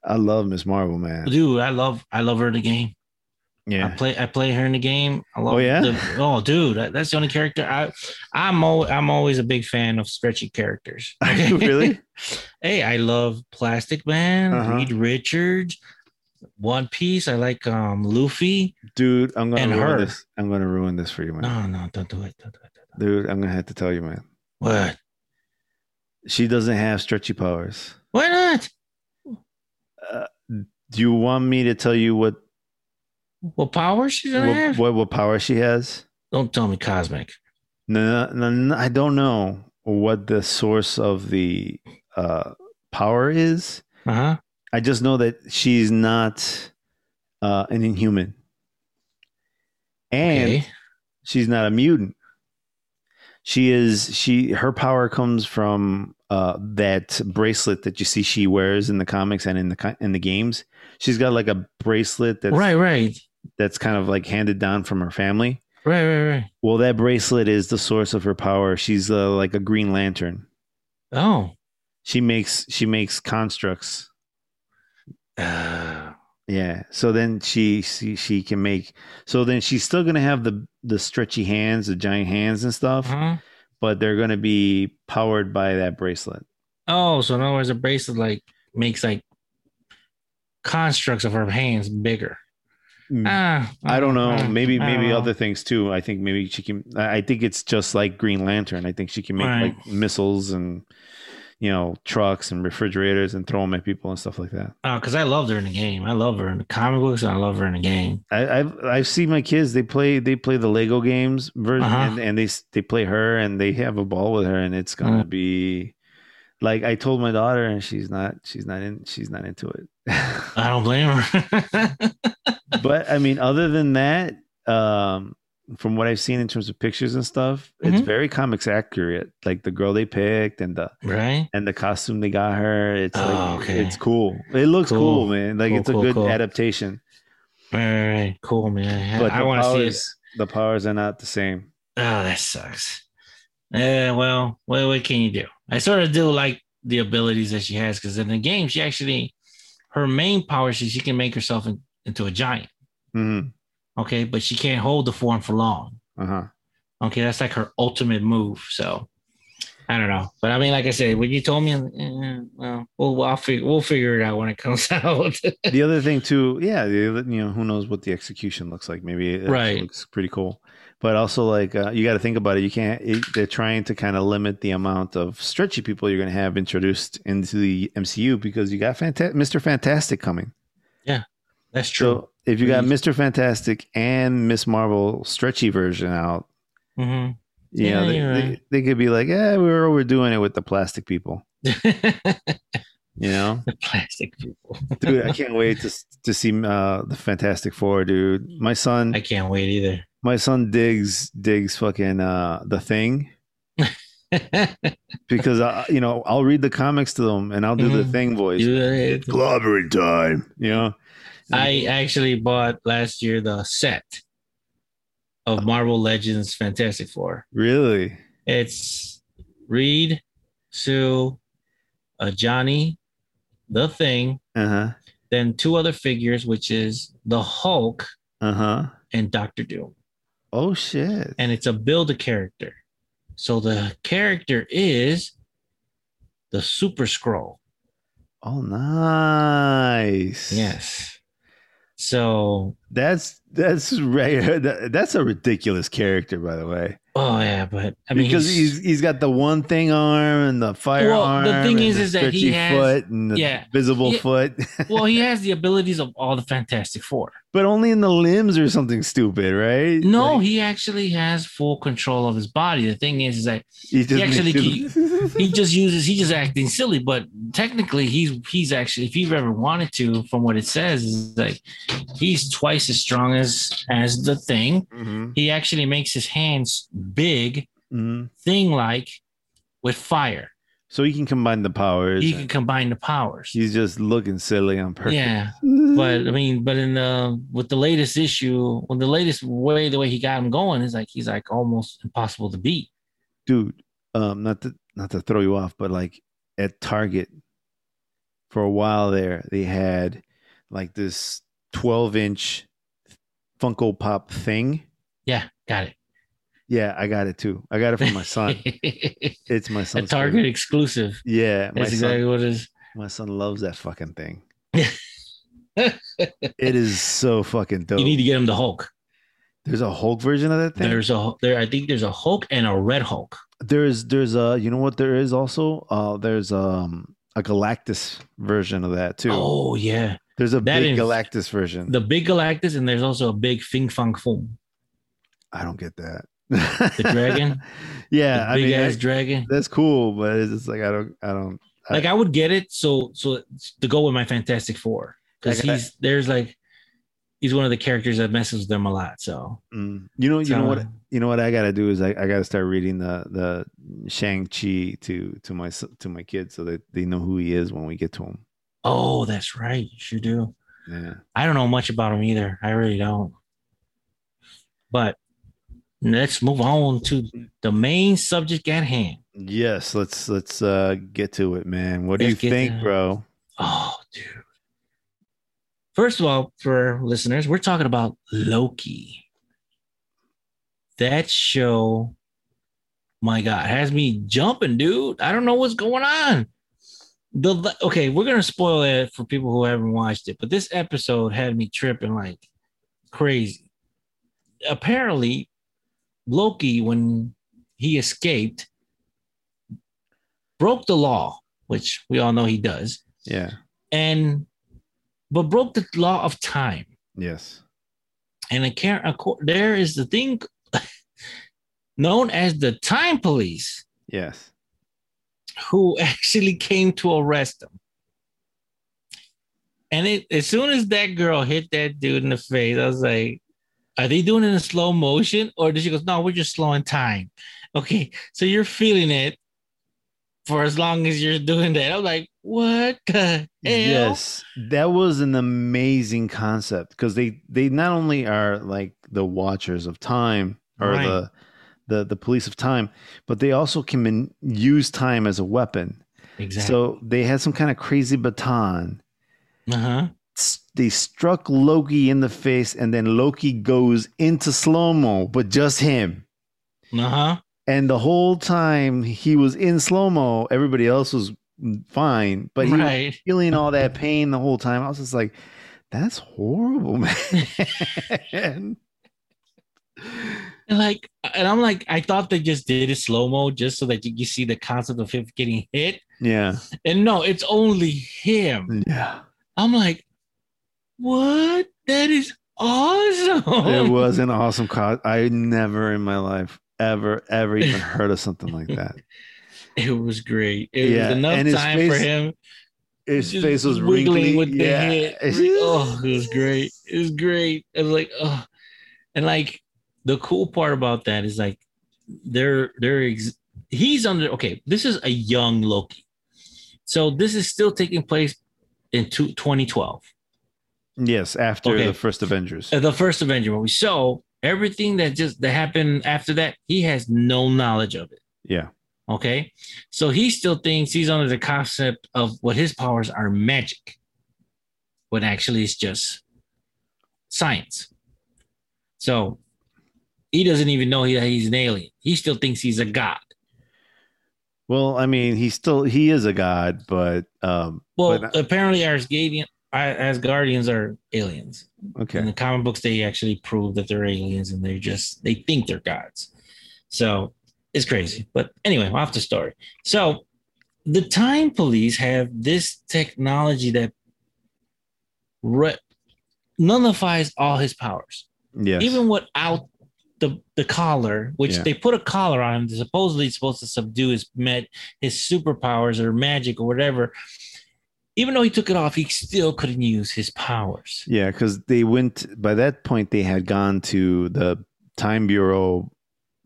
[SPEAKER 1] I love Miss Marvel, man.
[SPEAKER 2] dude. I love I love her in the game. I
[SPEAKER 1] Yeah,
[SPEAKER 2] play I play her in the game. I love
[SPEAKER 1] Oh, yeah?
[SPEAKER 2] the- oh dude, that, that's the only character I I'm al- I'm always a big fan of stretchy characters.
[SPEAKER 1] Are you really?
[SPEAKER 2] hey, I love Plastic Man,
[SPEAKER 1] Uh-huh.
[SPEAKER 2] Reed Richards, One Piece. I like um Luffy.
[SPEAKER 1] dude. I'm gonna
[SPEAKER 2] And
[SPEAKER 1] ruin
[SPEAKER 2] her.
[SPEAKER 1] this. I'm gonna ruin this for you, man.
[SPEAKER 2] No, no, don't do it. Don't do it. Don't do it.
[SPEAKER 1] Dude, I'm gonna have to tell you, man.
[SPEAKER 2] What?
[SPEAKER 1] She doesn't have stretchy powers.
[SPEAKER 2] Why not?
[SPEAKER 1] Do you want me to tell you what
[SPEAKER 2] What power she gonna
[SPEAKER 1] what,
[SPEAKER 2] have?
[SPEAKER 1] what what power she has?
[SPEAKER 2] Don't tell me cosmic.
[SPEAKER 1] No, no, no, no, I don't know what the source of the uh, power is.
[SPEAKER 2] Uh huh.
[SPEAKER 1] I just know that she's not uh, an inhuman, and
[SPEAKER 2] Okay.
[SPEAKER 1] she's not a mutant. She is she her power comes from uh that bracelet that you see she wears in the comics and in the co- in the games. She's got like a bracelet that's
[SPEAKER 2] Right, right,
[SPEAKER 1] that's kind of like handed down from her family.
[SPEAKER 2] right, right, right.
[SPEAKER 1] Well, that bracelet is the source of her power. She's uh, like a Green Lantern.
[SPEAKER 2] Oh.
[SPEAKER 1] She makes she makes constructs.
[SPEAKER 2] Uh,
[SPEAKER 1] Yeah. So then she she, she can make. So then she's still gonna have the the stretchy hands, the giant hands and stuff.
[SPEAKER 2] huh.
[SPEAKER 1] but they're going to be powered by that bracelet.
[SPEAKER 2] Oh, so in other words, a bracelet like makes like constructs of her hands bigger. Ah,
[SPEAKER 1] Hmm. Mm, I don't know.
[SPEAKER 2] ah,
[SPEAKER 1] Maybe
[SPEAKER 2] I don't
[SPEAKER 1] maybe
[SPEAKER 2] know.
[SPEAKER 1] other things too. I think maybe she can. I I think it's just like Green Lantern. I think she can make
[SPEAKER 2] Right.
[SPEAKER 1] like missiles and you know trucks and refrigerators and throw them at people and stuff like that.
[SPEAKER 2] because Oh, I loved her in the game. I love her in the comic books, and I love her in the game.
[SPEAKER 1] I, I've I've seen my kids. They play they play the Lego games version
[SPEAKER 2] Uh-huh.
[SPEAKER 1] and, and they s- they play her and they have a ball with her and it's
[SPEAKER 2] Uh-huh.
[SPEAKER 1] gonna be like I told my daughter and she's not she's not in she's not into it.
[SPEAKER 2] I don't blame her.
[SPEAKER 1] but I mean, other than that, um, from what I've seen in terms of pictures and stuff, it's
[SPEAKER 2] Mhm.
[SPEAKER 1] very comics accurate. Like the girl they picked and the
[SPEAKER 2] right?
[SPEAKER 1] and the costume they got her. It's
[SPEAKER 2] Oh,
[SPEAKER 1] like
[SPEAKER 2] okay.
[SPEAKER 1] it's cool. It looks cool,
[SPEAKER 2] Cool.
[SPEAKER 1] man. Like
[SPEAKER 2] Cool,
[SPEAKER 1] it's a
[SPEAKER 2] cool,
[SPEAKER 1] good
[SPEAKER 2] cool.
[SPEAKER 1] adaptation.
[SPEAKER 2] Right, right, right. Cool, man.
[SPEAKER 1] But
[SPEAKER 2] I
[SPEAKER 1] the
[SPEAKER 2] want to see it.
[SPEAKER 1] powers- The powers are not the same.
[SPEAKER 2] Oh, that sucks. Yeah, well, what, what can you do? I sort of do like the abilities that she has because in the game, she actually, her main power is she can make herself in, into a giant.
[SPEAKER 1] hmm
[SPEAKER 2] Okay, but she can't hold the form for long.
[SPEAKER 1] Uh huh.
[SPEAKER 2] Okay, that's like her ultimate move. So I don't know, but I mean, like I said, when you told me, eh, well, we'll I'll figure, we'll figure it out when it comes out.
[SPEAKER 1] The other thing too, yeah, the other, you know, who knows what the execution looks like? Maybe it
[SPEAKER 2] Right.
[SPEAKER 1] looks pretty cool. But also, like, uh, you got to think about it. You can't. It, they're trying to kind of limit the amount of stretchy people you're going to have introduced into the MCU because you got Fanta- Mr. Fantastic coming.
[SPEAKER 2] that's true.
[SPEAKER 1] So if you got
[SPEAKER 2] Please.
[SPEAKER 1] Mr. Fantastic and Miss Marvel stretchy version out,
[SPEAKER 2] Mhm.
[SPEAKER 1] you
[SPEAKER 2] Yeah,
[SPEAKER 1] know, they,
[SPEAKER 2] you're
[SPEAKER 1] they,
[SPEAKER 2] right.
[SPEAKER 1] they could be like, "Yeah, we were overdoing it with the plastic people."
[SPEAKER 2] the
[SPEAKER 1] You know,
[SPEAKER 2] plastic people.
[SPEAKER 1] dude, I can't wait to to see uh, the Fantastic Four, dude. My son,
[SPEAKER 2] I can't wait either.
[SPEAKER 1] my son digs digs fucking uh the thing because I, you know I'll read the comics to them and I'll do the
[SPEAKER 2] Mhm.
[SPEAKER 1] thing voice.
[SPEAKER 2] You- uh,
[SPEAKER 1] Clobbering time, you know.
[SPEAKER 2] I actually bought last year the set
[SPEAKER 1] Uh-huh.
[SPEAKER 2] of Marvel Legends Fantastic Four.
[SPEAKER 1] really
[SPEAKER 2] It's Reed, Sue, uh, Johnny, the Thing,
[SPEAKER 1] Uh huh.
[SPEAKER 2] then two other figures, which is the Hulk
[SPEAKER 1] Uh huh.
[SPEAKER 2] and Doctor Doom.
[SPEAKER 1] Oh shit.
[SPEAKER 2] And it's a build a character. So the character is the Super Scroll.
[SPEAKER 1] Oh nice.
[SPEAKER 2] Yes. So,
[SPEAKER 1] That's that's right. That, that's a ridiculous character, by the way.
[SPEAKER 2] oh yeah, but I mean,
[SPEAKER 1] because
[SPEAKER 2] he's-
[SPEAKER 1] he's he's got the one thing arm and the fire
[SPEAKER 2] Well,
[SPEAKER 1] arm.
[SPEAKER 2] the thing
[SPEAKER 1] and
[SPEAKER 2] is-
[SPEAKER 1] the
[SPEAKER 2] is that he
[SPEAKER 1] stretchy
[SPEAKER 2] has-
[SPEAKER 1] foot and the
[SPEAKER 2] yeah.
[SPEAKER 1] visible
[SPEAKER 2] Yeah.
[SPEAKER 1] foot,
[SPEAKER 2] well, he has the abilities of all the Fantastic Four.
[SPEAKER 1] but only in the limbs or something stupid, right?
[SPEAKER 2] No,
[SPEAKER 1] Like,
[SPEAKER 2] he actually has full control of his body. The thing is, is that
[SPEAKER 1] he, just
[SPEAKER 2] he actually
[SPEAKER 1] makes it-
[SPEAKER 2] he just uses he's just acting silly, but technically he's he's actually if he ever wanted to, from what it says, is like he's twice as strong as as the thing.
[SPEAKER 1] Mhm.
[SPEAKER 2] He actually makes his hands big,
[SPEAKER 1] Mhm.
[SPEAKER 2] thing like with fire.
[SPEAKER 1] So he can combine the powers.
[SPEAKER 2] He can combine the powers.
[SPEAKER 1] He's just looking silly on purpose.
[SPEAKER 2] Yeah. But I mean, but in the with the latest issue, with the latest way the way he got him going is like he's like almost impossible to beat.
[SPEAKER 1] dude, um, not to not to throw you off, but like at Target for a while there, they had like this twelve inch Funko Pop thing.
[SPEAKER 2] Yeah, got
[SPEAKER 1] Yeah, I got it too. I got it from my son.
[SPEAKER 2] it.
[SPEAKER 1] it's my
[SPEAKER 2] A
[SPEAKER 1] son's
[SPEAKER 2] Target
[SPEAKER 1] favorite.
[SPEAKER 2] exclusive.
[SPEAKER 1] Yeah, my
[SPEAKER 2] That's
[SPEAKER 1] son,
[SPEAKER 2] exactly what it is.
[SPEAKER 1] my son loves that fucking thing. it is so fucking dope.
[SPEAKER 2] You need to get him the Hulk.
[SPEAKER 1] there's a Hulk version of that thing.
[SPEAKER 2] There's a there. I think there's a Hulk and a Red Hulk.
[SPEAKER 1] there's there's a you know what there is also uh there's um a Galactus version of that too.
[SPEAKER 2] Oh yeah,
[SPEAKER 1] there's a
[SPEAKER 2] that
[SPEAKER 1] big
[SPEAKER 2] is-
[SPEAKER 1] Galactus version.
[SPEAKER 2] the big Galactus, and there's also a big Fing Fang Foom,
[SPEAKER 1] I don't get that.
[SPEAKER 2] the dragon,
[SPEAKER 1] yeah,
[SPEAKER 2] the
[SPEAKER 1] I
[SPEAKER 2] big
[SPEAKER 1] mean
[SPEAKER 2] ass
[SPEAKER 1] I-
[SPEAKER 2] dragon.
[SPEAKER 1] that's cool, but it's just like I don't I don't
[SPEAKER 2] Like I would get it. So so to go with my Fantastic Four because
[SPEAKER 1] I got-
[SPEAKER 2] he's there's like he's one of the characters that messes with them a lot. So
[SPEAKER 1] mm. you know you know what
[SPEAKER 2] So,
[SPEAKER 1] you know what I gotta do is I, I gotta start reading the the Shang Chi to to my s- to my kids so that they know who he is when we get to him.
[SPEAKER 2] Oh, that's right. You sure do.
[SPEAKER 1] Yeah,
[SPEAKER 2] I don't know much about him either. I really don't. But let's move on to the main subject at hand.
[SPEAKER 1] yes, let's let's uh get to it, man. What do
[SPEAKER 2] Let's
[SPEAKER 1] you
[SPEAKER 2] get
[SPEAKER 1] think,
[SPEAKER 2] to-
[SPEAKER 1] bro?
[SPEAKER 2] Oh, dude. First of all, for listeners, we're talking about Loki. That show, my God, has me jumping, dude. I don't know what's going on. The okay, we're gonna spoil it for people who haven't watched it, but this episode had me tripping like crazy. Apparently, Loki, when he escaped, broke the law, which we all know he does
[SPEAKER 1] Yeah,
[SPEAKER 2] and but broke the law of time.
[SPEAKER 1] yes.
[SPEAKER 2] And I can't. acco- There is the thing known as the time police,
[SPEAKER 1] Yes.
[SPEAKER 2] who actually came to arrest him. And it, as soon as that girl hit that dude in the face, I was like, "Are they doing it in slow motion?" Or she goes, "No, we're just slowing time." Okay, so you're feeling it for as long as you're doing that. I'm like, "What the hell?"
[SPEAKER 1] Yes, that was an amazing concept because they they not only are like the watchers of time or
[SPEAKER 2] Right.
[SPEAKER 1] the the the police of time, but they also can man- use time as a weapon.
[SPEAKER 2] exactly.
[SPEAKER 1] So they had some kind of crazy baton.
[SPEAKER 2] uh huh.
[SPEAKER 1] S- They struck Loki in the face, and then Loki goes into slow mo, but just him.
[SPEAKER 2] Uh huh.
[SPEAKER 1] And the whole time he was in slow mo, everybody else was fine, but he was
[SPEAKER 2] right.
[SPEAKER 1] feeling all that pain the whole time. I was just like, that's horrible, man.
[SPEAKER 2] And like, and I'm like, I thought they just did it slow mo just so that you, you see the concept of him getting hit.
[SPEAKER 1] yeah.
[SPEAKER 2] And no, it's only him.
[SPEAKER 1] Yeah.
[SPEAKER 2] I'm like, what? That is
[SPEAKER 1] It
[SPEAKER 2] awesome.
[SPEAKER 1] was an awesome cause. I never in my life ever, ever even heard of something like that.
[SPEAKER 2] It was great. It
[SPEAKER 1] Yeah,
[SPEAKER 2] was enough
[SPEAKER 1] and his
[SPEAKER 2] time for
[SPEAKER 1] face-
[SPEAKER 2] him.
[SPEAKER 1] His
[SPEAKER 2] just
[SPEAKER 1] face was wrinkly.
[SPEAKER 2] wiggling with the
[SPEAKER 1] yeah.
[SPEAKER 2] hit. Oh, it was great. It was great. It was like, oh, and like the cool part about that is like they're they're ex- he's under okay. This is a young Loki, so this is still taking place in two, 2012,
[SPEAKER 1] Yes, after
[SPEAKER 2] Okay.
[SPEAKER 1] the first Avengers.
[SPEAKER 2] uh, the first Avenger movie. So everything that just that happened after that, he has no knowledge of it.
[SPEAKER 1] Yeah.
[SPEAKER 2] Okay. So he still thinks he's under the concept of what his powers are magic, when actually it's just science. So he doesn't even know he, he's an alien. He still thinks he's a god.
[SPEAKER 1] Well, I mean, he still he is a god, but um
[SPEAKER 2] Well,
[SPEAKER 1] But-
[SPEAKER 2] apparently, Asgardian, Asgardians are aliens. In
[SPEAKER 1] uh, okay.
[SPEAKER 2] the comic books, they actually prove that they're aliens and they're just they think they're gods. So it's crazy. But anyway, off the story. So the time police have this technology that re- nullifies all his powers,
[SPEAKER 1] Yes.
[SPEAKER 2] even without the the collar, which
[SPEAKER 1] Yeah.
[SPEAKER 2] they put a collar on him. Supposedly, it's supposed to subdue his med his superpowers or magic or whatever. Even though he took it off, he still couldn't use his powers.
[SPEAKER 1] yeah, cuz they went by that point they had gone to the time bureau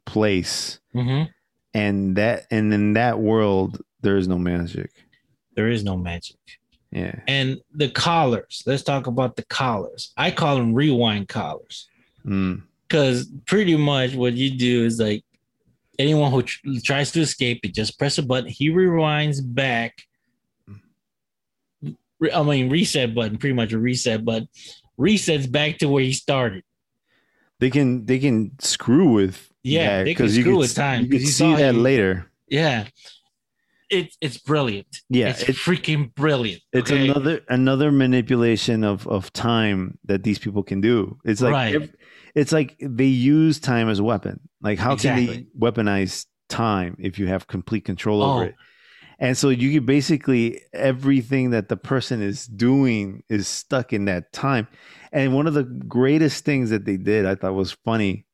[SPEAKER 1] place
[SPEAKER 2] hmm
[SPEAKER 1] and that and in that world there is no magic.
[SPEAKER 2] there is no magic.
[SPEAKER 1] Yeah.
[SPEAKER 2] And the collars, let's talk about the collars. I call them rewind collars
[SPEAKER 1] Mm.
[SPEAKER 2] because pretty much what you do is like anyone who tr- tries to escape, you just press a button, he rewinds back. Re- I mean, reset button, pretty much a reset button, resets back to where he started.
[SPEAKER 1] They can they can screw with
[SPEAKER 2] Yeah,
[SPEAKER 1] that
[SPEAKER 2] they can
[SPEAKER 1] 'cause you
[SPEAKER 2] screw
[SPEAKER 1] could
[SPEAKER 2] with
[SPEAKER 1] s-
[SPEAKER 2] time,
[SPEAKER 1] You could
[SPEAKER 2] 'cause you
[SPEAKER 1] see
[SPEAKER 2] saw
[SPEAKER 1] that
[SPEAKER 2] he-
[SPEAKER 1] later.
[SPEAKER 2] Yeah. It, it's brilliant.
[SPEAKER 1] Yeah,
[SPEAKER 2] It's
[SPEAKER 1] it-
[SPEAKER 2] freaking brilliant.
[SPEAKER 1] It's
[SPEAKER 2] okay?
[SPEAKER 1] another another manipulation of of time that these people can do. It's like
[SPEAKER 2] Right.
[SPEAKER 1] ev- it's like they use time as a weapon. Like how can
[SPEAKER 2] Exactly.
[SPEAKER 1] they weaponize time if you have complete control
[SPEAKER 2] Oh.
[SPEAKER 1] over it? And so you could basically everything that the person is doing is stuck in that time. And one of the greatest things that they did, I thought was funny,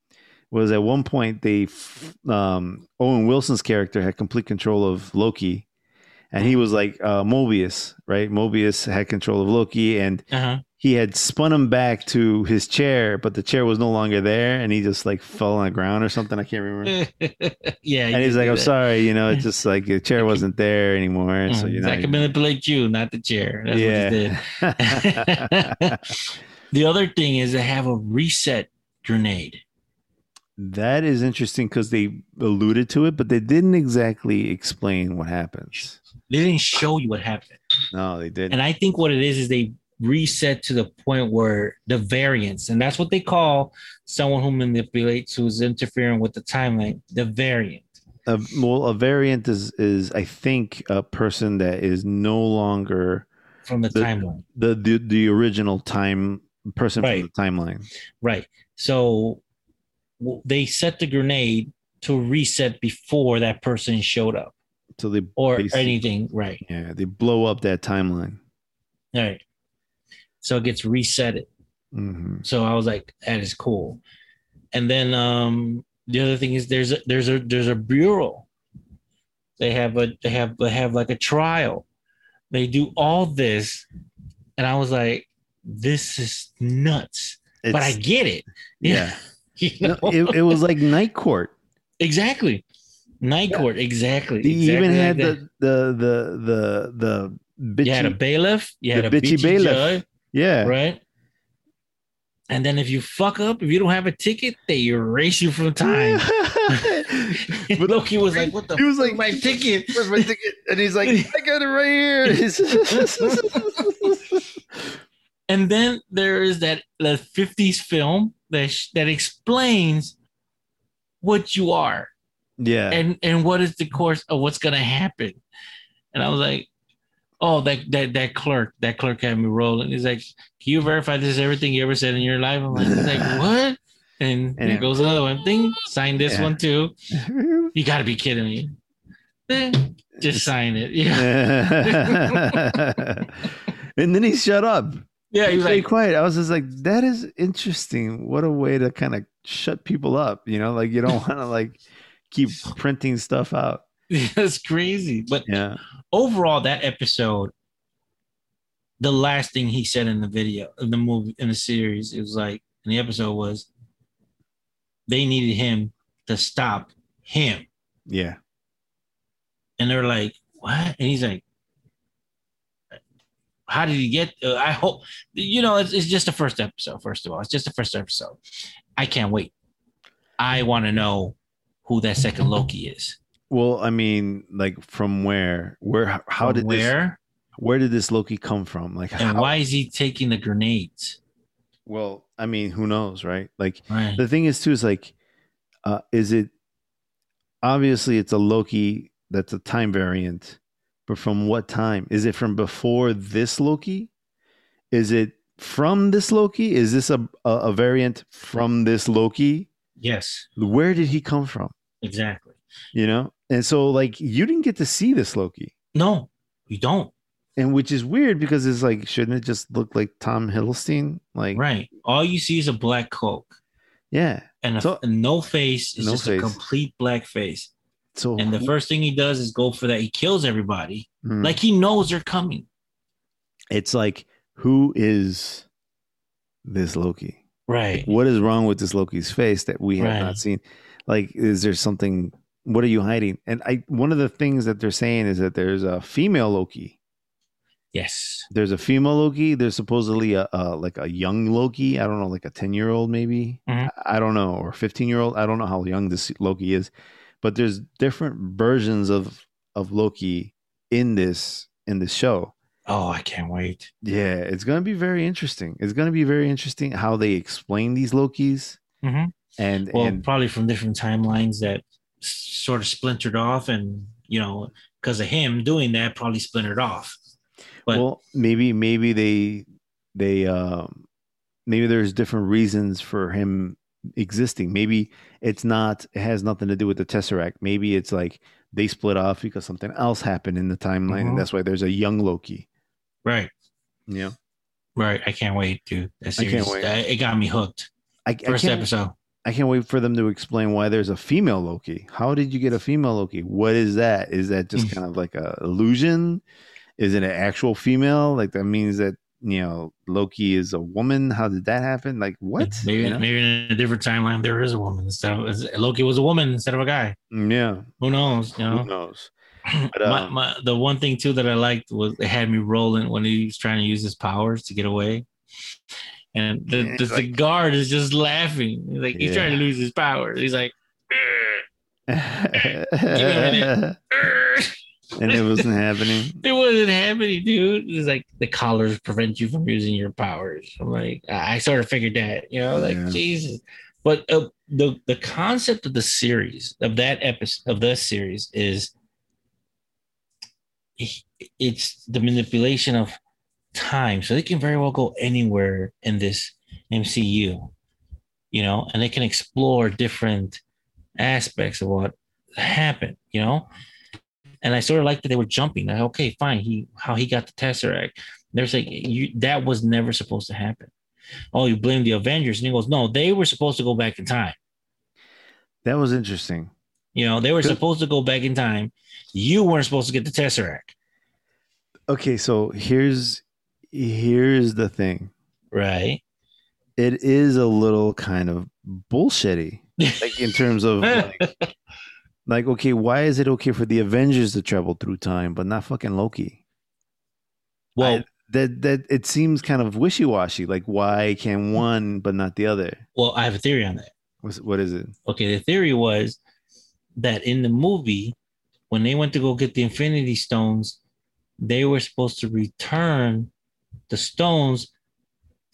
[SPEAKER 1] was at one point they f- um, Owen Wilson's character had complete control of Loki, and he was like uh, Mobius, right? Mobius had control of Loki, and
[SPEAKER 2] Uh-huh.
[SPEAKER 1] he had spun him back to his chair, but the chair was no longer there, and he just like fell on the ground or something. I can't remember.
[SPEAKER 2] yeah.
[SPEAKER 1] And he's like, "I'm sorry, you know, it's just like the chair wasn't there anymore, and so
[SPEAKER 2] Mm,
[SPEAKER 1] you
[SPEAKER 2] it's
[SPEAKER 1] know."
[SPEAKER 2] like a manipulate you, not the chair. That's what he did.
[SPEAKER 1] yeah.
[SPEAKER 2] The other thing is they have a reset grenade.
[SPEAKER 1] that is interesting because they alluded to it, but they didn't exactly explain what happens.
[SPEAKER 2] They didn't show you what happened.
[SPEAKER 1] No, they didn't.
[SPEAKER 2] And I think what it is is they reset to the point where the variance, and that's what they call someone who manipulates who's interfering with the timeline, the variant.
[SPEAKER 1] a, well, a variant is is I think a person that is no longer
[SPEAKER 2] From the
[SPEAKER 1] The-
[SPEAKER 2] timeline.
[SPEAKER 1] the the, the original time person
[SPEAKER 2] Right.
[SPEAKER 1] from the timeline.
[SPEAKER 2] Right. So w- they set the grenade to reset before that person showed up
[SPEAKER 1] So they
[SPEAKER 2] or
[SPEAKER 1] basi-
[SPEAKER 2] anything. Right.
[SPEAKER 1] yeah they blow up that timeline.
[SPEAKER 2] All right. So it gets resetted.
[SPEAKER 1] hmm
[SPEAKER 2] So I was like, that is cool. And then um the other thing is there's a there's a there's a bureau. They have a they have they have like a trial. They do all this. And I was like, this is nuts. but I get it.
[SPEAKER 1] yeah.
[SPEAKER 2] You
[SPEAKER 1] No,
[SPEAKER 2] know?
[SPEAKER 1] it, it was like night court.
[SPEAKER 2] exactly. Night
[SPEAKER 1] Yeah.
[SPEAKER 2] court, exactly.
[SPEAKER 1] They
[SPEAKER 2] exactly
[SPEAKER 1] even
[SPEAKER 2] like
[SPEAKER 1] had
[SPEAKER 2] that.
[SPEAKER 1] the, the the the the bitchy,
[SPEAKER 2] you had a bailiff, you had
[SPEAKER 1] the
[SPEAKER 2] a
[SPEAKER 1] bitchy
[SPEAKER 2] bitchy,
[SPEAKER 1] bailiff.
[SPEAKER 2] judge,
[SPEAKER 1] yeah
[SPEAKER 2] right? And then if you fuck up, if you don't have a ticket, they erase you from time.
[SPEAKER 1] But
[SPEAKER 2] Loki was like, "What the?
[SPEAKER 1] he
[SPEAKER 2] F-
[SPEAKER 1] was like
[SPEAKER 2] my ticket."
[SPEAKER 1] Where's my ticket? And he's like, I got it right here.
[SPEAKER 2] And then there is that that fifties film that sh- that explains what you are
[SPEAKER 1] yeah.
[SPEAKER 2] and and what is the course of what's gonna happen. And I was like, "Oh, that that that clerk, that clerk had me rolling." He's like, "Can you verify this is everything you ever said in your life?" I'm like, he's like what? And
[SPEAKER 1] And
[SPEAKER 2] there
[SPEAKER 1] it-
[SPEAKER 2] goes another one. Ding, sign this
[SPEAKER 1] Yeah.
[SPEAKER 2] one too. You gotta be kidding me. Ding, just sign it. Yeah,
[SPEAKER 1] and then he shut up.
[SPEAKER 2] yeah. He was
[SPEAKER 1] Stay
[SPEAKER 2] like,
[SPEAKER 1] quiet. I was just like, that is interesting. What a way to kind of shut people up. You know, like you don't want to like keep printing stuff out.
[SPEAKER 2] "That's crazy." But
[SPEAKER 1] Yeah.
[SPEAKER 2] overall that episode the last thing he said in the video in the movie in the series it was like in the episode was they needed him to stop him
[SPEAKER 1] Yeah.
[SPEAKER 2] and they're like what and he's like how did he get uh, i hope you know it's, it's just the first episode first of all it's just the first episode i can't wait i want to know who that second loki is
[SPEAKER 1] Well, I mean, like from where? Where? How
[SPEAKER 2] From
[SPEAKER 1] did this?
[SPEAKER 2] where
[SPEAKER 1] Where did this Loki come from? Like
[SPEAKER 2] and
[SPEAKER 1] how?
[SPEAKER 2] why is he taking the grenades?
[SPEAKER 1] Well, I mean, who knows, right? Like
[SPEAKER 2] Right.
[SPEAKER 1] the thing is too is like, uh, is it? Obviously, it's a Loki that's a time variant, but from what time? Is it from before this Loki? Is it from this Loki? Is this a a, a variant from this Loki?
[SPEAKER 2] yes,
[SPEAKER 1] Where did he come from?
[SPEAKER 2] exactly.
[SPEAKER 1] You know, and so like you didn't get to see this Loki.
[SPEAKER 2] No, you don't.
[SPEAKER 1] and which is weird because it's like shouldn't it just look like Tom Hiddleston? Like,
[SPEAKER 2] Right. All you see is a black cloak
[SPEAKER 1] yeah.
[SPEAKER 2] and, a,
[SPEAKER 1] So-
[SPEAKER 2] and no face. It's
[SPEAKER 1] No
[SPEAKER 2] just
[SPEAKER 1] face.
[SPEAKER 2] a complete black face.
[SPEAKER 1] So
[SPEAKER 2] And the
[SPEAKER 1] who-
[SPEAKER 2] first thing he does is go for that. He kills everybody.
[SPEAKER 1] mm.
[SPEAKER 2] Like he knows they're coming.
[SPEAKER 1] it's like who is this Loki?
[SPEAKER 2] Right.
[SPEAKER 1] What is wrong with this Loki's face that we have
[SPEAKER 2] Right.
[SPEAKER 1] not seen? Like, is there something? What are you hiding? And I one of the things that they're saying is that there's a female Loki.
[SPEAKER 2] Yes.
[SPEAKER 1] There's a female Loki. There's supposedly a, a like a young Loki. I don't know, like a ten year old maybe.
[SPEAKER 2] Mhm.
[SPEAKER 1] I I don't know, or fifteen year old. I don't know how young this Loki is, but there's different versions of of Loki in this in this show.
[SPEAKER 2] Oh, I can't wait.
[SPEAKER 1] Yeah, it's gonna be very interesting. It's gonna be very interesting how they explain these Lokis
[SPEAKER 2] Mhm.
[SPEAKER 1] and
[SPEAKER 2] Well,
[SPEAKER 1] and
[SPEAKER 2] probably from different timelines that s- sort of splintered off, and you know, because of him doing that, probably splintered off. but-
[SPEAKER 1] well maybe maybe they they um maybe there's different reasons for him existing maybe it's not it has nothing to do with the tesseract maybe it's like they split off because something else happened in the timeline
[SPEAKER 2] Mhm.
[SPEAKER 1] and that's why there's a young loki
[SPEAKER 2] Right.
[SPEAKER 1] yeah
[SPEAKER 2] Right. I can't wait, dude. That
[SPEAKER 1] I can't
[SPEAKER 2] series,
[SPEAKER 1] wait.
[SPEAKER 2] that- it got me hooked.
[SPEAKER 1] I, I, can't,
[SPEAKER 2] First episode.
[SPEAKER 1] I can't wait for them to explain why there's a female loki how did you get a female loki what is that is that just
[SPEAKER 2] Mhm.
[SPEAKER 1] kind of like a illusion is it an actual female like that means that you know loki is a woman how did that happen like what
[SPEAKER 2] Maybe,
[SPEAKER 1] You know?
[SPEAKER 2] maybe in a different timeline, there is a woman instead of Loki was a woman instead of a guy.
[SPEAKER 1] Mm, Yeah,
[SPEAKER 2] Who knows? You
[SPEAKER 1] who
[SPEAKER 2] know.
[SPEAKER 1] knows? But,
[SPEAKER 2] my,
[SPEAKER 1] um,
[SPEAKER 2] my, the one thing too that I liked was it had me rolling when he was trying to use his powers to get away, and the,
[SPEAKER 1] Yeah,
[SPEAKER 2] the,
[SPEAKER 1] it's
[SPEAKER 2] the
[SPEAKER 1] like-
[SPEAKER 2] guard is just laughing. He's like he's
[SPEAKER 1] Yeah.
[SPEAKER 2] trying to lose his powers. He's like,
[SPEAKER 1] and it wasn't happening.
[SPEAKER 2] it wasn't happening, dude. It's like the collars prevent you from using your powers. I'm like, I, I sort of figured that, you know, like
[SPEAKER 1] Yeah.
[SPEAKER 2] Jesus. But uh, the the concept of the series of that episode of this series is it's the manipulation of time, so they can very well go anywhere in this MCU, you know, and they can explore different aspects of what happened, you know and I sort of liked that they were jumping. Like, okay, fine. He how he got the tesseract. There's like you that was never supposed to happen. Oh, you blame the Avengers, and he goes, no, they were supposed to go back in time.
[SPEAKER 1] That was interesting.
[SPEAKER 2] You know, they were
[SPEAKER 1] Good.
[SPEAKER 2] supposed to go back in time. You weren't supposed to get the tesseract,
[SPEAKER 1] Okay, so here's here's the thing.
[SPEAKER 2] right?
[SPEAKER 1] It is a little kind of bullshitty, like in terms of like, like, okay, why is it okay for the Avengers to travel through time, but not fucking Loki?
[SPEAKER 2] well,
[SPEAKER 1] I- that that it seems kind of wishy washy. Like, why can one but not the other?
[SPEAKER 2] well, I have a theory on that.
[SPEAKER 1] What's, what is it?
[SPEAKER 2] Okay, the theory was that in the movie, when they went to go get the Infinity Stones, they were supposed to return the stones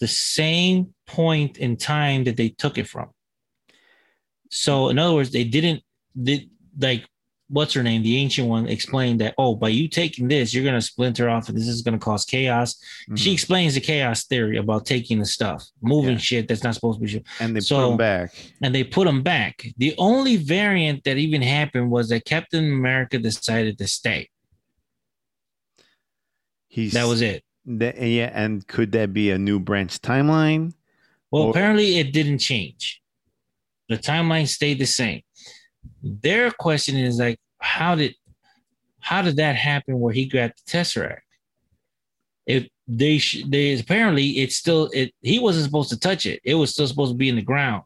[SPEAKER 2] the same point in time that they took it from. So, in other words, they didn't did like what's her name, the ancient one, explained that oh, by you taking this, you're gonna splinter off, and this is gonna cause chaos. She
[SPEAKER 1] Mhm.
[SPEAKER 2] explains the chaos theory about taking the stuff, moving
[SPEAKER 1] Yeah.
[SPEAKER 2] shit that's not supposed to be. shit
[SPEAKER 1] and they put
[SPEAKER 2] so-
[SPEAKER 1] him back.
[SPEAKER 2] and they put him back. The only variant that even happened was that Captain America decided to stay.
[SPEAKER 1] He's
[SPEAKER 2] That was it.
[SPEAKER 1] That, and yeah, and could that be a new branch timeline?
[SPEAKER 2] Well,
[SPEAKER 1] Or-
[SPEAKER 2] apparently it didn't change. The timeline stayed the same. Their question is like, how did how did that happen where he grabbed the Tesseract? If they sh- they apparently it's still it he wasn't supposed to touch it. It was still supposed to be in the ground.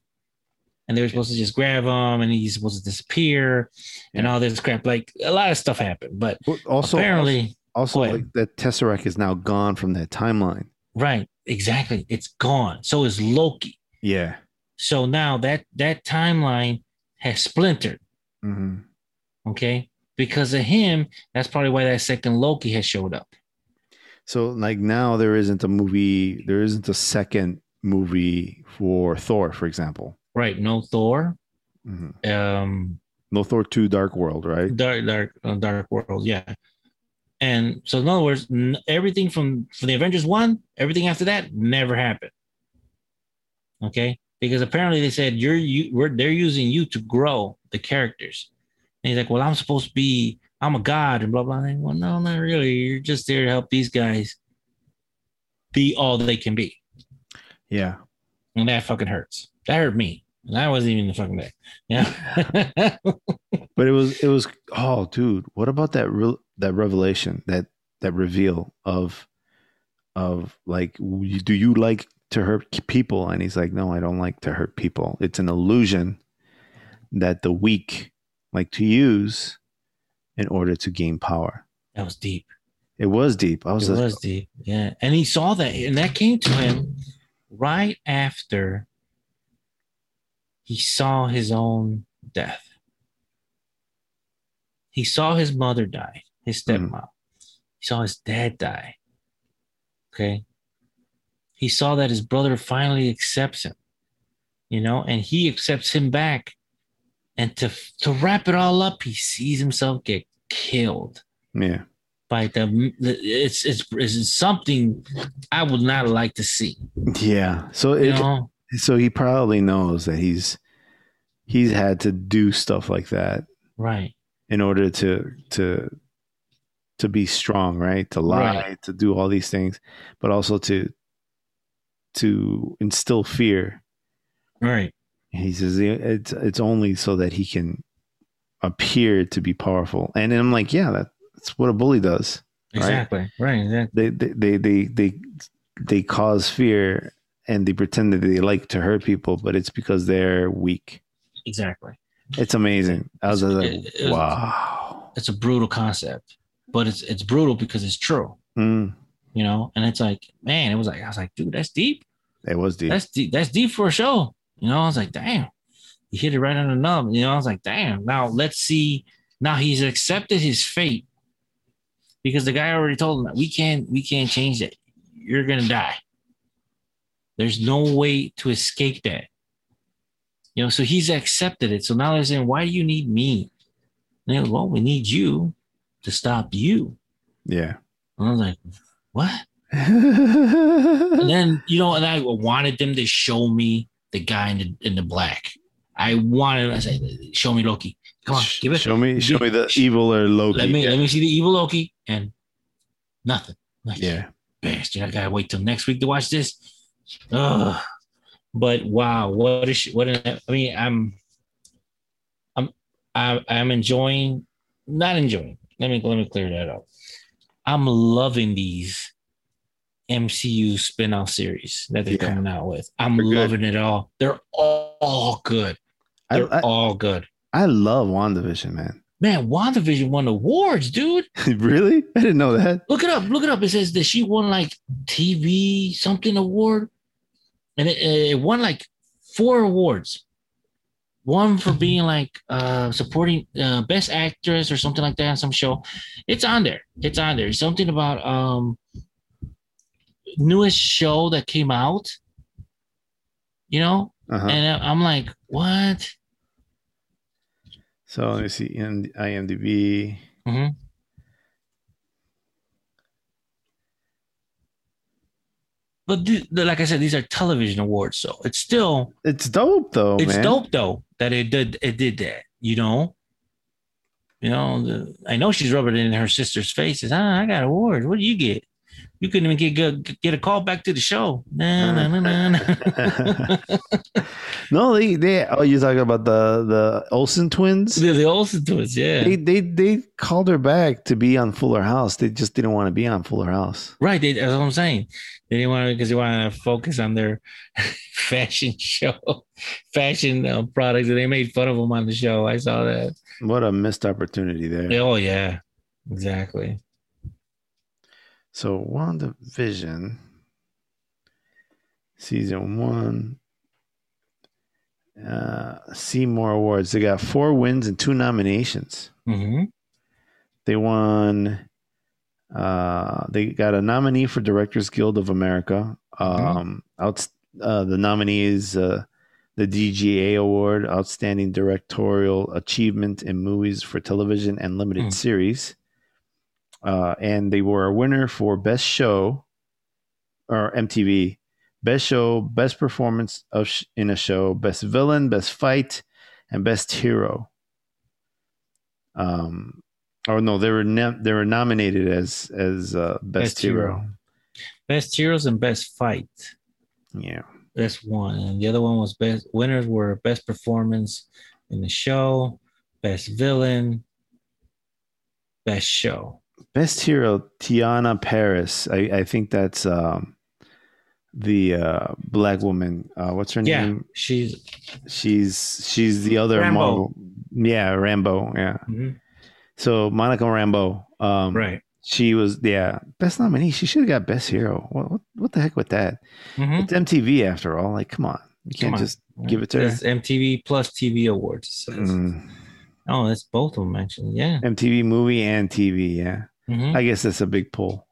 [SPEAKER 2] And they were supposed to just grab him and he's supposed to disappear and
[SPEAKER 1] Yeah.
[SPEAKER 2] all this crap. Like a lot of stuff happened, but
[SPEAKER 1] But also,
[SPEAKER 2] apparently
[SPEAKER 1] also,
[SPEAKER 2] go
[SPEAKER 1] also
[SPEAKER 2] ahead.
[SPEAKER 1] like that Tesseract is now gone from that timeline.
[SPEAKER 2] Right, exactly. It's gone. So is Loki.
[SPEAKER 1] Yeah.
[SPEAKER 2] So now that that timeline has splintered.
[SPEAKER 1] Mhm.
[SPEAKER 2] Okay. Because of him, that's probably why that second Loki has showed up.
[SPEAKER 1] So like now there isn't a movie, there isn't a second movie for Thor, for example.
[SPEAKER 2] Right. No Thor.
[SPEAKER 1] Mhm.
[SPEAKER 2] Um
[SPEAKER 1] No Thor two Dark World, right?
[SPEAKER 2] Dark Dark uh, Dark World, yeah. And so in other words, n- everything from from the Avengers 1, everything after that never happened. Okay? Because apparently they said you're you we're they're using you to grow the characters. And he's like, "Well, I'm supposed to be I'm a god and blah blah." And, well, no, not really. You're just there to help these guys be all they can be.
[SPEAKER 1] Yeah.
[SPEAKER 2] And that fucking hurts. That hurt me. And I wasn't even fucking there. Yeah.
[SPEAKER 1] But it was it was oh dude, what about that real that revelation, that that reveal of of like w- do you like to hurt people? And he's like, No, I don't like to hurt people. It's an illusion that the weak like to use in order to gain power.
[SPEAKER 2] that was deep.
[SPEAKER 1] It was deep. I was
[SPEAKER 2] It
[SPEAKER 1] like,
[SPEAKER 2] was deep. Yeah. And he saw that. And that came to him right after he saw his own death. He saw his mother die, his
[SPEAKER 1] Mhm.
[SPEAKER 2] stepmom. He saw his dad die. Okay. He saw that his brother finally accepts him, you know, and he accepts him back. And to, to wrap it all up, he sees himself get killed
[SPEAKER 1] Yeah.
[SPEAKER 2] by the, the- it's, it's it's something I would not like to see.
[SPEAKER 1] Yeah. So
[SPEAKER 2] You
[SPEAKER 1] it,
[SPEAKER 2] know,
[SPEAKER 1] so he probably knows that he's he's had to do stuff like that
[SPEAKER 2] right?
[SPEAKER 1] in order to to to be strong, right? To lie,
[SPEAKER 2] Right.
[SPEAKER 1] to do all these things, but also to to instill fear.
[SPEAKER 2] Right.
[SPEAKER 1] And He says "Yeah, it's it's only so that he can appear to be powerful. And I'm like, yeah, that, that's what a bully does.
[SPEAKER 2] Exactly. Right.
[SPEAKER 1] They
[SPEAKER 2] Exactly.
[SPEAKER 1] they they they they, they cause fear and they pretend that they like to hurt people, but it's because they're weak.
[SPEAKER 2] Exactly.
[SPEAKER 1] It's amazing. I was just like,
[SPEAKER 2] It- it-
[SPEAKER 1] wow.
[SPEAKER 2] It's a brutal concept, but it's it's brutal because it's true.
[SPEAKER 1] Mm,
[SPEAKER 2] You know, and it's like, man, it was like I was like, dude, that's deep.
[SPEAKER 1] it was deep.
[SPEAKER 2] That's deep. That's deep for a show. You know, I was like, damn, you hit it right on the nub. You know, I was like, damn. Now let's see. Now he's accepted his fate because the guy already told him that we can't we can't change that. You're gonna die. There's no way to escape that. You know, so he's accepted it. So now they're saying, why do you need me? And they go, well, we need you to stop you.
[SPEAKER 1] Yeah.
[SPEAKER 2] And I was like, what? and
[SPEAKER 1] yeah.
[SPEAKER 2] then you know, and I wanted them to show me the guy in the in the black. I wanted. I said, "Show me Loki. Come on, give it.
[SPEAKER 1] Show me, show
[SPEAKER 2] give-
[SPEAKER 1] me the evil or Loki.
[SPEAKER 2] Let me let me see the evil Loki." And nothing. Like,
[SPEAKER 1] yeah.
[SPEAKER 2] bastard. I gotta wait till next week to watch this. Ugh. But wow, what is what? An, I mean, I'm, I'm, I'm, I'm enjoying. Not enjoying. Let me let me clear that up. I'm loving these MCU spin-off series that they're
[SPEAKER 1] Yeah.
[SPEAKER 2] coming out with. I'm
[SPEAKER 1] They're good.
[SPEAKER 2] loving it all. They're all, all good.
[SPEAKER 1] I,
[SPEAKER 2] They're
[SPEAKER 1] I,
[SPEAKER 2] all good.
[SPEAKER 1] I love WandaVision, man.
[SPEAKER 2] Man, WandaVision won awards, dude.
[SPEAKER 1] really? I didn't know that.
[SPEAKER 2] Look it up. Look it up. It says that she won like TV something award, and it, it won like four awards. One for being like uh supporting uh best actress or something like that on some show. It's on there. It's on there. Something about um newest show that came out. You know,
[SPEAKER 1] Uh-huh.
[SPEAKER 2] and I- I'm like, what?
[SPEAKER 1] So let me see. In IMDb.
[SPEAKER 2] Mhm. But th- like I said, these are television awards, so it's still
[SPEAKER 1] It's dope, though,
[SPEAKER 2] it's
[SPEAKER 1] Oh, man.
[SPEAKER 2] dope though that it did it did that. You know, you know. The, I know she's rubbing it in her sister's face. Says, ah, I got awards. What do you get? You couldn't even get get, get a call back to the show. Nah, nah, nah, nah, nah.
[SPEAKER 1] no, they, they, oh, you're talking about the, the Olsen twins?
[SPEAKER 2] the, the Olsen twins, yeah.
[SPEAKER 1] They, they, they called her back to be on Fuller House. They just didn't want to be on Fuller House.
[SPEAKER 2] Right, they, that's what I'm saying. They didn't want to because they wanted to focus on their fashion show, fashion uh, products, and they made fun of them on the show. I saw that.
[SPEAKER 1] What a missed opportunity there.
[SPEAKER 2] Oh yeah, exactly.
[SPEAKER 1] So WandaVision season one. Uh Seymour Awards. They got four wins and two nominations.
[SPEAKER 2] Mm-hmm.
[SPEAKER 1] They won. Uh, they got a nominee for Directors Guild of America. Um, outs- uh, the nominee is uh, the DGA Award, Outstanding Directorial Achievement in Movies for Television and Limited
[SPEAKER 2] Mm.
[SPEAKER 1] Series. Uh, and they were a winner for Best Show or MTV, Best Show, Best Performance of sh- in a Show, Best Villain, Best Fight, and Best Hero. Um, or no, they were nom- they were nominated as as uh, Best,
[SPEAKER 2] Best
[SPEAKER 1] Hero.
[SPEAKER 2] Best heroes and best fight.
[SPEAKER 1] Yeah.
[SPEAKER 2] That's one. And the other one was best winners were best performance in the show, best villain, best show.
[SPEAKER 1] Best Hero, Tiana Paris. I, I think that's um, the uh, black woman. Uh, what's her
[SPEAKER 2] Yeah.
[SPEAKER 1] name?
[SPEAKER 2] She's
[SPEAKER 1] She's she's the other
[SPEAKER 2] Rambo.
[SPEAKER 1] Marvel. Yeah, Rambo. Yeah.
[SPEAKER 2] mhm,
[SPEAKER 1] So Monica Rambo. Um,
[SPEAKER 2] right.
[SPEAKER 1] She was yeah best nominee. She should have got best hero. What, what what the heck with that?
[SPEAKER 2] Mhm.
[SPEAKER 1] It's MTV after all. Like come on, you
[SPEAKER 2] Come
[SPEAKER 1] can't
[SPEAKER 2] on.
[SPEAKER 1] just give it to
[SPEAKER 2] That's MTV plus TV awards. it says.
[SPEAKER 1] mm,
[SPEAKER 2] Oh, that's both of them mentioned. Yeah.
[SPEAKER 1] MTV movie and TV. Yeah.
[SPEAKER 2] Mhm.
[SPEAKER 1] I guess that's a big pull.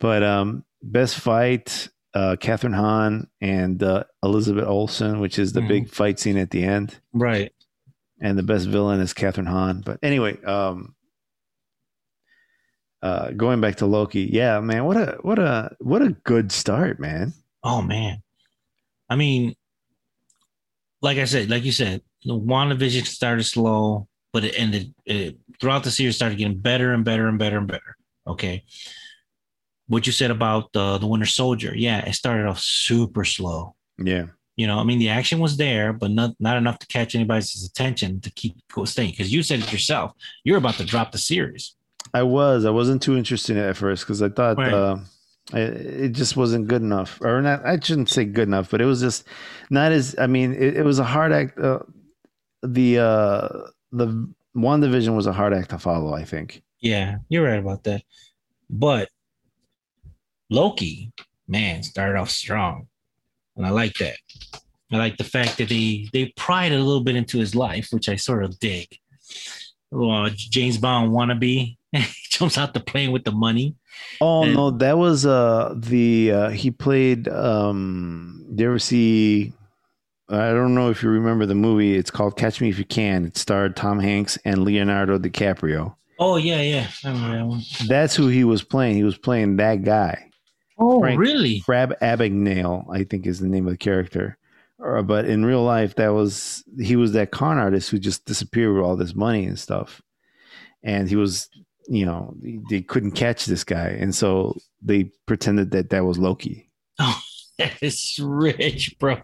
[SPEAKER 1] But um, best fight, uh, Catherine Hahn and uh, Elizabeth Olsen, which is the
[SPEAKER 2] Mhm.
[SPEAKER 1] big fight scene at the end,
[SPEAKER 2] Right.
[SPEAKER 1] and the best villain is Catherine Hahn. But anyway, um, uh, going back to Loki, yeah, man, what a what a what a good start, man.
[SPEAKER 2] Oh man. I mean, like I said, like you said, the WandaVision started slow, but it ended it, throughout the series started getting better and better and better and better. Okay. What you said about uh, the Winter Soldier, yeah, it started off super slow.
[SPEAKER 1] Yeah,
[SPEAKER 2] You know, I mean, the action was there, but not not enough to catch anybody's attention to keep go staying. Because you said it yourself, you're about to drop the series.
[SPEAKER 1] I was I wasn't too interested in it at first because I thought.
[SPEAKER 2] Right.
[SPEAKER 1] Uh, I- it just wasn't good enough, or not. I shouldn't say good enough, but it was just not as. I mean, it, it was a hard act. Uh, the uh the one division was a hard act to follow i think
[SPEAKER 2] Yeah, you're right about that. But Loki, man, started off strong. And I like that. I like the fact that they they pried a little bit into his life, which I sort of dig. Uh, James Bond wannabe jumps out the plane with the money.
[SPEAKER 1] oh
[SPEAKER 2] And-
[SPEAKER 1] no that was uh the uh he played um did you ever see i don't know if you remember the movie it's called catch me if you can it starred tom hanks and leonardo dicaprio
[SPEAKER 2] Oh yeah, yeah. I remember that one.
[SPEAKER 1] that's who he was playing he was playing that guy
[SPEAKER 2] Oh
[SPEAKER 1] Frank.
[SPEAKER 2] really?
[SPEAKER 1] crab abagnale i think is the name of the character uh, but in real life that was he was that con artist who just disappeared with all this money and stuff and he was you know they couldn't catch this guy and so they pretended that that was loki
[SPEAKER 2] That is rich, bro.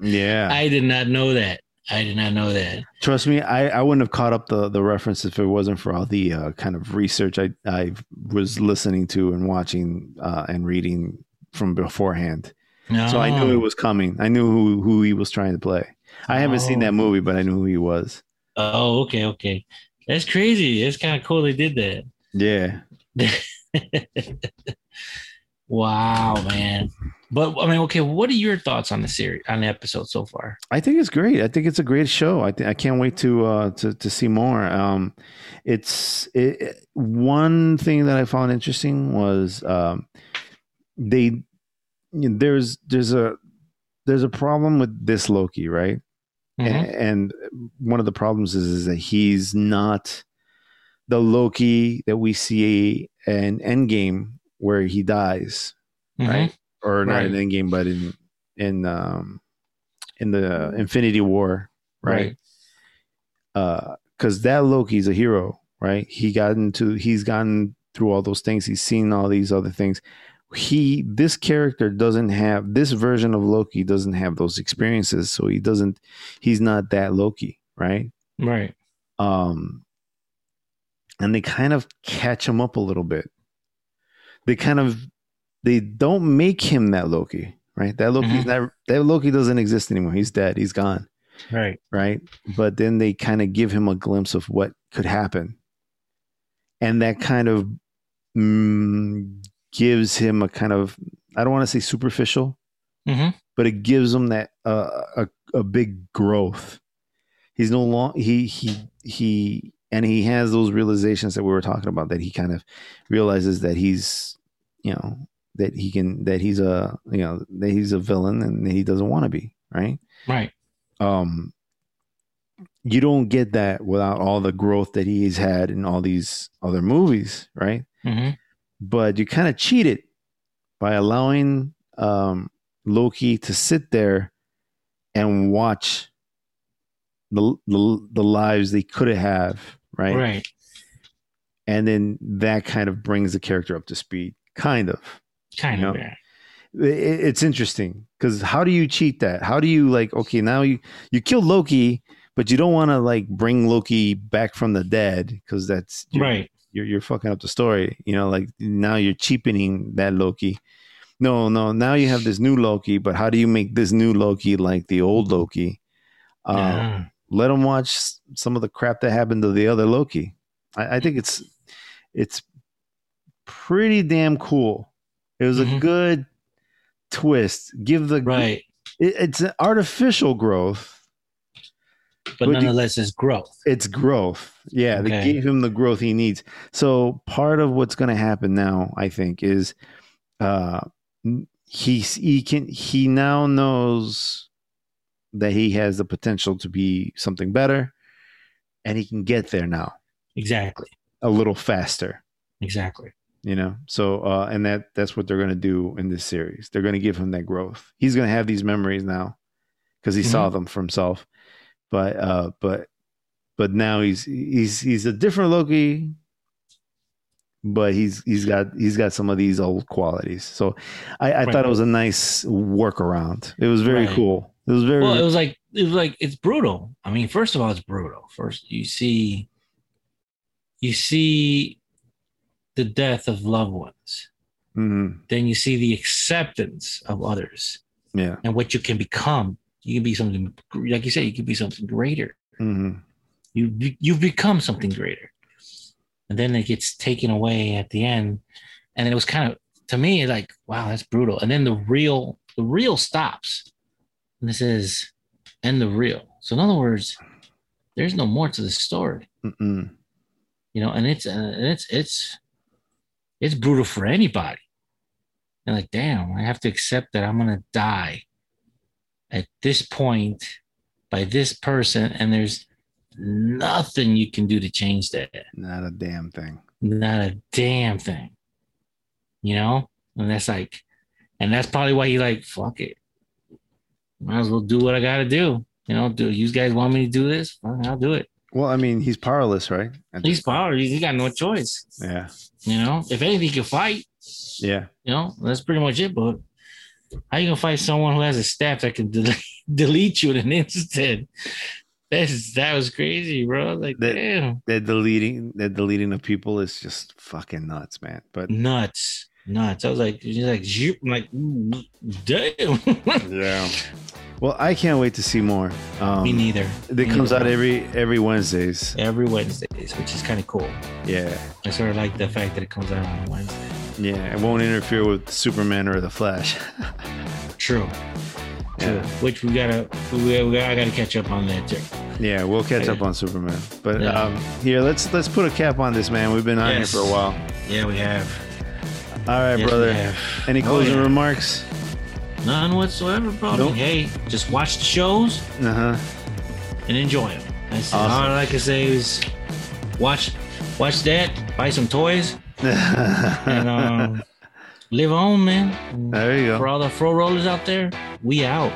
[SPEAKER 1] yeah
[SPEAKER 2] I did not know that. I did not know that.
[SPEAKER 1] trust me I, I wouldn't have caught up the the reference if it wasn't for all the uh, kind of research i i was listening to and watching uh, and reading from beforehand
[SPEAKER 2] No.
[SPEAKER 1] So I knew it was coming. I knew who, who he was trying to play. I haven't seen
[SPEAKER 2] Oh.
[SPEAKER 1] that movie, but I knew who he was.
[SPEAKER 2] Oh, okay, okay. That's crazy. That's kind of cool they did that.
[SPEAKER 1] Yeah.
[SPEAKER 2] wow, man. But I mean, okay, what are your thoughts on the series on the episode so far?
[SPEAKER 1] I think it's great. I think it's a great show. I th- I can't wait to uh to, to see more. Um it's it, it- one thing that I found interesting was um they there's there's a there's a problem with this Loki, right?
[SPEAKER 2] Mhm.
[SPEAKER 1] A- and one of the problems is, is that he's not the Loki that we see in Endgame where he dies,
[SPEAKER 2] Mhm.
[SPEAKER 1] right? Or not in
[SPEAKER 2] Right.
[SPEAKER 1] Endgame, but in in um, in the Infinity War, right? Because that Loki's a hero, right? He got into he's gotten through all those things. He's seen all these other things. He this character doesn't have this version of Loki doesn't have those experiences, so he doesn't. He's not that Loki, right?
[SPEAKER 2] right, right.
[SPEAKER 1] um and they kind of catch him up a little bit they kind of they don't make him that loki right that loki's not that loki doesn't exist anymore he's dead he's gone
[SPEAKER 2] Right.
[SPEAKER 1] right but then they kind of give him a glimpse of what could happen and that kind of mm, gives him a kind of i don't want to say superficial
[SPEAKER 2] Mhm.
[SPEAKER 1] but it gives him that uh, a a big growth. He's no long he he he and he has those realizations that we were talking about that he kind of realizes that he's you know that he can that he's a you know that he's a villain and that he doesn't want to be right
[SPEAKER 2] Right.
[SPEAKER 1] um you don't get that without all the growth that he's had in all these other movies right
[SPEAKER 2] hmm
[SPEAKER 1] but you kind of cheated by allowing um, Loki to sit there and watch the the, the lives they could have, right?
[SPEAKER 2] Right.
[SPEAKER 1] And then that kind of brings the character up to speed, kind of.
[SPEAKER 2] Kind of.
[SPEAKER 1] Yeah.
[SPEAKER 2] yeah.
[SPEAKER 1] It, it's interesting because how do you cheat that? How do you like? Okay, now you you kill Loki, but you don't want to like bring Loki back from the dead because that's you're-
[SPEAKER 2] Right.
[SPEAKER 1] you're you're fucking up the story. You know, like now you're cheapening that Loki. No, no, now you have this new Loki, but how do you make this new Loki like the old Loki? Uh,
[SPEAKER 2] Yeah.
[SPEAKER 1] Let him watch s- some of the crap that happened to the other Loki. I, I think it's it's pretty damn cool. It was a
[SPEAKER 2] Mhm.
[SPEAKER 1] good twist. Give the
[SPEAKER 2] right.
[SPEAKER 1] it- it's an artificial growth. Would
[SPEAKER 2] But
[SPEAKER 1] you-
[SPEAKER 2] nonetheless, it's growth.
[SPEAKER 1] It's growth. Yeah,
[SPEAKER 2] Okay.
[SPEAKER 1] they gave him the growth he needs. So part of what's going to happen now, I think, is uh he's he can he now knows that he has the potential to be something better and he can get there now
[SPEAKER 2] Exactly.
[SPEAKER 1] a little faster,
[SPEAKER 2] Exactly.
[SPEAKER 1] you know. So uh and that that's what they're going to do in this series. They're going to give him that growth. He's going to have these memories now cuz he saw
[SPEAKER 2] Mm-hmm.
[SPEAKER 1] them for himself but uh but but now he's he's he's a different loki but he's he's got he's got some of these old qualities so i i
[SPEAKER 2] Right.
[SPEAKER 1] thought it was a nice workaround it was very
[SPEAKER 2] Right.
[SPEAKER 1] cool it was very
[SPEAKER 2] Well, it was like it was like it's brutal. I mean, first of all, it's brutal. First, you see, you see the death of loved ones.
[SPEAKER 1] Mhm.
[SPEAKER 2] Then you see the acceptance of others
[SPEAKER 1] yeah
[SPEAKER 2] and what you can become. You can be something, like you said, you can be something greater.
[SPEAKER 1] Mhm.
[SPEAKER 2] You you've become something greater, and then it gets taken away at the end. And it was kind of to me like, wow, that's brutal. And then the real the real stops. And this is end the real. So in other words, there's no more to the story,
[SPEAKER 1] Mm-mm.
[SPEAKER 2] you know. And it's uh, and it's it's it's brutal for anybody. And like, damn, I have to accept that I'm gonna die at this point by this person, and there's nothing you can do to change that
[SPEAKER 1] not a damn thing
[SPEAKER 2] not a damn thing. You know? And that's like, and that's probably why you like, fuck it. Might as well do what I gotta do. You know, do you guys want me to do this? Fine, I'll do it.
[SPEAKER 1] well i mean he's powerless right At
[SPEAKER 2] He's
[SPEAKER 1] this-
[SPEAKER 2] power. He got no choice.
[SPEAKER 1] yeah
[SPEAKER 2] You know, if anything, he can fight.
[SPEAKER 1] yeah
[SPEAKER 2] You know, that's pretty much it. But how you gonna fight someone who has a staff that can del- delete you in an instant? That's that was crazy, bro. Like,
[SPEAKER 1] That-
[SPEAKER 2] damn,
[SPEAKER 1] the deleting the deleting of people is just fucking nuts man but
[SPEAKER 2] nuts, nuts. I was like, he's like, zoop. I'm like, ooh, damn.
[SPEAKER 1] yeah well i can't wait to see more um
[SPEAKER 2] Me neither.
[SPEAKER 1] it comes out every every wednesdays
[SPEAKER 2] every Wednesdays, which is kind of cool.
[SPEAKER 1] yeah
[SPEAKER 2] I sort of like the fact that it comes out on a Wednesday.
[SPEAKER 1] Yeah, it won't interfere with Superman or the Flash.
[SPEAKER 2] True. True.
[SPEAKER 1] Yeah.
[SPEAKER 2] Which we gotta, we, we, I gotta catch up on that too.
[SPEAKER 1] Yeah, we'll catch up on Superman. But
[SPEAKER 2] Yeah.
[SPEAKER 1] um, here, let's let's put a cap on this, man. We've been on here
[SPEAKER 2] Yes.
[SPEAKER 1] for a while.
[SPEAKER 2] Yeah, we have.
[SPEAKER 1] All right,
[SPEAKER 2] Yes, we
[SPEAKER 1] brother.
[SPEAKER 2] have.
[SPEAKER 1] Any
[SPEAKER 2] Oh,
[SPEAKER 1] closing
[SPEAKER 2] yeah.
[SPEAKER 1] remarks?
[SPEAKER 2] None whatsoever, bro.
[SPEAKER 1] Nope.
[SPEAKER 2] Hey, just watch the shows
[SPEAKER 1] Uh huh.
[SPEAKER 2] and enjoy them. That's
[SPEAKER 1] Awesome.
[SPEAKER 2] all I can say is watch, watch that, buy some toys, and um, live on, man.
[SPEAKER 1] there you
[SPEAKER 2] For
[SPEAKER 1] go.
[SPEAKER 2] all the fro rollers out there, we out.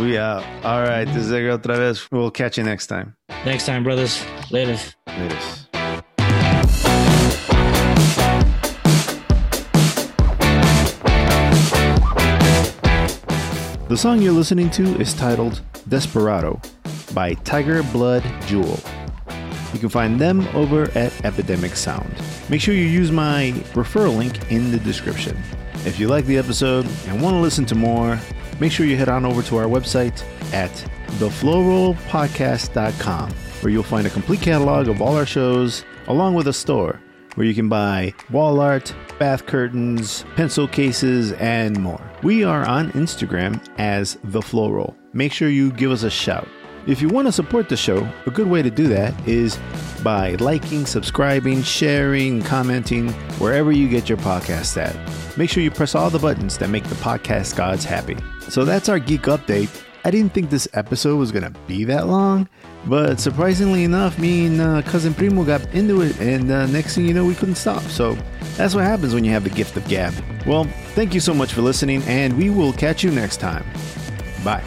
[SPEAKER 1] We out. All right, this is Edgar otra vez. We'll catch you next time.
[SPEAKER 2] Next time, brothers. Later.
[SPEAKER 1] Laters. The song you're listening to is titled Desperado by Tiger Blood Jewel. You can find them over at Epidemic Sound. Make sure you use my referral link in the description. If you like the episode and want to listen to more, make sure you head on over to our website at theflowrollpodcast.com, where you'll find a complete catalog of all our shows, along with a store where you can buy wall art, bath curtains, pencil cases, and more. We are on Instagram as The Flow Roll. Make sure you give us a shout. If you want to support the show, a good way to do that is by liking, subscribing, sharing, commenting wherever you get your podcast at. Make sure you press all the buttons that make the podcast gods happy. So that's our geek update. I didn't think this episode was going to be that long, but surprisingly enough, me and uh, cousin Primo got into it, and uh, next thing you know, we couldn't stop. So that's what happens when you have the gift of gab. Well, thank you so much for listening, and we will catch you next time. Bye.